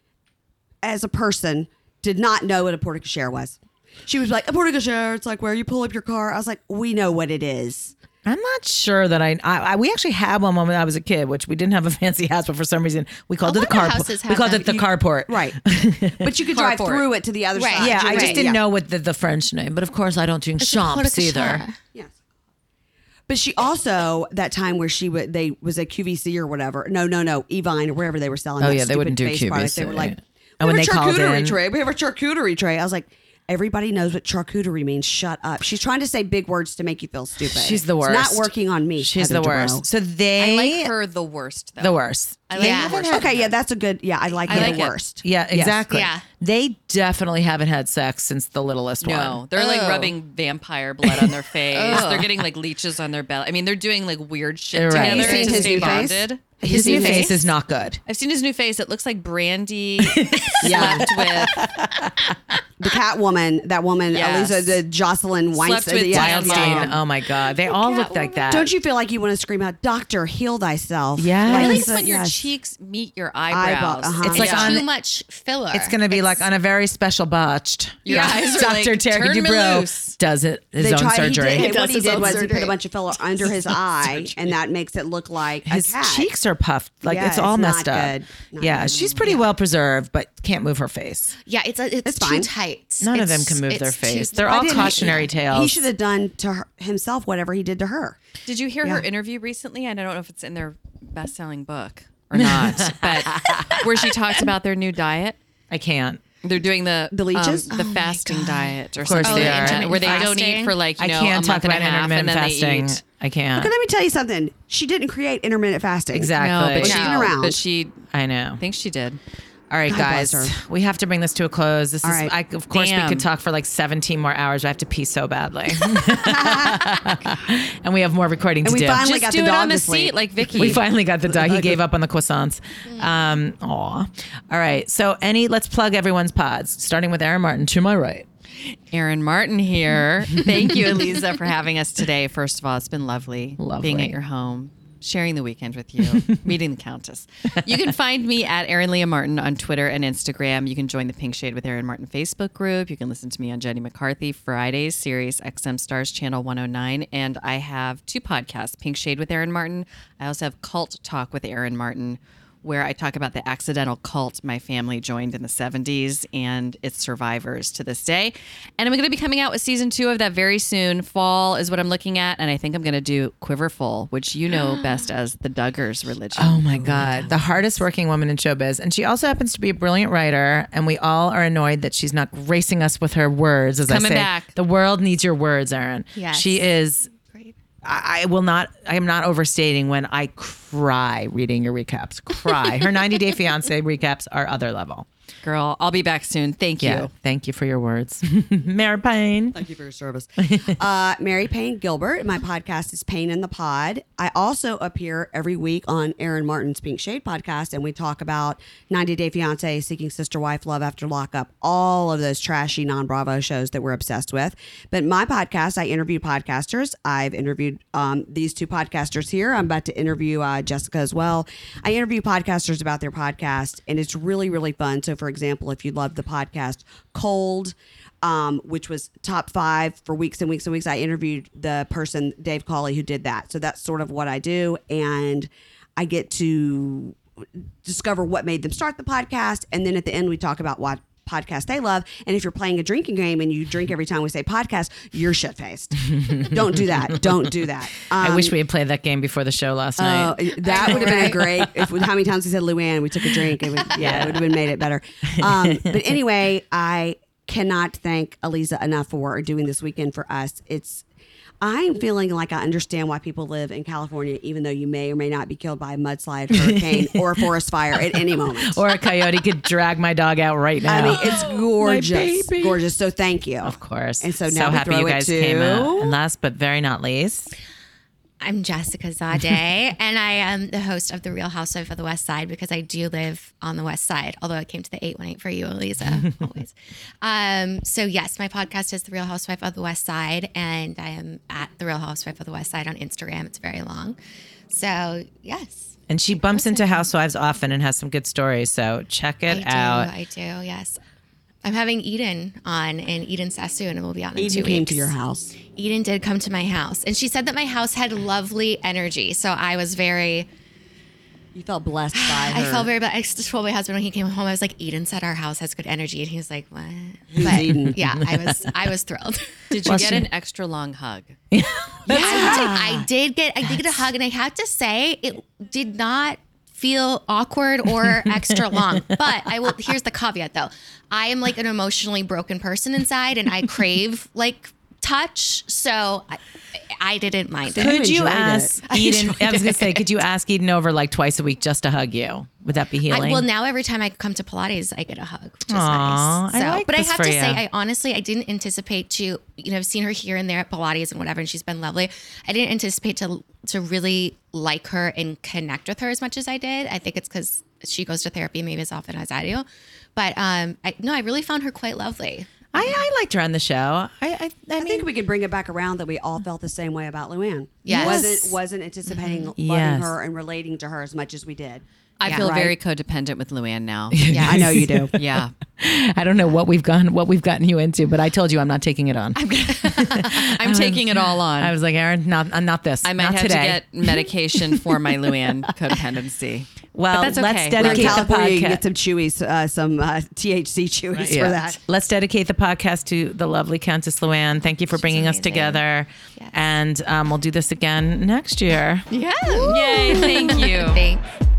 [SPEAKER 2] as a person, did not know what a portico share was. She was like, a portico share, it's like where you pull up your car. I was like, we know what it is.
[SPEAKER 1] I'm not sure that I, I, I. We actually had one when I was a kid, which we didn't have a fancy house, but for some reason we called
[SPEAKER 4] A
[SPEAKER 1] it the
[SPEAKER 4] lot of houses
[SPEAKER 1] carport. We
[SPEAKER 4] have
[SPEAKER 1] called
[SPEAKER 4] them.
[SPEAKER 1] it the carport.
[SPEAKER 2] Right. but you could drive
[SPEAKER 3] Carport.
[SPEAKER 2] through it to the other
[SPEAKER 4] Right.
[SPEAKER 2] side.
[SPEAKER 1] Yeah, I
[SPEAKER 2] You're
[SPEAKER 1] just
[SPEAKER 2] right.
[SPEAKER 1] didn't
[SPEAKER 2] Yeah.
[SPEAKER 1] know what the, the French name, but of course I don't drink champs either.
[SPEAKER 2] Yes. But she also that time where she would they was a QVC or whatever. No, no, no, Evine or wherever they were selling.
[SPEAKER 1] Oh,
[SPEAKER 2] that
[SPEAKER 1] yeah, they wouldn't do
[SPEAKER 2] stupid face product.
[SPEAKER 1] QVC,
[SPEAKER 2] They were like,
[SPEAKER 1] yeah.
[SPEAKER 2] we
[SPEAKER 1] And when
[SPEAKER 2] have a
[SPEAKER 1] they called
[SPEAKER 2] charcuterie
[SPEAKER 1] in-
[SPEAKER 2] tray. We have a charcuterie tray. I was like, everybody knows what charcuterie means. Shut up. She's trying to say big words to make you feel stupid.
[SPEAKER 1] She's the worst.
[SPEAKER 2] It's not working on me.
[SPEAKER 1] She's
[SPEAKER 2] Heather
[SPEAKER 1] the worst.
[SPEAKER 2] Dubrow.
[SPEAKER 1] So they
[SPEAKER 3] I like her the worst though.
[SPEAKER 1] the worst.
[SPEAKER 3] I like
[SPEAKER 4] Yeah.
[SPEAKER 3] her the worst.
[SPEAKER 2] Okay, yeah, that's a good. Yeah, I like her
[SPEAKER 3] like
[SPEAKER 2] the
[SPEAKER 3] it.
[SPEAKER 2] worst.
[SPEAKER 1] Yeah, exactly.
[SPEAKER 4] Yeah.
[SPEAKER 1] They definitely haven't had sex since the littlest
[SPEAKER 3] No,
[SPEAKER 1] one.
[SPEAKER 3] they're like
[SPEAKER 4] Oh.
[SPEAKER 3] rubbing vampire blood on their face. they're getting like leeches on their belly. I mean, they're doing like weird shit
[SPEAKER 1] Right. Have you
[SPEAKER 3] together
[SPEAKER 2] seen
[SPEAKER 3] to
[SPEAKER 2] his
[SPEAKER 3] stay
[SPEAKER 2] new face?
[SPEAKER 3] bonded.
[SPEAKER 1] His new face is not good.
[SPEAKER 3] I've seen his new face. It looks like Brandy slept with
[SPEAKER 2] The Catwoman, that woman,
[SPEAKER 3] Yes.
[SPEAKER 2] Aliza, the Jocelyn Weinstein.
[SPEAKER 3] with
[SPEAKER 2] yeah,
[SPEAKER 3] Diane
[SPEAKER 2] Weinstein.
[SPEAKER 3] Mom.
[SPEAKER 1] Oh my god, they all look like that.
[SPEAKER 2] Don't you feel like you want to scream out, "Doctor, heal thyself"?
[SPEAKER 1] Yes.
[SPEAKER 2] Like,
[SPEAKER 3] At
[SPEAKER 1] Really?
[SPEAKER 3] least when your
[SPEAKER 2] yes.
[SPEAKER 3] cheeks meet your eyebrows,
[SPEAKER 2] uh-huh.
[SPEAKER 1] It's like
[SPEAKER 3] yeah.
[SPEAKER 1] on-
[SPEAKER 4] too much filler.
[SPEAKER 1] It's going to be like on a very special botched.
[SPEAKER 3] Your eyes are
[SPEAKER 1] Dr. Terry
[SPEAKER 3] like, "Turn me
[SPEAKER 1] Dubrow
[SPEAKER 3] loose."
[SPEAKER 1] does it his
[SPEAKER 2] they
[SPEAKER 1] own
[SPEAKER 2] tried,
[SPEAKER 1] surgery.
[SPEAKER 2] He did,
[SPEAKER 4] does
[SPEAKER 2] what he
[SPEAKER 4] his
[SPEAKER 2] did
[SPEAKER 4] own
[SPEAKER 2] was he
[SPEAKER 4] surgery.
[SPEAKER 2] put a bunch of filler under his eye, and that makes it look like
[SPEAKER 1] his
[SPEAKER 2] a cat.
[SPEAKER 1] cheeks are puffed, like
[SPEAKER 2] Yeah,
[SPEAKER 1] it's all
[SPEAKER 2] it's not
[SPEAKER 1] messed up.
[SPEAKER 2] good. Not
[SPEAKER 1] yeah, she's pretty well preserved, but can't move her face.
[SPEAKER 4] yeah, it's it's, too
[SPEAKER 2] fine.
[SPEAKER 4] tight.
[SPEAKER 1] None of
[SPEAKER 4] It's-
[SPEAKER 1] them can move their
[SPEAKER 4] it's too-
[SPEAKER 1] face. They're
[SPEAKER 4] I
[SPEAKER 1] all
[SPEAKER 4] didn't-
[SPEAKER 1] cautionary
[SPEAKER 2] He
[SPEAKER 1] tales.
[SPEAKER 2] should have done to her, himself whatever he did to her.
[SPEAKER 3] Did you hear her interview recently? I don't know if it's in their best-selling book or not, but where she talks about their new diet.
[SPEAKER 1] I can't.
[SPEAKER 3] They're doing the the
[SPEAKER 2] leeches?
[SPEAKER 1] Oh
[SPEAKER 3] the fasting diet or
[SPEAKER 1] course
[SPEAKER 3] something,
[SPEAKER 1] they
[SPEAKER 3] like
[SPEAKER 1] are.
[SPEAKER 3] that, where they don't eat
[SPEAKER 4] Fasting?
[SPEAKER 3] for like you
[SPEAKER 1] I
[SPEAKER 3] know
[SPEAKER 1] can't
[SPEAKER 3] a
[SPEAKER 1] talk
[SPEAKER 3] month
[SPEAKER 1] about
[SPEAKER 3] and a half, and
[SPEAKER 1] intermittent
[SPEAKER 3] then
[SPEAKER 1] fasting.
[SPEAKER 3] They eat.
[SPEAKER 1] I can't.
[SPEAKER 2] But let me tell you something. She didn't create intermittent fasting.
[SPEAKER 1] Exactly.
[SPEAKER 3] No, but
[SPEAKER 1] She's
[SPEAKER 3] she,
[SPEAKER 2] been around.
[SPEAKER 3] but she,
[SPEAKER 1] I know.
[SPEAKER 3] I think she did.
[SPEAKER 1] All right,
[SPEAKER 2] bless
[SPEAKER 1] guys, we have to bring this to a close. This
[SPEAKER 2] All
[SPEAKER 1] is,
[SPEAKER 2] right.
[SPEAKER 1] I, of course, we
[SPEAKER 3] Damn.
[SPEAKER 1] could talk for like 17 more hours. but I have to pee so badly, and we have more recording to
[SPEAKER 2] we
[SPEAKER 1] do.
[SPEAKER 2] finally
[SPEAKER 3] Just
[SPEAKER 2] got
[SPEAKER 3] do
[SPEAKER 2] the
[SPEAKER 3] it
[SPEAKER 2] dog
[SPEAKER 3] on the
[SPEAKER 2] this
[SPEAKER 3] seat
[SPEAKER 2] week.
[SPEAKER 3] like Vicky.
[SPEAKER 1] we finally got the dog. He gave up on the croissants.
[SPEAKER 3] Mm.
[SPEAKER 1] Um, aw. All right. So any, let's plug everyone's pods, starting with Aaron Martin to my right.
[SPEAKER 3] Aaron Martin here. Thank you, Elisa, for having us today. First of all, it's been lovely
[SPEAKER 1] Lovely.
[SPEAKER 3] being at your home. sharing the weekend with you, meeting the Countess. You can find me at Erin Leah Martin on Twitter and Instagram. You can join the Pink Shade with Erin Martin Facebook group. You can listen to me on Jenny McCarthy Fridays, Sirius XM Stars Channel 109. And I have two podcasts Pink Shade with Erin Martin. I also have Cult Talk with Erin Martin. Where I talk about the accidental cult my family joined in the 70s and its survivors to this day. And I'm going to be coming out with season two of that very soon. Fall is what I'm looking at. And I think I'm going to do Quiverful, which you know best as the Duggars religion.
[SPEAKER 1] Oh my God. The hardest working woman in showbiz. And she also happens to be a brilliant writer. And we all are annoyed that she's not gracing us with her words, as I
[SPEAKER 3] Coming
[SPEAKER 1] say.
[SPEAKER 3] back.
[SPEAKER 1] The world needs your words, Erin.
[SPEAKER 4] Yes.
[SPEAKER 1] She is.
[SPEAKER 4] Great.
[SPEAKER 1] I I will not, I am not overstating when I cry reading your recaps. Cry. Her 90 Day Fiancé recaps are other level.
[SPEAKER 3] Girl, I'll be back soon. Thank
[SPEAKER 1] Yeah.
[SPEAKER 3] you.
[SPEAKER 1] Thank you for your words. Mary Payne.
[SPEAKER 2] Thank you for your service. uh, Mary Payne Gilbert. My podcast is Pain in the Pod. I also appear every week on Aaron Martin's Pink Shade podcast, and we talk about 90 Day Fiance, Seeking Sister Wife, Love After Lockup, all of those trashy non Bravo shows that we're obsessed with. But my podcast, I interview podcasters. I've interviewed um, these two podcasters here. I'm about to interview uh, Jessica as well. I interview podcasters about their podcast, and it's really, really fun. So, for example, if you love the podcast Cold, um, which was top five for weeks and weeks and weeks. I interviewed the person, Dave Cawley, who did that. So that's sort of what I do. And I get to discover what made them start the podcast. And then at the end, we talk about what podcast they love. And if you're playing a drinking game and you drink every time we say podcast, you're shit faced. Don't do that. Don't do that.
[SPEAKER 1] I
[SPEAKER 2] Um,
[SPEAKER 1] wish we had played that game before the show last
[SPEAKER 2] Oh,
[SPEAKER 1] night.
[SPEAKER 2] that would have been a great. If how many times we said Luann, we took a drink. It would, yeah, it would have been made it better. Um, but anyway, I cannot thank Aliza enough for doing this weekend for us. It's. I'm feeling like I understand why people live in California, even though you may or may not be killed by a mudslide, hurricane, or a forest fire at any moment.
[SPEAKER 1] Or a coyote could drag my dog out right now.
[SPEAKER 2] Oh. I mean, it's gorgeous,
[SPEAKER 1] baby.
[SPEAKER 2] gorgeous. So thank you.
[SPEAKER 1] Of course.
[SPEAKER 2] And so now
[SPEAKER 1] so
[SPEAKER 2] we
[SPEAKER 1] happy
[SPEAKER 2] throw
[SPEAKER 1] you
[SPEAKER 2] it
[SPEAKER 1] guys
[SPEAKER 2] to-
[SPEAKER 1] came out. And last but very not least,
[SPEAKER 4] I'm Jessica Zadeh, and I am the host of The Real Housewife of the West Side because I do live on the West Side, although I came to the 818 for you, Elisa, always. Um, so, yes, my podcast is The Real Housewife of the West Side, and I am at The Real Housewife of the West Side on Instagram. It's very long. So, yes.
[SPEAKER 1] and she bumps into housewives often and has some good stories. So check it
[SPEAKER 4] I
[SPEAKER 1] out.
[SPEAKER 4] do. I do. Yes. I'm having Eden on, and Eden Sassoon, and we'll be on in
[SPEAKER 2] Eden
[SPEAKER 4] two
[SPEAKER 2] came
[SPEAKER 4] weeks.
[SPEAKER 2] to your house.
[SPEAKER 4] Eden did come to my house, and she said that my house had lovely energy. So I was very.
[SPEAKER 2] You felt blessed by her.
[SPEAKER 4] I felt very bad. I just told my husband when he came home, I was like, Eden said our house has good energy. And he was like, What? But
[SPEAKER 2] Eden?
[SPEAKER 4] yeah, I was I was thrilled.
[SPEAKER 3] Did you get an extra long hug?
[SPEAKER 4] I, did, I did get I did get a hug and I have to say it did not feel awkward or extra long. But I will here's the caveat though. I am like an emotionally broken person inside and I crave like touch. So I, I didn't mind it.
[SPEAKER 1] Could you
[SPEAKER 2] enjoyed it.
[SPEAKER 1] ask
[SPEAKER 4] I
[SPEAKER 1] Eden? I,
[SPEAKER 4] enjoyed
[SPEAKER 1] was gonna
[SPEAKER 4] it.
[SPEAKER 1] say, could you ask Eden over like twice a week just to hug you? Would that be
[SPEAKER 4] I,
[SPEAKER 1] healing?
[SPEAKER 4] well, now every time I come to Pilates, I get a hug, which is
[SPEAKER 1] Aw,
[SPEAKER 4] nice.
[SPEAKER 1] I
[SPEAKER 4] So,
[SPEAKER 1] like
[SPEAKER 4] but I
[SPEAKER 1] this
[SPEAKER 4] have
[SPEAKER 1] for
[SPEAKER 4] to
[SPEAKER 1] you.
[SPEAKER 4] say, I honestly, I didn't anticipate to, you know, I've seen her here and there at Pilates and whatever, and she's been lovely. I didn't anticipate to to really like her and connect with her as much as I did. I think it's because she goes to therapy maybe as often as I do, but um, I, no, I really found her quite lovely.
[SPEAKER 1] I, I liked her on the show. I I, I,
[SPEAKER 2] I
[SPEAKER 1] mean,
[SPEAKER 2] think we can bring it back around that we all felt the same way about Luann.
[SPEAKER 4] Yes.
[SPEAKER 2] wasn't wasn't anticipating loving
[SPEAKER 1] Yes.
[SPEAKER 2] her and relating to her as much as we did.
[SPEAKER 3] I
[SPEAKER 4] Yeah.
[SPEAKER 3] feel
[SPEAKER 4] Right.
[SPEAKER 3] very codependent with Luann now.
[SPEAKER 4] Yeah,
[SPEAKER 2] I know you do.
[SPEAKER 3] yeah.
[SPEAKER 1] I don't know what we've gone, what we've gotten you into, but I told you I'm not taking it on.
[SPEAKER 3] I'm taking it all on.
[SPEAKER 1] I was like, Aaron, not, I'm not this.
[SPEAKER 3] I might
[SPEAKER 1] not
[SPEAKER 3] have
[SPEAKER 1] today.
[SPEAKER 3] to get medication for my Luann codependency.
[SPEAKER 1] well,
[SPEAKER 3] But that's
[SPEAKER 1] let's
[SPEAKER 3] okay.
[SPEAKER 2] We're in
[SPEAKER 1] dedicate the
[SPEAKER 2] California. You can
[SPEAKER 1] podcast.
[SPEAKER 2] get some chewies, uh, some uh, THC chewies
[SPEAKER 1] Yeah.
[SPEAKER 2] for that.
[SPEAKER 1] Let's dedicate the podcast to the lovely Countess Luann. Thank you for bringing us
[SPEAKER 4] amazing.
[SPEAKER 1] together.
[SPEAKER 4] Yes.
[SPEAKER 1] And um, we'll do this again next year.
[SPEAKER 4] Yeah.
[SPEAKER 3] Yay, thank you.
[SPEAKER 4] Thanks.